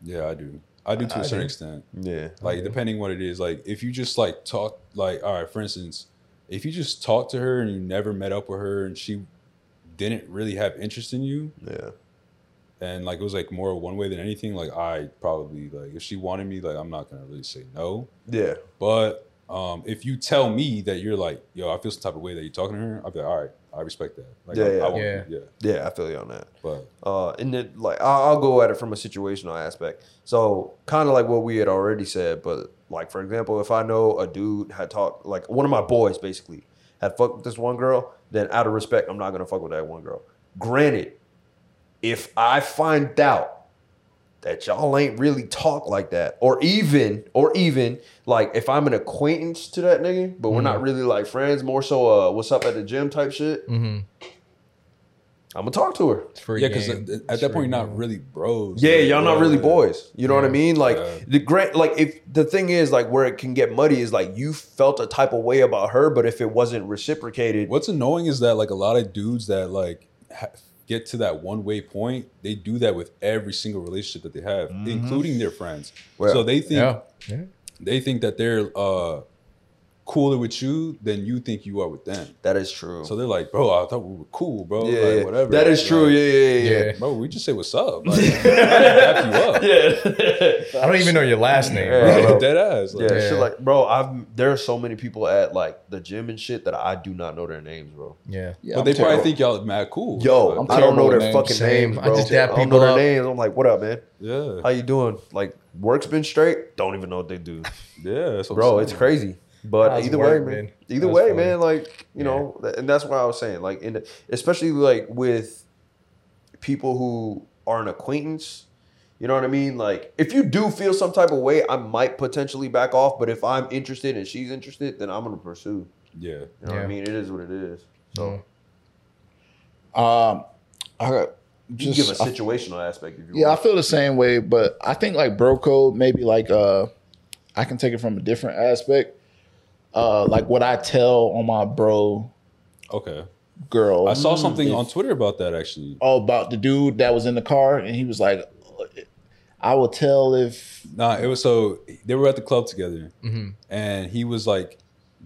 Yeah, I do. I do to a
I
certain
do.
extent.
Yeah.
Like depending what it is. Like if you just like talk. Like all right, for instance, if you just talk to her and you never met up with her and she didn't really have interest in you,
Yeah.
and like it was like more one way than anything like i probably like if she wanted me like i'm not gonna really say no
Yeah.
but um if you tell me that you're like yo i feel some type of way that you're talking to her i'll be like all right I respect that. Like,
Yeah,
I,
yeah.
I won't-
Yeah.
yeah.
Yeah, I feel you on that.
But
Uh, and then like I'll, I'll go at it from a situational aspect. So kind of like what we had already said, but like for example, if I know a dude had talked like one of my boys basically had fucked with this one girl, then out of respect, I'm not gonna fuck with that one girl. Granted, if I find out that y'all ain't really talk like that, or even or even like if I'm an acquaintance to that nigga, but we're not really like friends, more so uh, what's up at the gym type shit.
Mm-hmm.
I'm gonna talk to her.
It's free
yeah, because
game.
at
It's
at that
free
point, you're
game.
not really bros.
Yeah,
Like,
y'all not
yeah,
really
yeah.
boys. You know what I mean? Like
Yeah.
the grant, like if the thing is, like where it can get muddy is like you felt a type of way about her, but if it wasn't reciprocated,
What's annoying is that like a lot of dudes that like ha- get to that one way point, they do that with every single relationship that they have, including their friends.
Well,
so they think
Yeah. yeah.
they think that they're uh cooler with you than you think you are with them.
that is true.
So they're like, bro, I thought we were cool, bro.
yeah,
like,
yeah.
whatever.
that is true.
Like,
Yeah, yeah, yeah. yeah.
Yeah.
Bro, we just say what's up. Like, I didn't dap you up.
I don't even know your last name.
Yeah.
bro.
bro.
Dead ass.
Yeah,
Like,
Yeah.
shit like bro, I've there are so many people at like the gym and shit that I do not know their names, bro.
Yeah.
But they probably think y'all mad cool.
Yo,
Like,
I don't know
terrible
their
with names.
fucking
Same.
names,
I
bro. I,
just dap
don't
people
know their
up.
names. I'm like, what up, man?
yeah,
How you doing? Like, work's been straight. Don't even know what they do.
yeah. that's what I'm
bro
saying.
it's crazy but
How's
either
work
way man,
been?
either
That's
way
funny.
man like you
Yeah.
know th- and that's what i was saying like in the, especially like with people who are an acquaintance you know what i mean like if you do feel some type of way i might potentially back off but if i'm interested and she's interested then i'm gonna pursue
Yeah.
you know what
Yeah.
i mean it is what it is so
Mm-hmm.
Um, I got
you
just
can give a
I-
situational aspect if you
yeah, I
want
feel the same way, but I think like bro code maybe like uh, I can take it from a different aspect. Uh, like what I tell on my bro
Okay.
girl.
I saw something on Twitter about that actually.
all about the dude that was in the car, and he was like, "I will tell if
Nah, it was so they were at the club together,
Mm-hmm.
Mhm.
and he was like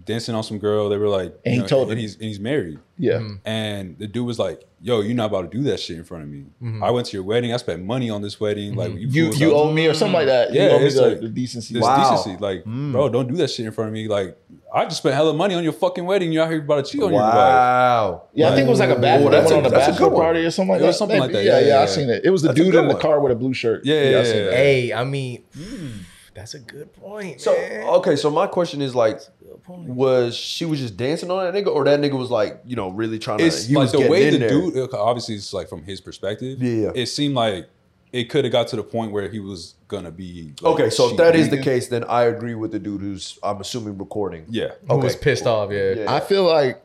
dancing on some girl. They were like,
And he
you know,
told
and
her.
he's and he's married.
yeah."
Mm-hmm.
Mm.
And the dude was like, "Yo, you're not about to do that shit in front of me.
Mm-hmm.
Mhm.
I went to your wedding. I spent money on this wedding. Like
You
fools,
you
like,
owe me or something like that.
Yeah,
you owe me
it's
the,
like-
the decency. Mm.
this
Wow.
decency. Like, bro, don't do that shit in front of me. Like, I just spent hella money on your fucking wedding. You're out here about to cheat on your wife.
wow
Yeah, I think it was like a bachelor.
Ooh, that's
one
a-
on a
that's a
bachelor
good one.
party or something like
It
that.
was something like that.
Yeah,
Yeah,
yeah,
yeah,
I
yeah.
seen it. It was the
That's a
dude
good
in the
one.
car with a blue shirt.
Yeah, yeah,
I seen
yeah,
that.
Hey, I mean,
Mm,
that's a good point.
so
man.
okay so my question is like
Good point.
was she was just dancing on that nigga or that nigga was like you know really trying
It's
to he
like
was
the
getting
way
in
the
there.
dude. okay, Obviously, it's like from his perspective.
Yeah.
it seemed like it could have got to the point where he was gonna be. like,
Okay, so if that
cheating.
is the case, then I agree with the dude who's I'm assuming recording.
yeah.
Who
okay,
was pissed off? Yeah.
Yeah.
I feel like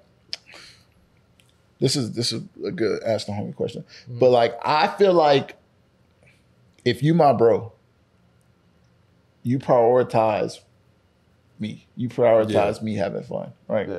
this is this is a good ask the homie question,
Mm-hmm.
but like I feel like if you my bro, you prioritize me. You prioritize me having fun, right?
Yeah.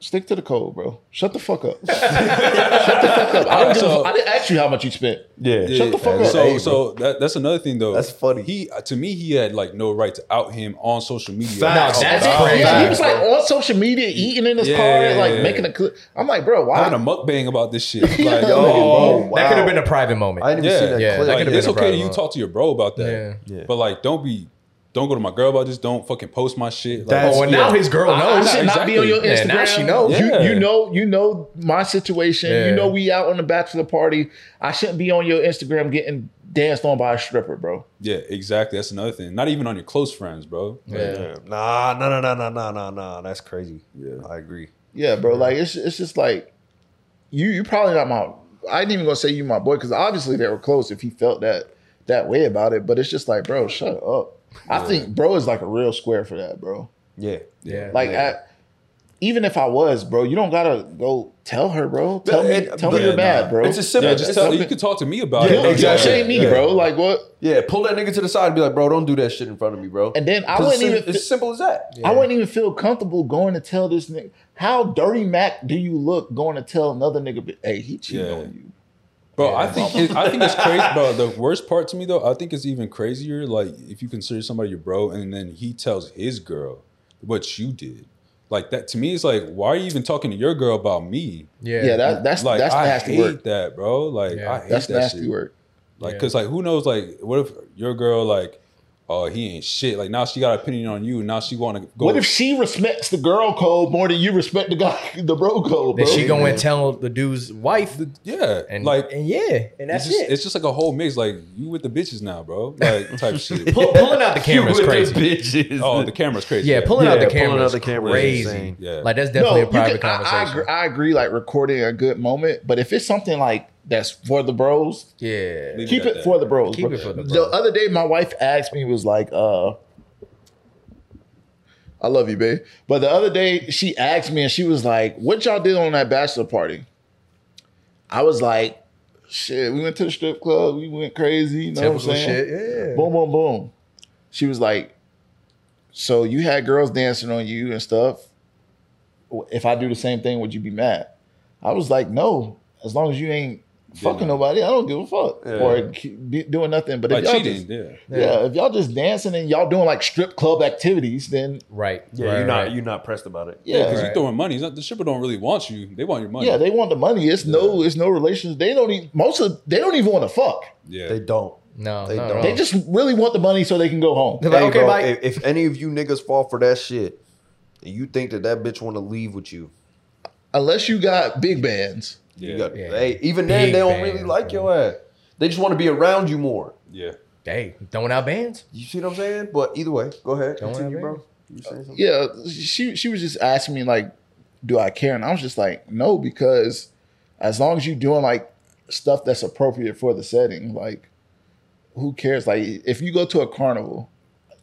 Stick to the code, bro. Shut the fuck up. Shut the fuck up. I, don't give a
So-
fu- I didn't ask you how much you spent.
Yeah.
Shut the fuck up.
So,
Hey,
so that, that's another thing though.
That's funny.
He to me, he had like no right to out him on social media.
Facts.
No,
That's
That's
it.
crazy.
Yeah, he was like on social media, eating in his
Yeah,
car,
yeah, yeah,
like
yeah.
making a clip. I'm like, bro, why?
having a mukbang about this shit. Like,
Yeah.
yo,
Oh, wow.
That could have been a private moment.
I didn't even see
Yeah,
that
yeah,
clip.
that
like,
could've
it's
been a
okay.
problem.
You talk to your bro about that.
Yeah. Yeah.
But like, don't be, don't go to my girl about this. Don't fucking post my shit. Like,
oh, well, now his girl
I- I
knows.
should not be
exactly.
on your
Yeah,
Instagram.
now she knows.
Yeah.
You, you know, you know my situation.
Yeah.
You know we out on the bachelor party. I shouldn't be on your Instagram getting danced on by a stripper, bro.
yeah, exactly. That's another thing. Not even on your close friends, bro. Like,
Yeah.
Nah, nah, nah, nah, nah, nah, nah, nah. That's crazy.
Yeah.
I agree.
Yeah, bro. Like it's it's just like you you probably not my. I ain't even gonna say you my boy because obviously they were close. If he felt that that way about it, but it's just like, bro, shut up. I think bro is like a real square for that, bro.
Yeah.
Yeah.
Like I, even if I was, bro, you don't gotta go tell her, bro. Tell me,
it-
tell me
yeah,
you're
nah.
mad, bro.
It's a simple.
yeah,
it's
just tell you
something-
can talk to me about
Yeah,
it.
Don't
exactly.
shame me,
Yeah.
bro. Like what?
yeah, pull that nigga to the side and be like, bro, don't do that shit in front of me, bro.
And then I
'Cause
wouldn't
it's-
even
It's simple as that.
I wouldn't even feel comfortable going to tell this nigga how dirty Mac do you look going to tell another nigga hey he cheated
Yeah.
on you.
Bro, I think it, I think it's crazy, bro. The worst part to me though, I think it's even crazier. Like if you consider somebody your bro, and then he tells his girl what you did, like that to me is like, why are you even talking to your girl about me?
yeah.
Yeah, that, that's
Like
that's
I
nasty
hate
work.
that, bro. Like
Yeah.
I hate
That's
that
nasty
shit.
work.
Like
Yeah.
because like who knows? Like what if your girl like oh, he ain't shit. Like now she got an opinion on you. Now she want to go.
What if she respects the girl code more than you respect the guy, the bro code, bro?
Then she go and tell the dude's wife,
yeah,
and
like
like, and yeah, and that's
it's just,
it.
It's just like a whole mix. Like you with the bitches now, bro. Like type shit.
Pull- pulling out the camera is crazy.
bitches.
Oh, the camera's crazy.
Yeah, pulling out
Yeah,
the
pulling
camera
out
is
the camera is
crazy.
insane.
Yeah.
Like that's definitely a
you
private
can- I- I,
conversation.
agree, I agree. Like recording a good moment, but if it's something like that's for the bros,
yeah.
Leave
keep
at
it
that.
for the bros.
Keep
bro.
it for the bros.
other day, my wife asked me, was like, uh, "I love you, babe," but the other day she asked me, and she was like, "What y'all did on that bachelor party?" I was like, "Shit, we went to the strip club. We went crazy. You know
Typical
what I'm saying?
shit. Yeah.
boom, boom, boom. She was like, So you had girls dancing on you and stuff. If I do the same thing, would you be mad? I was like, No, as long as you ain't fucking nobody, I don't give a fuck or keep be- doing nothing. But if
Like
y'all
cheating.
just,
Yeah.
Yeah.
yeah. if y'all just dancing and y'all doing like strip club activities, then
Right.
yeah,
right,
you're not
right.
you're not pressed about it.
yeah,
Because
Right.
you throwing money. It's not, the shipper don't really want you. They want your money.
yeah, they want the money. It's no, it's no relations. They don't even most of they don't even want to fuck.
yeah.
They don't.
no,
They
no,
don't.
no.
They just really want the money so they can go home.
They're like,
Hey,
okay,
bro,
bye.
if, if any of you niggas fall for that shit, and you think that that bitch want to leave with you,
Unless you got big bands.
yeah.
you got
Yeah.
hey. Even then,
Big
they don't
bands,
really like
bro.
your ass. They just want to be around you more.
yeah.
hey, throwing out bands.
You see what I'm saying? But either way, go ahead.
Don't
Continue,
have
bro.
it.
You saying something?
yeah, she she was just asking me like, do I care? And I was just like, no, because as long as you're doing like stuff that's appropriate for the setting, like who cares? Like if you go to a carnival,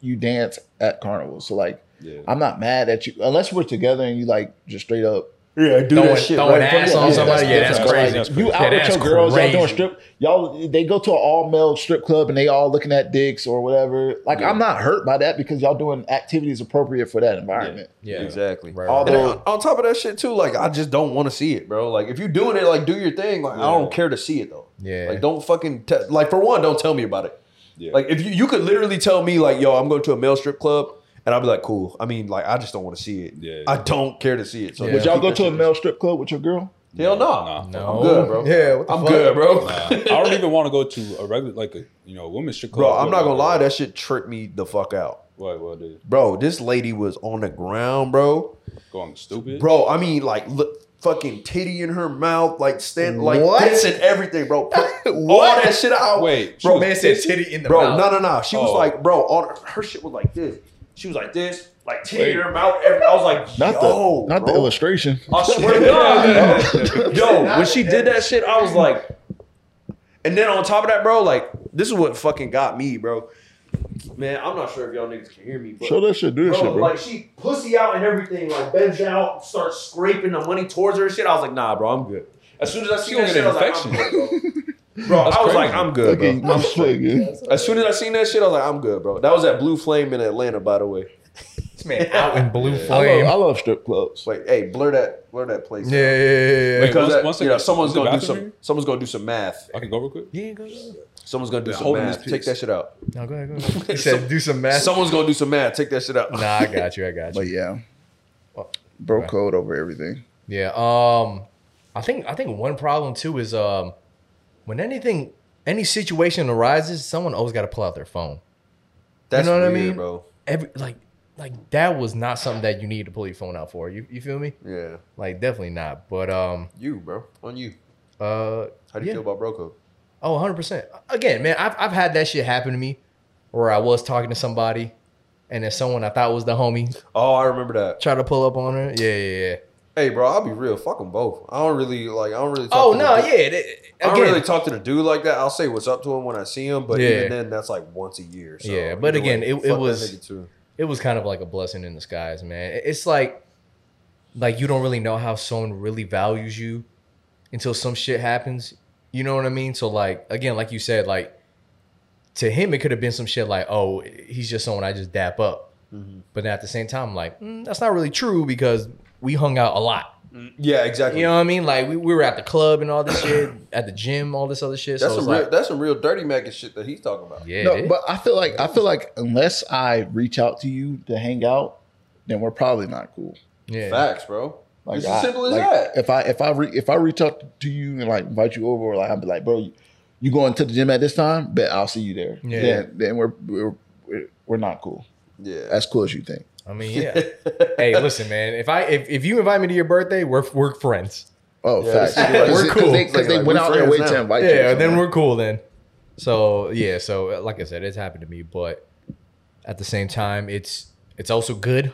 you dance at carnival. So like
Yeah.
I'm not mad at you unless we're together and you like just straight up
Yeah, do
Throwing,
that shit.
throwing
right in front
ass
of
on
you.
somebody. Yeah, that's,
that's
crazy.
crazy.
you
Yeah,
out with
that's
your girls, y'all doing
crazy.
strip. Y'all they go to an all male strip club and they all looking at dicks or whatever. Like I'm not hurt by that because y'all doing activities appropriate for that environment.
Yeah.
Exactly.
Right, right.
Although
And
on, on top of that shit too, like I just don't want to see it, bro. Like if you doing it, like do your thing. Like I don't care to see it though.
Yeah.
Like don't fucking te- like for one, don't tell me about it.
Yeah.
Like if you you could literally tell me like, yo, I'm going to a male strip club, and I'll be like, cool. I mean, like I just don't want to see it.
Yeah.
I don't care to see it. So
Would
Would
just
y'all
keep
go
that
to a
shit-
male strip club with your girl?
Hell no.
Nah.
No.
I'm good, bro.
Yeah, what the
I'm
fuck?
good, bro.
I don't even want to go to a regular like a you know a women's strip club.
Bro, I'm not gonna lie, that shit tripped me the fuck out.
What? What? Dude,
Bro, this lady was on the ground, bro.
going stupid.
bro. I mean, like, look, fucking titty in her mouth, like stand, like
What?
this and everything, bro. Put all
What?
that shit out.
Wait,
bro,
she
Man said titty in the
bro,
mouth.
no, no, no. She was
Oh.
like, bro, all her, her shit was like this. She was like this, like titty in her mouth. Every, I was like,
Not
yo,
the not the
bro.
illustration.
I swear to God, yo, when she did that shit, I was like, and then on top of that, bro, like this is what fucking got me, bro. Man, I'm not sure if y'all niggas can hear me, but
Show that shit, do that
Bro,
shit, bro.
like she pussy out and everything, like bends out, starts scraping the money towards her and shit. I was like, nah, bro, I'm good. As soon as I seen
gonna
that
get
shit,
an
I was like, I'm good, bro. bro I was
That's crazy.
like, I'm good,
Okay,
bro.
I'm straight, yeah.
As soon as I seen that shit, I was like, I'm good, bro. That was at Blue Flame in Atlanta, by the way.
This man out in blue
I
flame.
love, I love strip clubs.
Wait, hey, blur that, blur that place.
Yeah, yeah, yeah, yeah.
Wait,
Because
one-
that-
one second.
you know, someone's
Is it
gonna do
bathroom
some,
here?
someone's gonna do some math.
I can go real quick.
You ain't gonna-
Someone's gonna do
Yeah,
some
holding
math.
this
Take that
piece.
shit out.
No, go ahead, go ahead. He said, do some math.
Someone's gonna do some math. Take that shit out.
Nah, I got you. I got
But
you.
yeah. Bro
Right.
code over everything.
Yeah. Um, I think I think one problem too is um, when anything any situation arises, someone always got to pull out their phone.
That's
know what I
weird,
mean?
bro.
Every like like that was not something that you needed to pull your phone out for. You you feel me?
Yeah,
Like definitely not. But um,
you, bro, on you.
uh,
How do you
Yeah.
feel about Broco?
Oh, 100%. Again, man, I've, I've had that shit happen to me where I was talking to somebody and then someone I thought was the homie
Oh, I remember that.
tried to pull up on her. Yeah, yeah, yeah.
Hey, bro, I'll be real. Fuck them both. I don't really like. I don't really. Talk
Oh,
to
no,
the
yeah.
dude-
that-
I don't
again,
really talk to the dude like that. I'll say what's up to him when I see him, but
Yeah.
even then, that's like once a year. So
Yeah, but
either
again,
way,
it- it
fuck that
was-
nigga too.
it was kind of like a blessing in disguise, man. It- It's like, like you don't really know how someone really values you until some shit happens. You know what I mean? So, like, again, like you said, like, to him, it could have been some shit like, oh, he's just someone I just dap up.
Mm-hmm.
But then at the same time, like, mm, that's not really true because we hung out a lot.
Yeah, exactly.
You know what I mean? Like we, we were at the club and all this shit, at the gym, all this other shit.
that's some
so it's
real.
like,
that's some real dirty Mac and shit that he's talking about.
yeah,
no,
it is.
but I feel like I feel like unless I reach out to you to hang out, then we're probably not cool.
yeah,
Facts, bro.
Like
it's
I-
as simple as
like,
that.
If I if I re, if I reach out to you and like invite you over, like I'll be like, bro, you, you going to the gym at this time? Bet I'll see you there.
Yeah.
Then, then we're, we're, we're we're not cool.
Yeah.
As cool as you think.
I mean, yeah. hey, listen, man. If I if, if you invite me to your birthday, we're we're friends.
Oh,
Yeah,
facts.
it's like-
We're cool.
Because they, 'cause they
Like,
went
we're
out their way
friends
to
now.
invite you.
yeah,
somewhere.
then we're cool then. So yeah, so uh, like I said, it's happened to me, but at the same time, it's it's also good,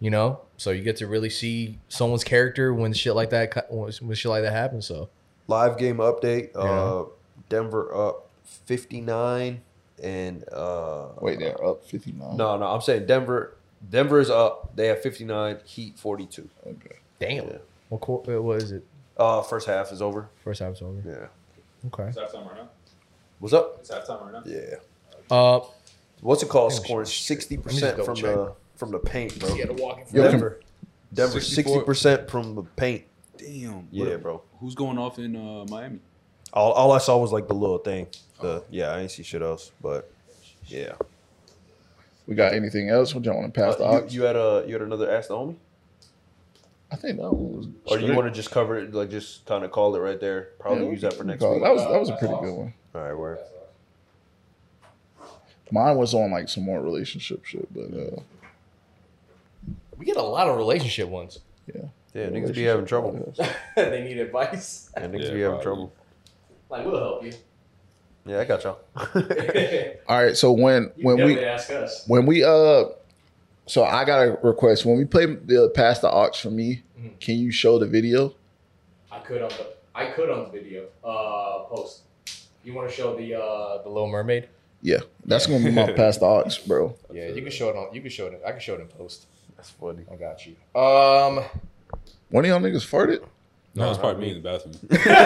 you know. So you get to really see someone's character when shit like that co- when when shit like that happens. So
Live game update. Uh, Denver up 59 and uh,
Wait, they're up 59.
No, no, I'm saying Denver. Denver is up. They have 59. Heat 42.
Okay.
damn, what qu- uh, what is it?
Uh, first half is over.
First time it's over.
Yeah.
Okay.
It's halftime right now.
What's up?
It's halftime right now.
Yeah.
Uh,
What's it called?
Let me
Scoring 60 percent
double
from
check.
the from the paint, bro.
Yo, can-
Denver. Denver 60 percent from the paint.
Damn.
Yeah, bro.
Who's going off in uh, Miami?
All, all I saw was like the little thing.
Oh.
The yeah, I ain't see shit else, but yeah.
we got anything else? Would y'all want to pass the
Uh,
ox?
you, you had a you had another ask the homie,
I think that one was.
or do you
straight.
want to just cover it, like just kind of call it right there? Probably
Yeah,
use that for next
Oh,
week.
That was that was a pretty good one.
all right, word.
Mine was on like some more relationship shit, but uh,
we get a lot of relationship ones.
Yeah, niggas be having trouble.
relationship podcast.
they need advice.
Yeah, niggas
Yeah,
be having
probably.
trouble.
Like we'll help you.
Yeah, I got y'all.
All right, so when when we
ask us.
when we uh, so I got a request when we play the pass the ox for me.
Mhm.
Can you show the video?
I could on the I could on the video uh post. You want to show the uh the Little Mermaid?
Yeah, that's gonna be my pass the ox, bro.
Yeah, you can show it on. You can show it. In, I can show it in post.
That's funny.
I got you. Um,
One of y'all niggas farted.
No, it's probably me in the bathroom.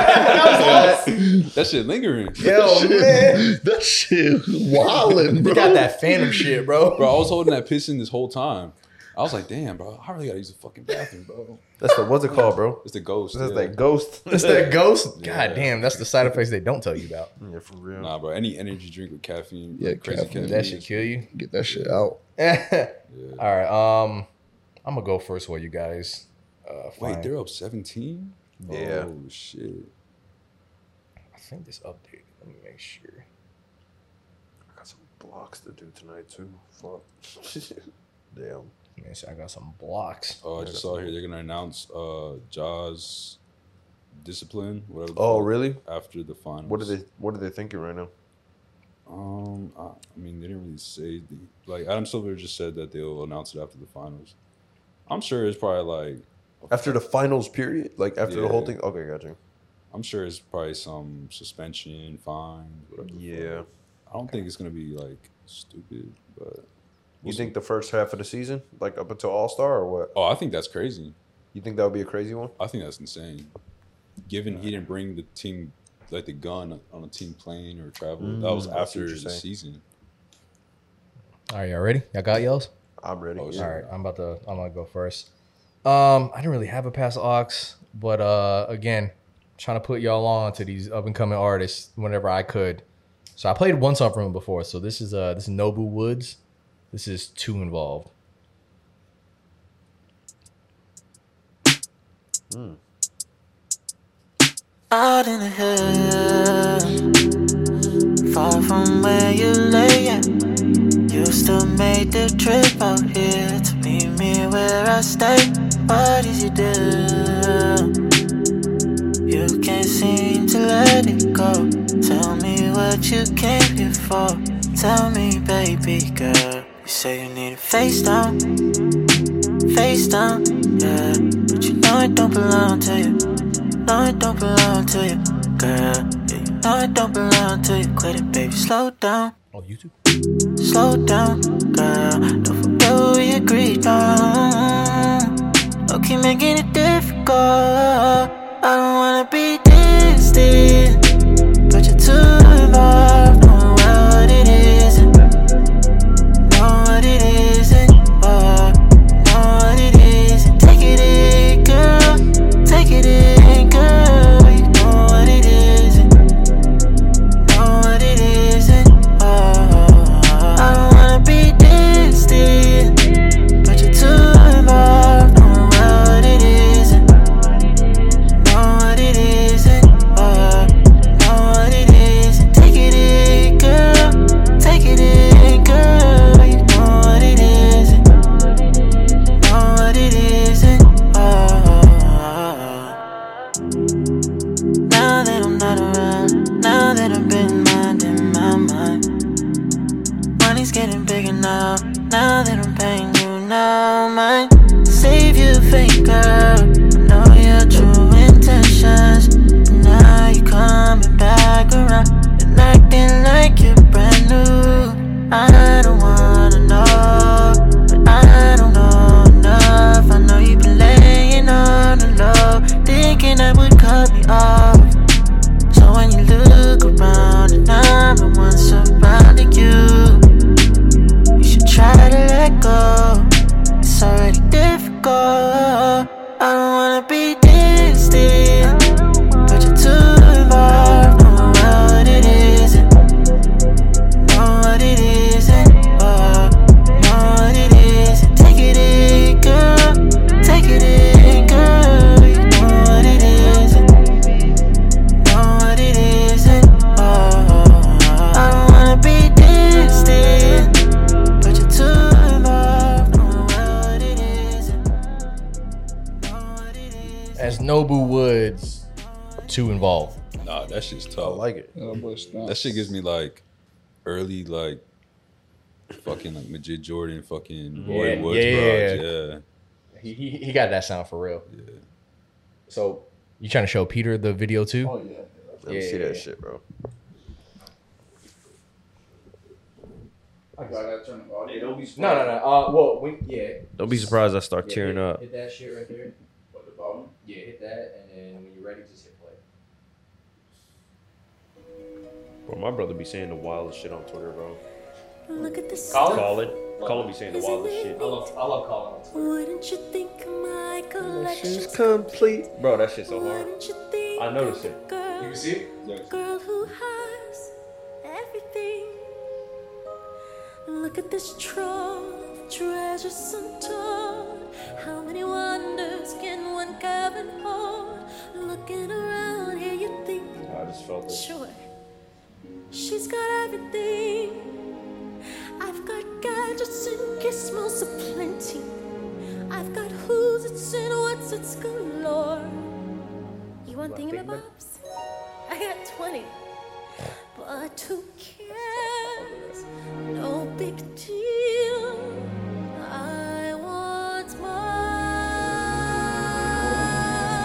that shit lingering.
yo,
Shit, that shit wildin', bro.
you got that phantom shit, bro.
Bro, I was holding that piss in this whole time. I was like, damn, bro, I really gotta use the fucking bathroom, bro.
That's the what's it called, bro?
It's the ghost.
That's
yeah.
that ghost.
It's that ghost.
Yeah.
God damn, that's the side effects they don't tell you about.
yeah, for real.
Nah, bro. Any energy drink with caffeine,
Yeah,
like crazy
caffeine.
caffeine.
That should kill you.
Get that shit out.
Yeah.
All right. Um, I'm gonna go first while you guys. Uh,
Wait,
find-
they're up seventeen.
Yeah.
Oh shit.
I think this update. Let me make sure.
I got some blocks to do tonight too. Fuck. Damn.
Let me see. I got some blocks.
Oh, I just saw here they're gonna announce uh Jaws discipline, whatever. the
Oh,
fuck,
really?
After the finals.
What are they? What are they thinking right now?
Um, I, I mean, they didn't really say. The, like Adam Silver just said that they'll announce it after the finals. I'm sure it's probably like
After the finals period, like after the whole
Yeah.
thing. Okay, gotcha.
I'm sure it's probably some suspension, fine, whatever. the fuck.
Yeah.
I don't think it's gonna be like stupid, but
You think the first half of the season, like up until All Star, or what?
oh, I think that's crazy.
You think that would be a crazy one?
I think that's insane. Given he didn't bring the team like the gun on a team plane or travel, that was
Mm, I see
after
what
the
you're saying.
season.
All right, y'all ready? Y'all got y'all's?
I'm ready.
Oh,
yeah.
All right, I'm about to. I'm gonna go first. Um, I didn't really have a pass ox, but uh, again, trying to put y'all on to these up and coming artists whenever I could. So I played one song from him before. So this is uh, this is Nobu Woods. This is too involved.
Hmm.
Out in the hills, far from where you lay at. You still made the trip out here to meet me where I stay. What did you do? You can't seem to let it go. Tell me what you came here for. Tell me, baby girl. You say you need a face down, face down, yeah. But you know it don't belong to you. No, it don't belong to you, girl. Yeah, you know it don't belong to you. Quit it, baby. Slow down,
Oh, YouTube.
slow down, girl. Don't forget what we agreed on. Don't keep making it difficult. I don't wanna be distant, but you're too involved. Know what it is, and know what it isn't. Oh, know what it is, and take it in, girl. Take it in, girl. You know what it is, and know what it isn't. Oh, I don't wanna be distant, but you're too involved. Know what it uh, isn't. Know what it don't mind. Save you, faker. Know your true intentions. Now you coming back around and acting like you're brand new. I don't wanna know, but I don't know enough. I know you've been laying on the low, thinking that would cut me off. So when you look around and I'm the one surrounding you, you should try to let go. It's already difficult. I don't wanna be distant, but you're too involved. Know what it isn't. Know what it isn't. Oh, know what it isn't. Take it in, girl. Take it in, girl. You know what it isn't know what it isn't. Oh, I don't wanna be distant, but you're too involved. Know what it isn't. Know what it isn't.
As Nobu Woods too involved.
Nah, that shit's tough.
I like it.
Oh, boy, stop.
That shit gives me like early like fucking like Majid Jordan, fucking Roy
Yeah,
Woods,
yeah.
vibes, yeah.
He, he, he got that sound for real. So you trying to show Peter the video too?
Oh, yeah.
Let me see
Yeah.
that shit, bro.
I gotta turn it off. don't be
No, no, no. Uh, well, we, yeah. yeah,
Don't be surprised I start
hit-
tearing up.
Hit that shit right there.
The bottom.
Yeah, hit that, and then when you're ready, just hit play.
Bro, my brother be saying the wildest shit on Twitter, bro.
Look at this.
Colin?
stuff.
Call it. Call it be saying the
Isn't
wildest
it
shit.
I love, I love calling.
Wouldn't you think of my collection's
complete. Bro, that shit's so hard.
Wouldn't you think
I noticed
of the
it.
Girl,
You see? it?
girl who has everything. Look at this trove, treasures untold. How many wonders can one cabin hold? Looking around here, you think
I just felt it.
Sure. She's got everything. I've got gadgets and gizmos aplenty. I've got who's it's and what's it's galore. You want thingamabobs? I got 20. But who cares? No big deal. I want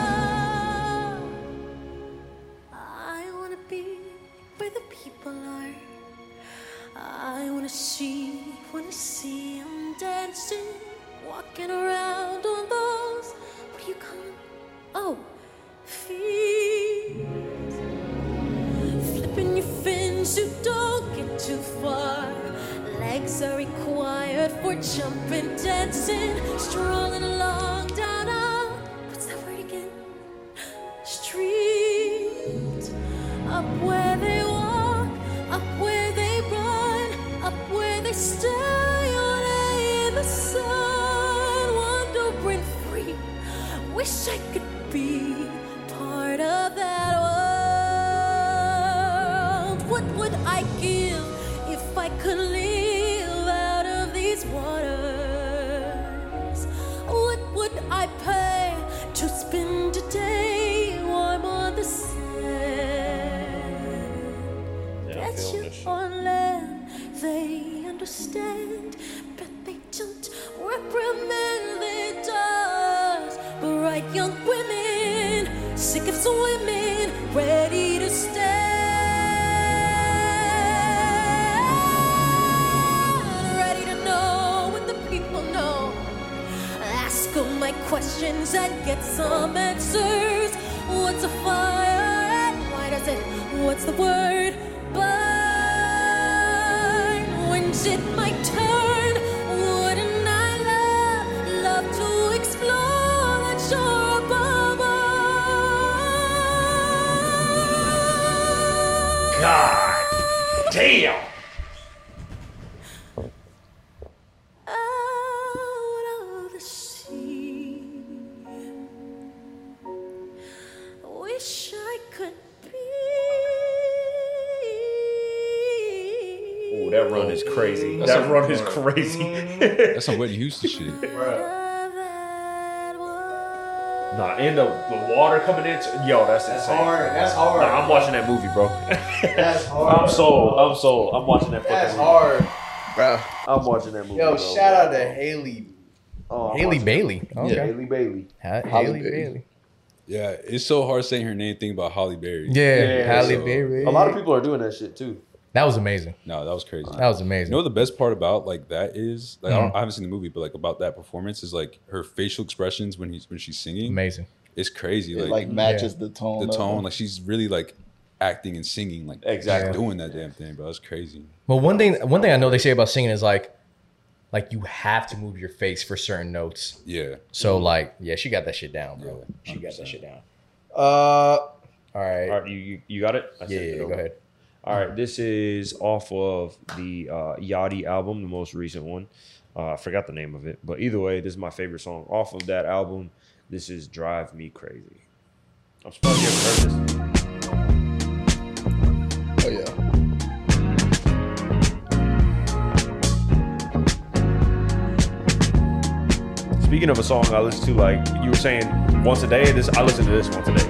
mine. I wanna be where the people are. I wanna see, wanna see 'em dancing, walking around on those. What do you call 'em? Oh, feet. Flipping your fins, you don't get too far. Legs are required for jumping, dancing, strolling along down a what's that word again? street. Up where they walk, up where they run, up where they stay all day in the sun. Wandering free, wish I could be part of that world. What would I give if I could live out of these waters? What would I pay to spend a day warm on the sand? Bet you on land they understand, but they don't reprimand their daughters. Bright young women, sick of swimming, ready to stand, ready to know what the people know. Ask all my questions and get some answers. What's a fire and why does it? What's the word? Burn. When's it my turn? Wouldn't I love, love to explore that shore above us? out of the sea. Wish I could be.
Ooh, that run is crazy.
That's
that
a-
run is crazy.
That's some Whitney Houston shit.
nah, and the, the water coming in. Yo, that's insane.
That's hard.
Nah, I'm watching that movie, bro.
That's hard.
I'm sold. I'm sold. I'm watching that fucking movie.
hard.
Bro,
I'm watching that movie.
Yo,
bro.
shout out to Haley
Oh,
Haley Bailey. Okay.
Haley Bailey.
Ha-
Halle
Haley
Berry.
Bailey.
Yeah, it's so hard saying her name. Thinking about Holly Berry.
Yeah,
Yeah,
Halle
so-
Berry.
A lot of people are doing that shit too.
That was amazing.
No, that was crazy.
That was
You
amazing.
know what the best part about like that is like I, don't,
Mhm.
I haven't seen the movie, but like about that performance is like her facial expressions when he's when she's singing.
amazing.
It's crazy.
It
Like,
like matches the tone.
the
of
tone,
it.
like she's really like acting and singing, like
Exactly.
she's doing that damn thing, bro. That's crazy.
Well, one thing one thing I know they say about singing is like like you have to move your face for certain notes.
Yeah,
So like, yeah, she got that shit down,
Yeah,
bro. she got that
100%.
shit down.
Uh,
All right.
All right, you you, you got it. I
Yeah,
sent
yeah,
it
yeah, go
over.
ahead.
All right, this is off of the uh, Yachty album, the most recent one. Uh, I forgot the name of it, but either way, this is my favorite song off of that album. This is "Drive Me Crazy." I'm surprised you haven't heard this.
Oh yeah.
Speaking of a song I listen to, like you were saying, once a day. This I listen to this once a day.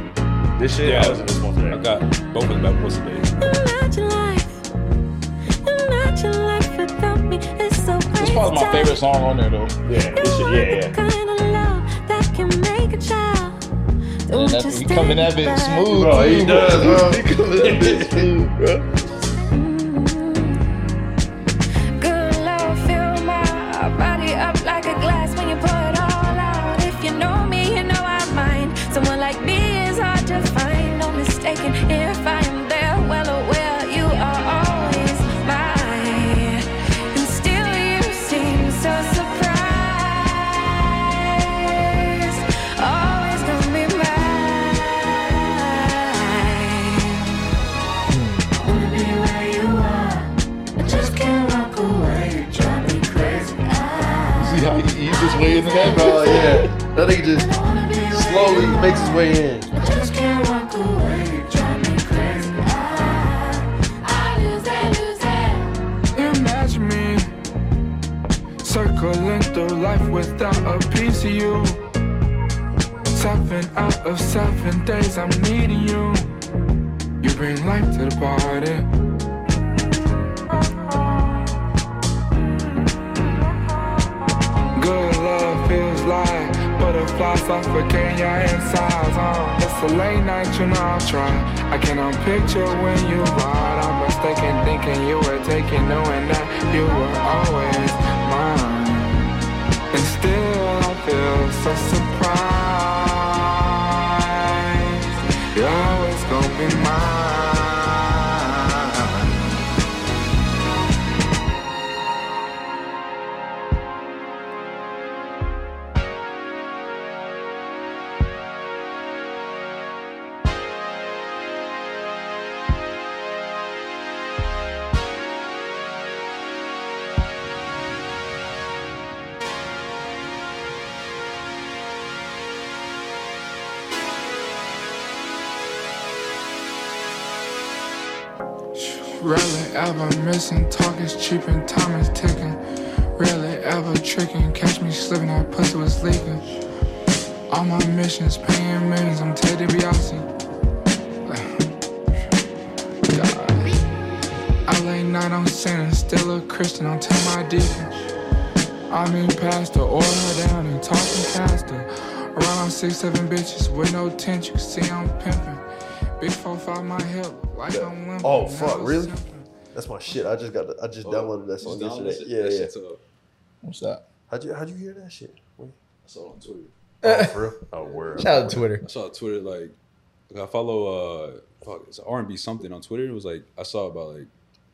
This shit,
Yeah.
I listen to this once a day.
I got both of them at once today.
Imagine life. Imagine life without me. It's so
It's probably my favorite song on there though.
Yeah, this shit, yeah, yeah.
kind of love that can make a child.
And that, he coming that bit smooth.
Bro, he
too,
does, bro.
He coming that bit smooth, bro.
Good love fill my body up like a glass when you pour it all out. If you know me, you know I mind. Someone like me is hard to find. No mistaken if I am there. Well aware you are always mine, and still you seem so surprised. Always gonna be mine. Wanna be where you are. I just can't walk away. You drive me crazy. I
See how he eased his way into that, bro?
oh yeah, that nigga just
wanna be where
slowly
you
makes his way in.
are. I just can't walk away. You drive me crazy. I, I lose it, lose it.
Imagine me circling through life without a piece of you. Seven out of seven days, I'm needing you. You bring life to the party. Good love feels like butterflies suffocating your insides. Uh, it's a late night, you know I'll try. I cannot picture when you ride. I'm mistaken thinking you were taking, knowing that you were always mine. And still I feel so surprised. You're always gonna be mine. Rarely ever missing, talk is cheap and time is ticking. Rarely ever tricking, catch me slipping, that pussy was leaking. All my missions, paying millions, I'm Teddy Biasi. I late night, I'm sinning, still a Christian, I'm tell my deacon. I mean pastor, oil down and talking faster. Around six, seven bitches with no tent, you see I'm pimping. Big four, five, my hip, like I'm limping.
Oh, fuck,
never
really?
simple.
That's my shit. I just got. The, I just downloaded that song
Just
yesterday.
download
Yeah,
that
yeah.
shit's up.
What's that?
How'd you How'd you hear that shit?
Uh,
Oh, word.
Shout out to Twitter.
I saw Twitter like, like, I follow uh fuck it's R and B something on Twitter. It was like I saw about like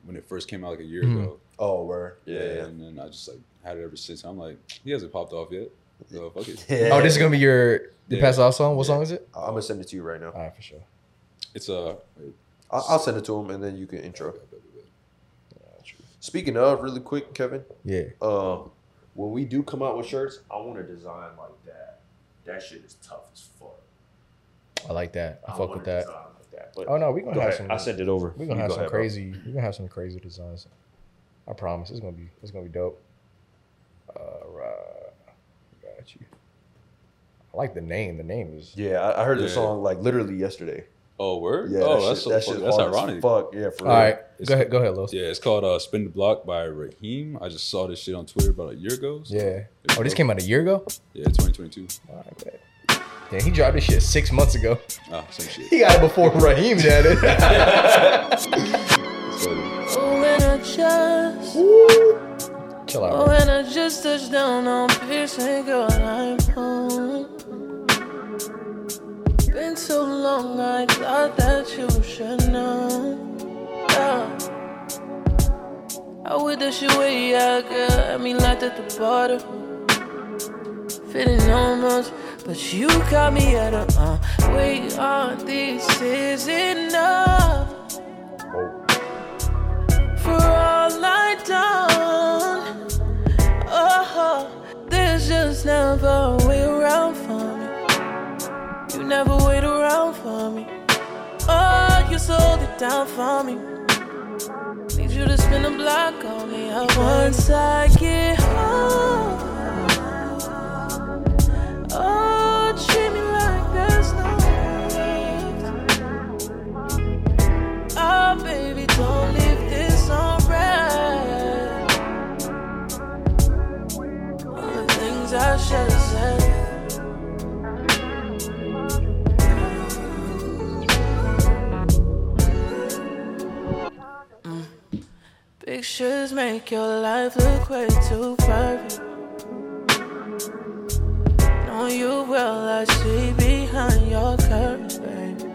when it first came out like a year
Mhm.
ago.
Oh, word. Yeah, yeah.
and then I just like had it ever since. I'm like he hasn't popped off yet. So fuck it.
yeah.
Oh, this is gonna be your the
Yeah.
pass off song. What song is it?
I'm gonna send it to you right now.
All right, for sure.
It's uh
I'll, I'll send it to him, and then you can intro.
yeah,
Speaking of, really quick, Kevin.
Yeah.
Um, when we do come out with shirts,
I want a design like that. That shit is tough as fuck.
I like that. I, fuck
want
with
a
that.
design like that. But
Oh no, we're gonna
Go
have
ahead.
some.
I sent it over.
We're gonna
You
have
go
some
ahead, bro.
crazy. We're gonna have some crazy designs. I promise. It's gonna be. It's gonna be dope. All right. Got you. I like the name. The name is.
yeah, I, I heard the
Yeah.
song like literally yesterday.
Oh, word?
Yeah,
oh,
that
that's
shit-
so
that
fuck-
shit
that's
hard as
ironic.
Fuck yeah, for
All
real.
right,
It's-
go ahead, go ahead, Los.
Yeah, it's called uh, Spin the Block by Raheem. I just saw this shit on Twitter about a year ago. so-
Yeah. Oh, this came out a year ago.
Yeah, 2022.
All right, bet. Damn, he dropped this shit six months ago.
Oh,
Ah, same shit.
He got it before Raheem had it.
So,
Oh, and I just,
Chill out.
oh,
bro.
and I just touched down on Pearson, girl, I'm home. Been so long, I thought that you should know. Yeah. I would that you were yeah, girl. I mean, like at the border. Feeling almost, but you got me at a uh. Wait on, this is enough. for all I done. Oh, there's just never a way around for me. You never wait around for me. Oh, you sold it down for me. Need you to spin a block on me. I once I get home. Oh, treat me like there's no left. Oh, baby, don't leave this on red. All the things I should have said. Mm. Pictures make your life look way too perfect. Know you well, I see behind your curves, baby.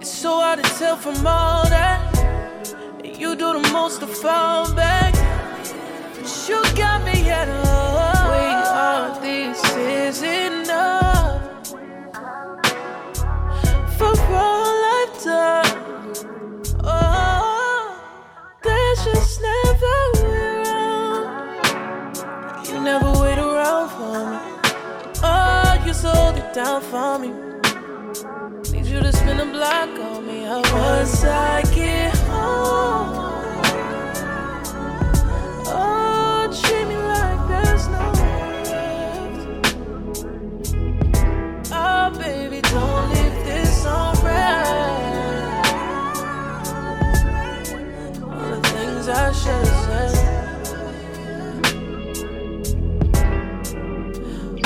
It's so hard to tell from all that. You do the most to fall back. But you got me at all. We are, this is enough. For all I've done. Oh, there's just never around. You never wait around for me. Oh, you sold it down for me. Need you to spin a block on me. I once I get home. Oh, treat me like there's no left. Oh, baby, don't leave this on red. All the things I should have said.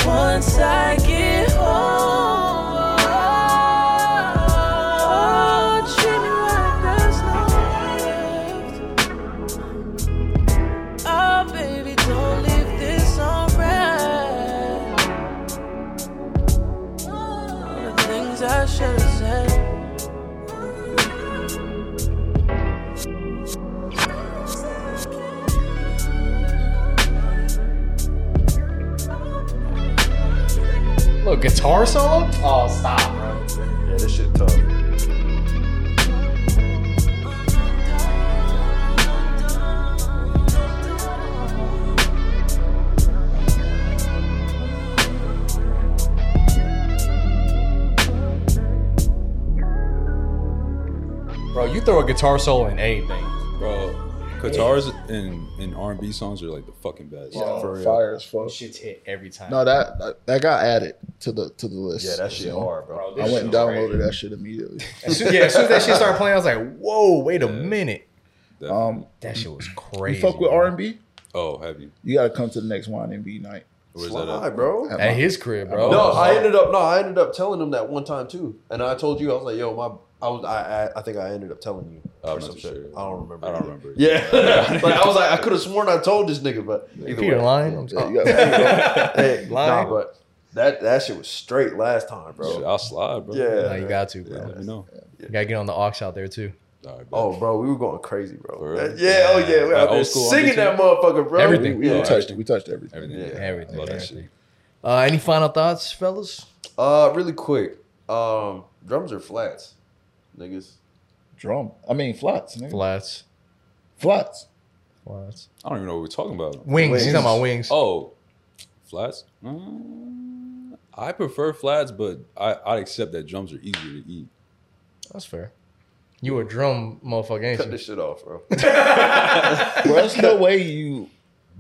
Once I get home, oh, treat me like there's no left. Oh, baby, don't leave this on red. All the things I should have said.
Look, guitar solo. Oh, stop, bro.
Yeah, this shit tough.
Bro, you throw a guitar solo in anything.
bro, guitars and, and R&B songs are like the fucking best. For real.
Fire as fuck.
Shit's hit every time.
No, that, that that got added to the to the list.
Yeah, that shit
So,
hard, bro.
I went and downloaded that shit immediately.
As soon, yeah, as soon as that shit started playing, I was like, "Whoa, wait a minute."
Definitely.
Um,
That shit was
you
crazy.
fuck with
bro.
R and B,
oh, heavy.
you gotta come to the next wine and B night.
Where's that
Why,
at?
bro?
At
at
my-
his crib, bro.
uh,
Oh,
No, I ended up no, I ended up telling him that one time too, and I told you I was like, yo, my, I was, I, I, I think I ended up telling you
I'm
or
not
some
too
shit.
sure.
I don't remember.
I don't
either.
remember.
Yeah, like I was like, I could have sworn I told this nigga, but either
Peter
way.
lying. I'm
Yeah,
sorry.
you gotta-
Hey, nah,
Lying.
but that that shit was straight last time,
Shit,
bro.
I'll slide, bro.
Nah,
Yeah.
you got to,
Yeah,
bro.
let me know.
You gotta get on the aux out there too.
All right,
Oh, bro, we were going crazy,
For
bro.
real?
That- yeah, oh yeah, we
Like
out there
old school
singing
Army
that motherfucker, bro.
Everything.
we, we
Yeah.
touched it. We touched everything.
everything.
Yeah.
Everything.
Love that
everything.
shit.
Uh, any final thoughts, fellas?
Uh, really quick, um, drums are flats, niggas.
Drum. I mean flats, nigga.
Flats.
Flats.
Flats.
I don't even know what we're talking about.
Wings. He's talking about wings.
Oh, flats. Mm, I prefer flats, but I I accept that drums are easier to eat.
That's fair. You a drum motherfucker, ain't
Cut
you?
this shit off, bro.
Bro, there's no way you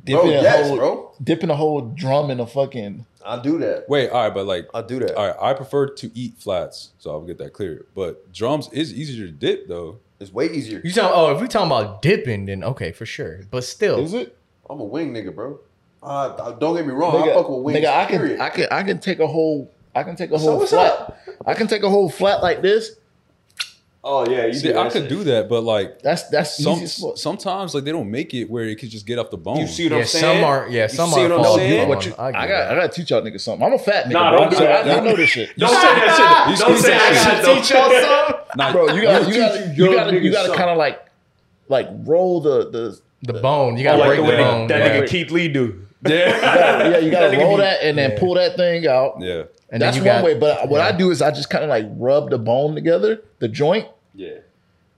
Dipping
Bro,
a
yes,
whole,
bro.
Dipping a whole drum in a fucking.
I do that.
Wait, all right, but like,
I do that.
all right, I prefer to eat flats, so I'll get that clear. But drums is easier to dip though.
It's way easier.
You talking? Oh, if we talking about dipping, then okay, for sure. But still,
Is it?
I'm a wing nigga, bro. Uh, don't get me wrong. I
Nigga,
fuck with wings.
nigga, I can,
period.
I can, I can take a whole, I can take a
So
whole
what's
flat.
up?
I can take a whole flat like this.
Oh yeah, you
See, I could do that, but like
That's that's
some
easy as fuck.
sometimes like they don't make it where it could just get off the bone.
You see what
yeah,
I'm saying?
some are. Yeah,
You
some
see
are.
what I'm
falling
saying?
down.
What you-
I,
I
get
got, I
that.
gotta teach y'all niggas something. I'm a fat nigga.
Nah,
bro.
don't do
I,
that.
I know this shit.
Don't say that shit.
You
Don't
see
say
what I'm
I gotta
saying?
teach y'all something.
Nah,
bro. You got, you
teach
got,
young
you got, you
niggas
got to
something.
kind of like, like roll the the.
the bone. You gotta
Like
break
the
the,
way
bone.
that that
yeah.
nigga Keith Lee do.
Yeah, you gotta
nigga
roll
be-
that and then pull that thing out.
yeah,
and then
That's
you
one
got,
way. But what I
yeah.
do is I just kind of like rub the bone together, the joint,
yeah.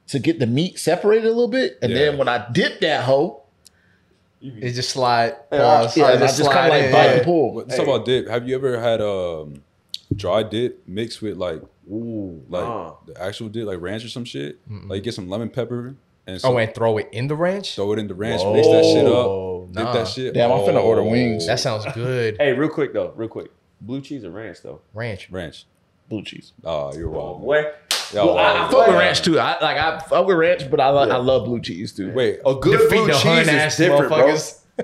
to get the meat separated a little bit, and
Yeah.
then when I dip that hoe,
It just slide.
yeah,
falls, slide,
and I just kind
slide
of like
in,
bite
yeah.
and pull.
Let's talk about dip. Have you ever had um dry dip mixed with like ooh like
Uh-huh.
the actual dip like ranch or some shit? Like get some lemon pepper and some,
Oh, and throw it in the ranch.
throw it in the ranch, mix that shit up, dip
nah.
that shit.
Damn, I'm finna order wings.
Oh. That sounds good.
Hey, real quick though, real quick. Blue cheese or ranch though?
ranch.
ranch.
Blue cheese.
Oh, you're wild. man.
Where?
Y'all
Well, I, I
wild.
fuck with ranch too. I like I fuck with ranch, but I like
Yeah.
I love blue cheese too.
Wait,
A good blue cheese is different, bro.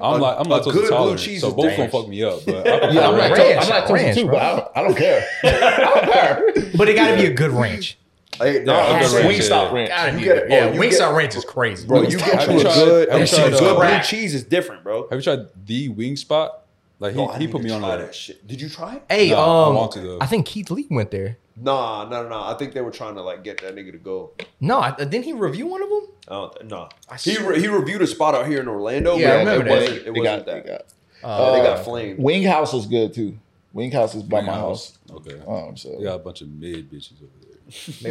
I'm like I'm
a
lactose
good blue
intolerant,
cheese
so
is
both gonna
dangerous.
fuck me up. But I prefer
Yeah, I'm
ranch.
like,
Ranch,
I'm like
ranch,
too,
bro.
but I don't, I don't care. I don't care.
But it gotta be a good ranch.
Hey, no,
Yeah, I'm
I'm
good
just
ranch.
wings.
Wingstop
ranch.
Gotta be.
You get-
yeah,
oh, you
Wingstop
get-
ranch is crazy.
Bro, you get
Have
you
you
a
tried-
good,
have you
a
tried,
good
uh,
blue
rack?
cheese is different, bro.
Have you tried the wing spot? Like he,
Yo, I
he
need
put
to
me on
try
that.
that shit. Did you try it?
hey,
Nah, I
um,
want to, though.
I, think Keith Lee went there.
Nah, no, no, no. I think they were trying to like get that nigga to go.
No, I, didn't he review one of them?
I don't, th- nah.
I
He
swear-
re- he reviewed a spot out here in Orlando.
Yeah, I
but
remember
it
that.
wasn't, it
They
wasn't
got,
that.
they got.
Yeah, they
Uh,
got flamed.
Wing House is good too. Wing House is by
Wing
my
House.
house.
Okay,
Um, so
we got a bunch of mid bitches over there.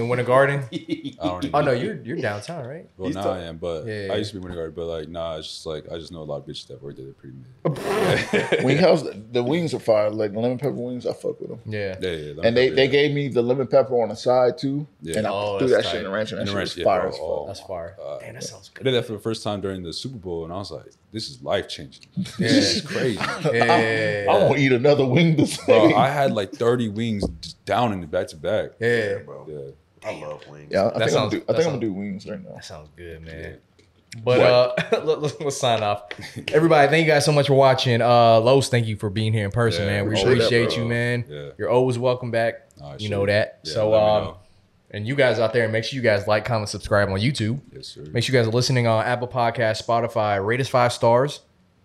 in Winter Garden.
I don't even
Oh no, you're you're downtown, right?
Well, now I am, but
Yeah, yeah.
I used to be Winter Guard, but like, nah, it's just like I just know a lot of bitches that work there. They're pretty mid.
Wing House, the wings are fire. Like lemon pepper wings, I fuck with them.
Yeah.
Yeah, yeah,
And they, they gave me the lemon pepper on the side too,
Yeah.
and I
Oh,
threw that
that's
shit in the
tight.
ranch, and that
In the
shit
ranch,
was
yeah,
fire
bro.
as fuck.
Oh,
That's far. Damn, that sounds
I
good.
did that for the first time during the Super Bowl, and I was like, this is life changing.
Yeah.
This is crazy.
Yeah.
I won't eat another wing this
Bro,
day.
I had like 30 wings just down in the back to back.
yeah.
Yeah.
I love wings.
yeah, I think,
sounds-
I'm, gonna do, I
that
think I'm gonna
sounds-
do wings right now.
That sounds good, man. But uh, let, us let's sign off. Everybody, thank you guys so much for watching. Uh, Los, thank you for being here in person,
Yeah,
man. We
appreciate
appreciate,
that,
you,
bro.
man.
Yeah.
You're always welcome back.
Alright,
you
sure.
know that.
Yeah,
so,
let me
um,
know.
and you guys out there, make sure you guys like, comment, subscribe on YouTube.
Yes, sir.
Make sure you guys are listening on Apple Podcast, Spotify. Rate us five stars.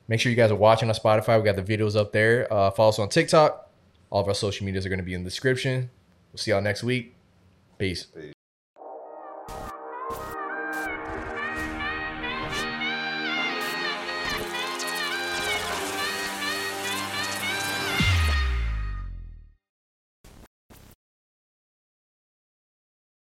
Make sure you guys are watching on Spotify. We got the videos up there. Uh, follow us on TikTok. All of our social medias are going to be in the description. We'll see y'all next week. Peace.
Peace.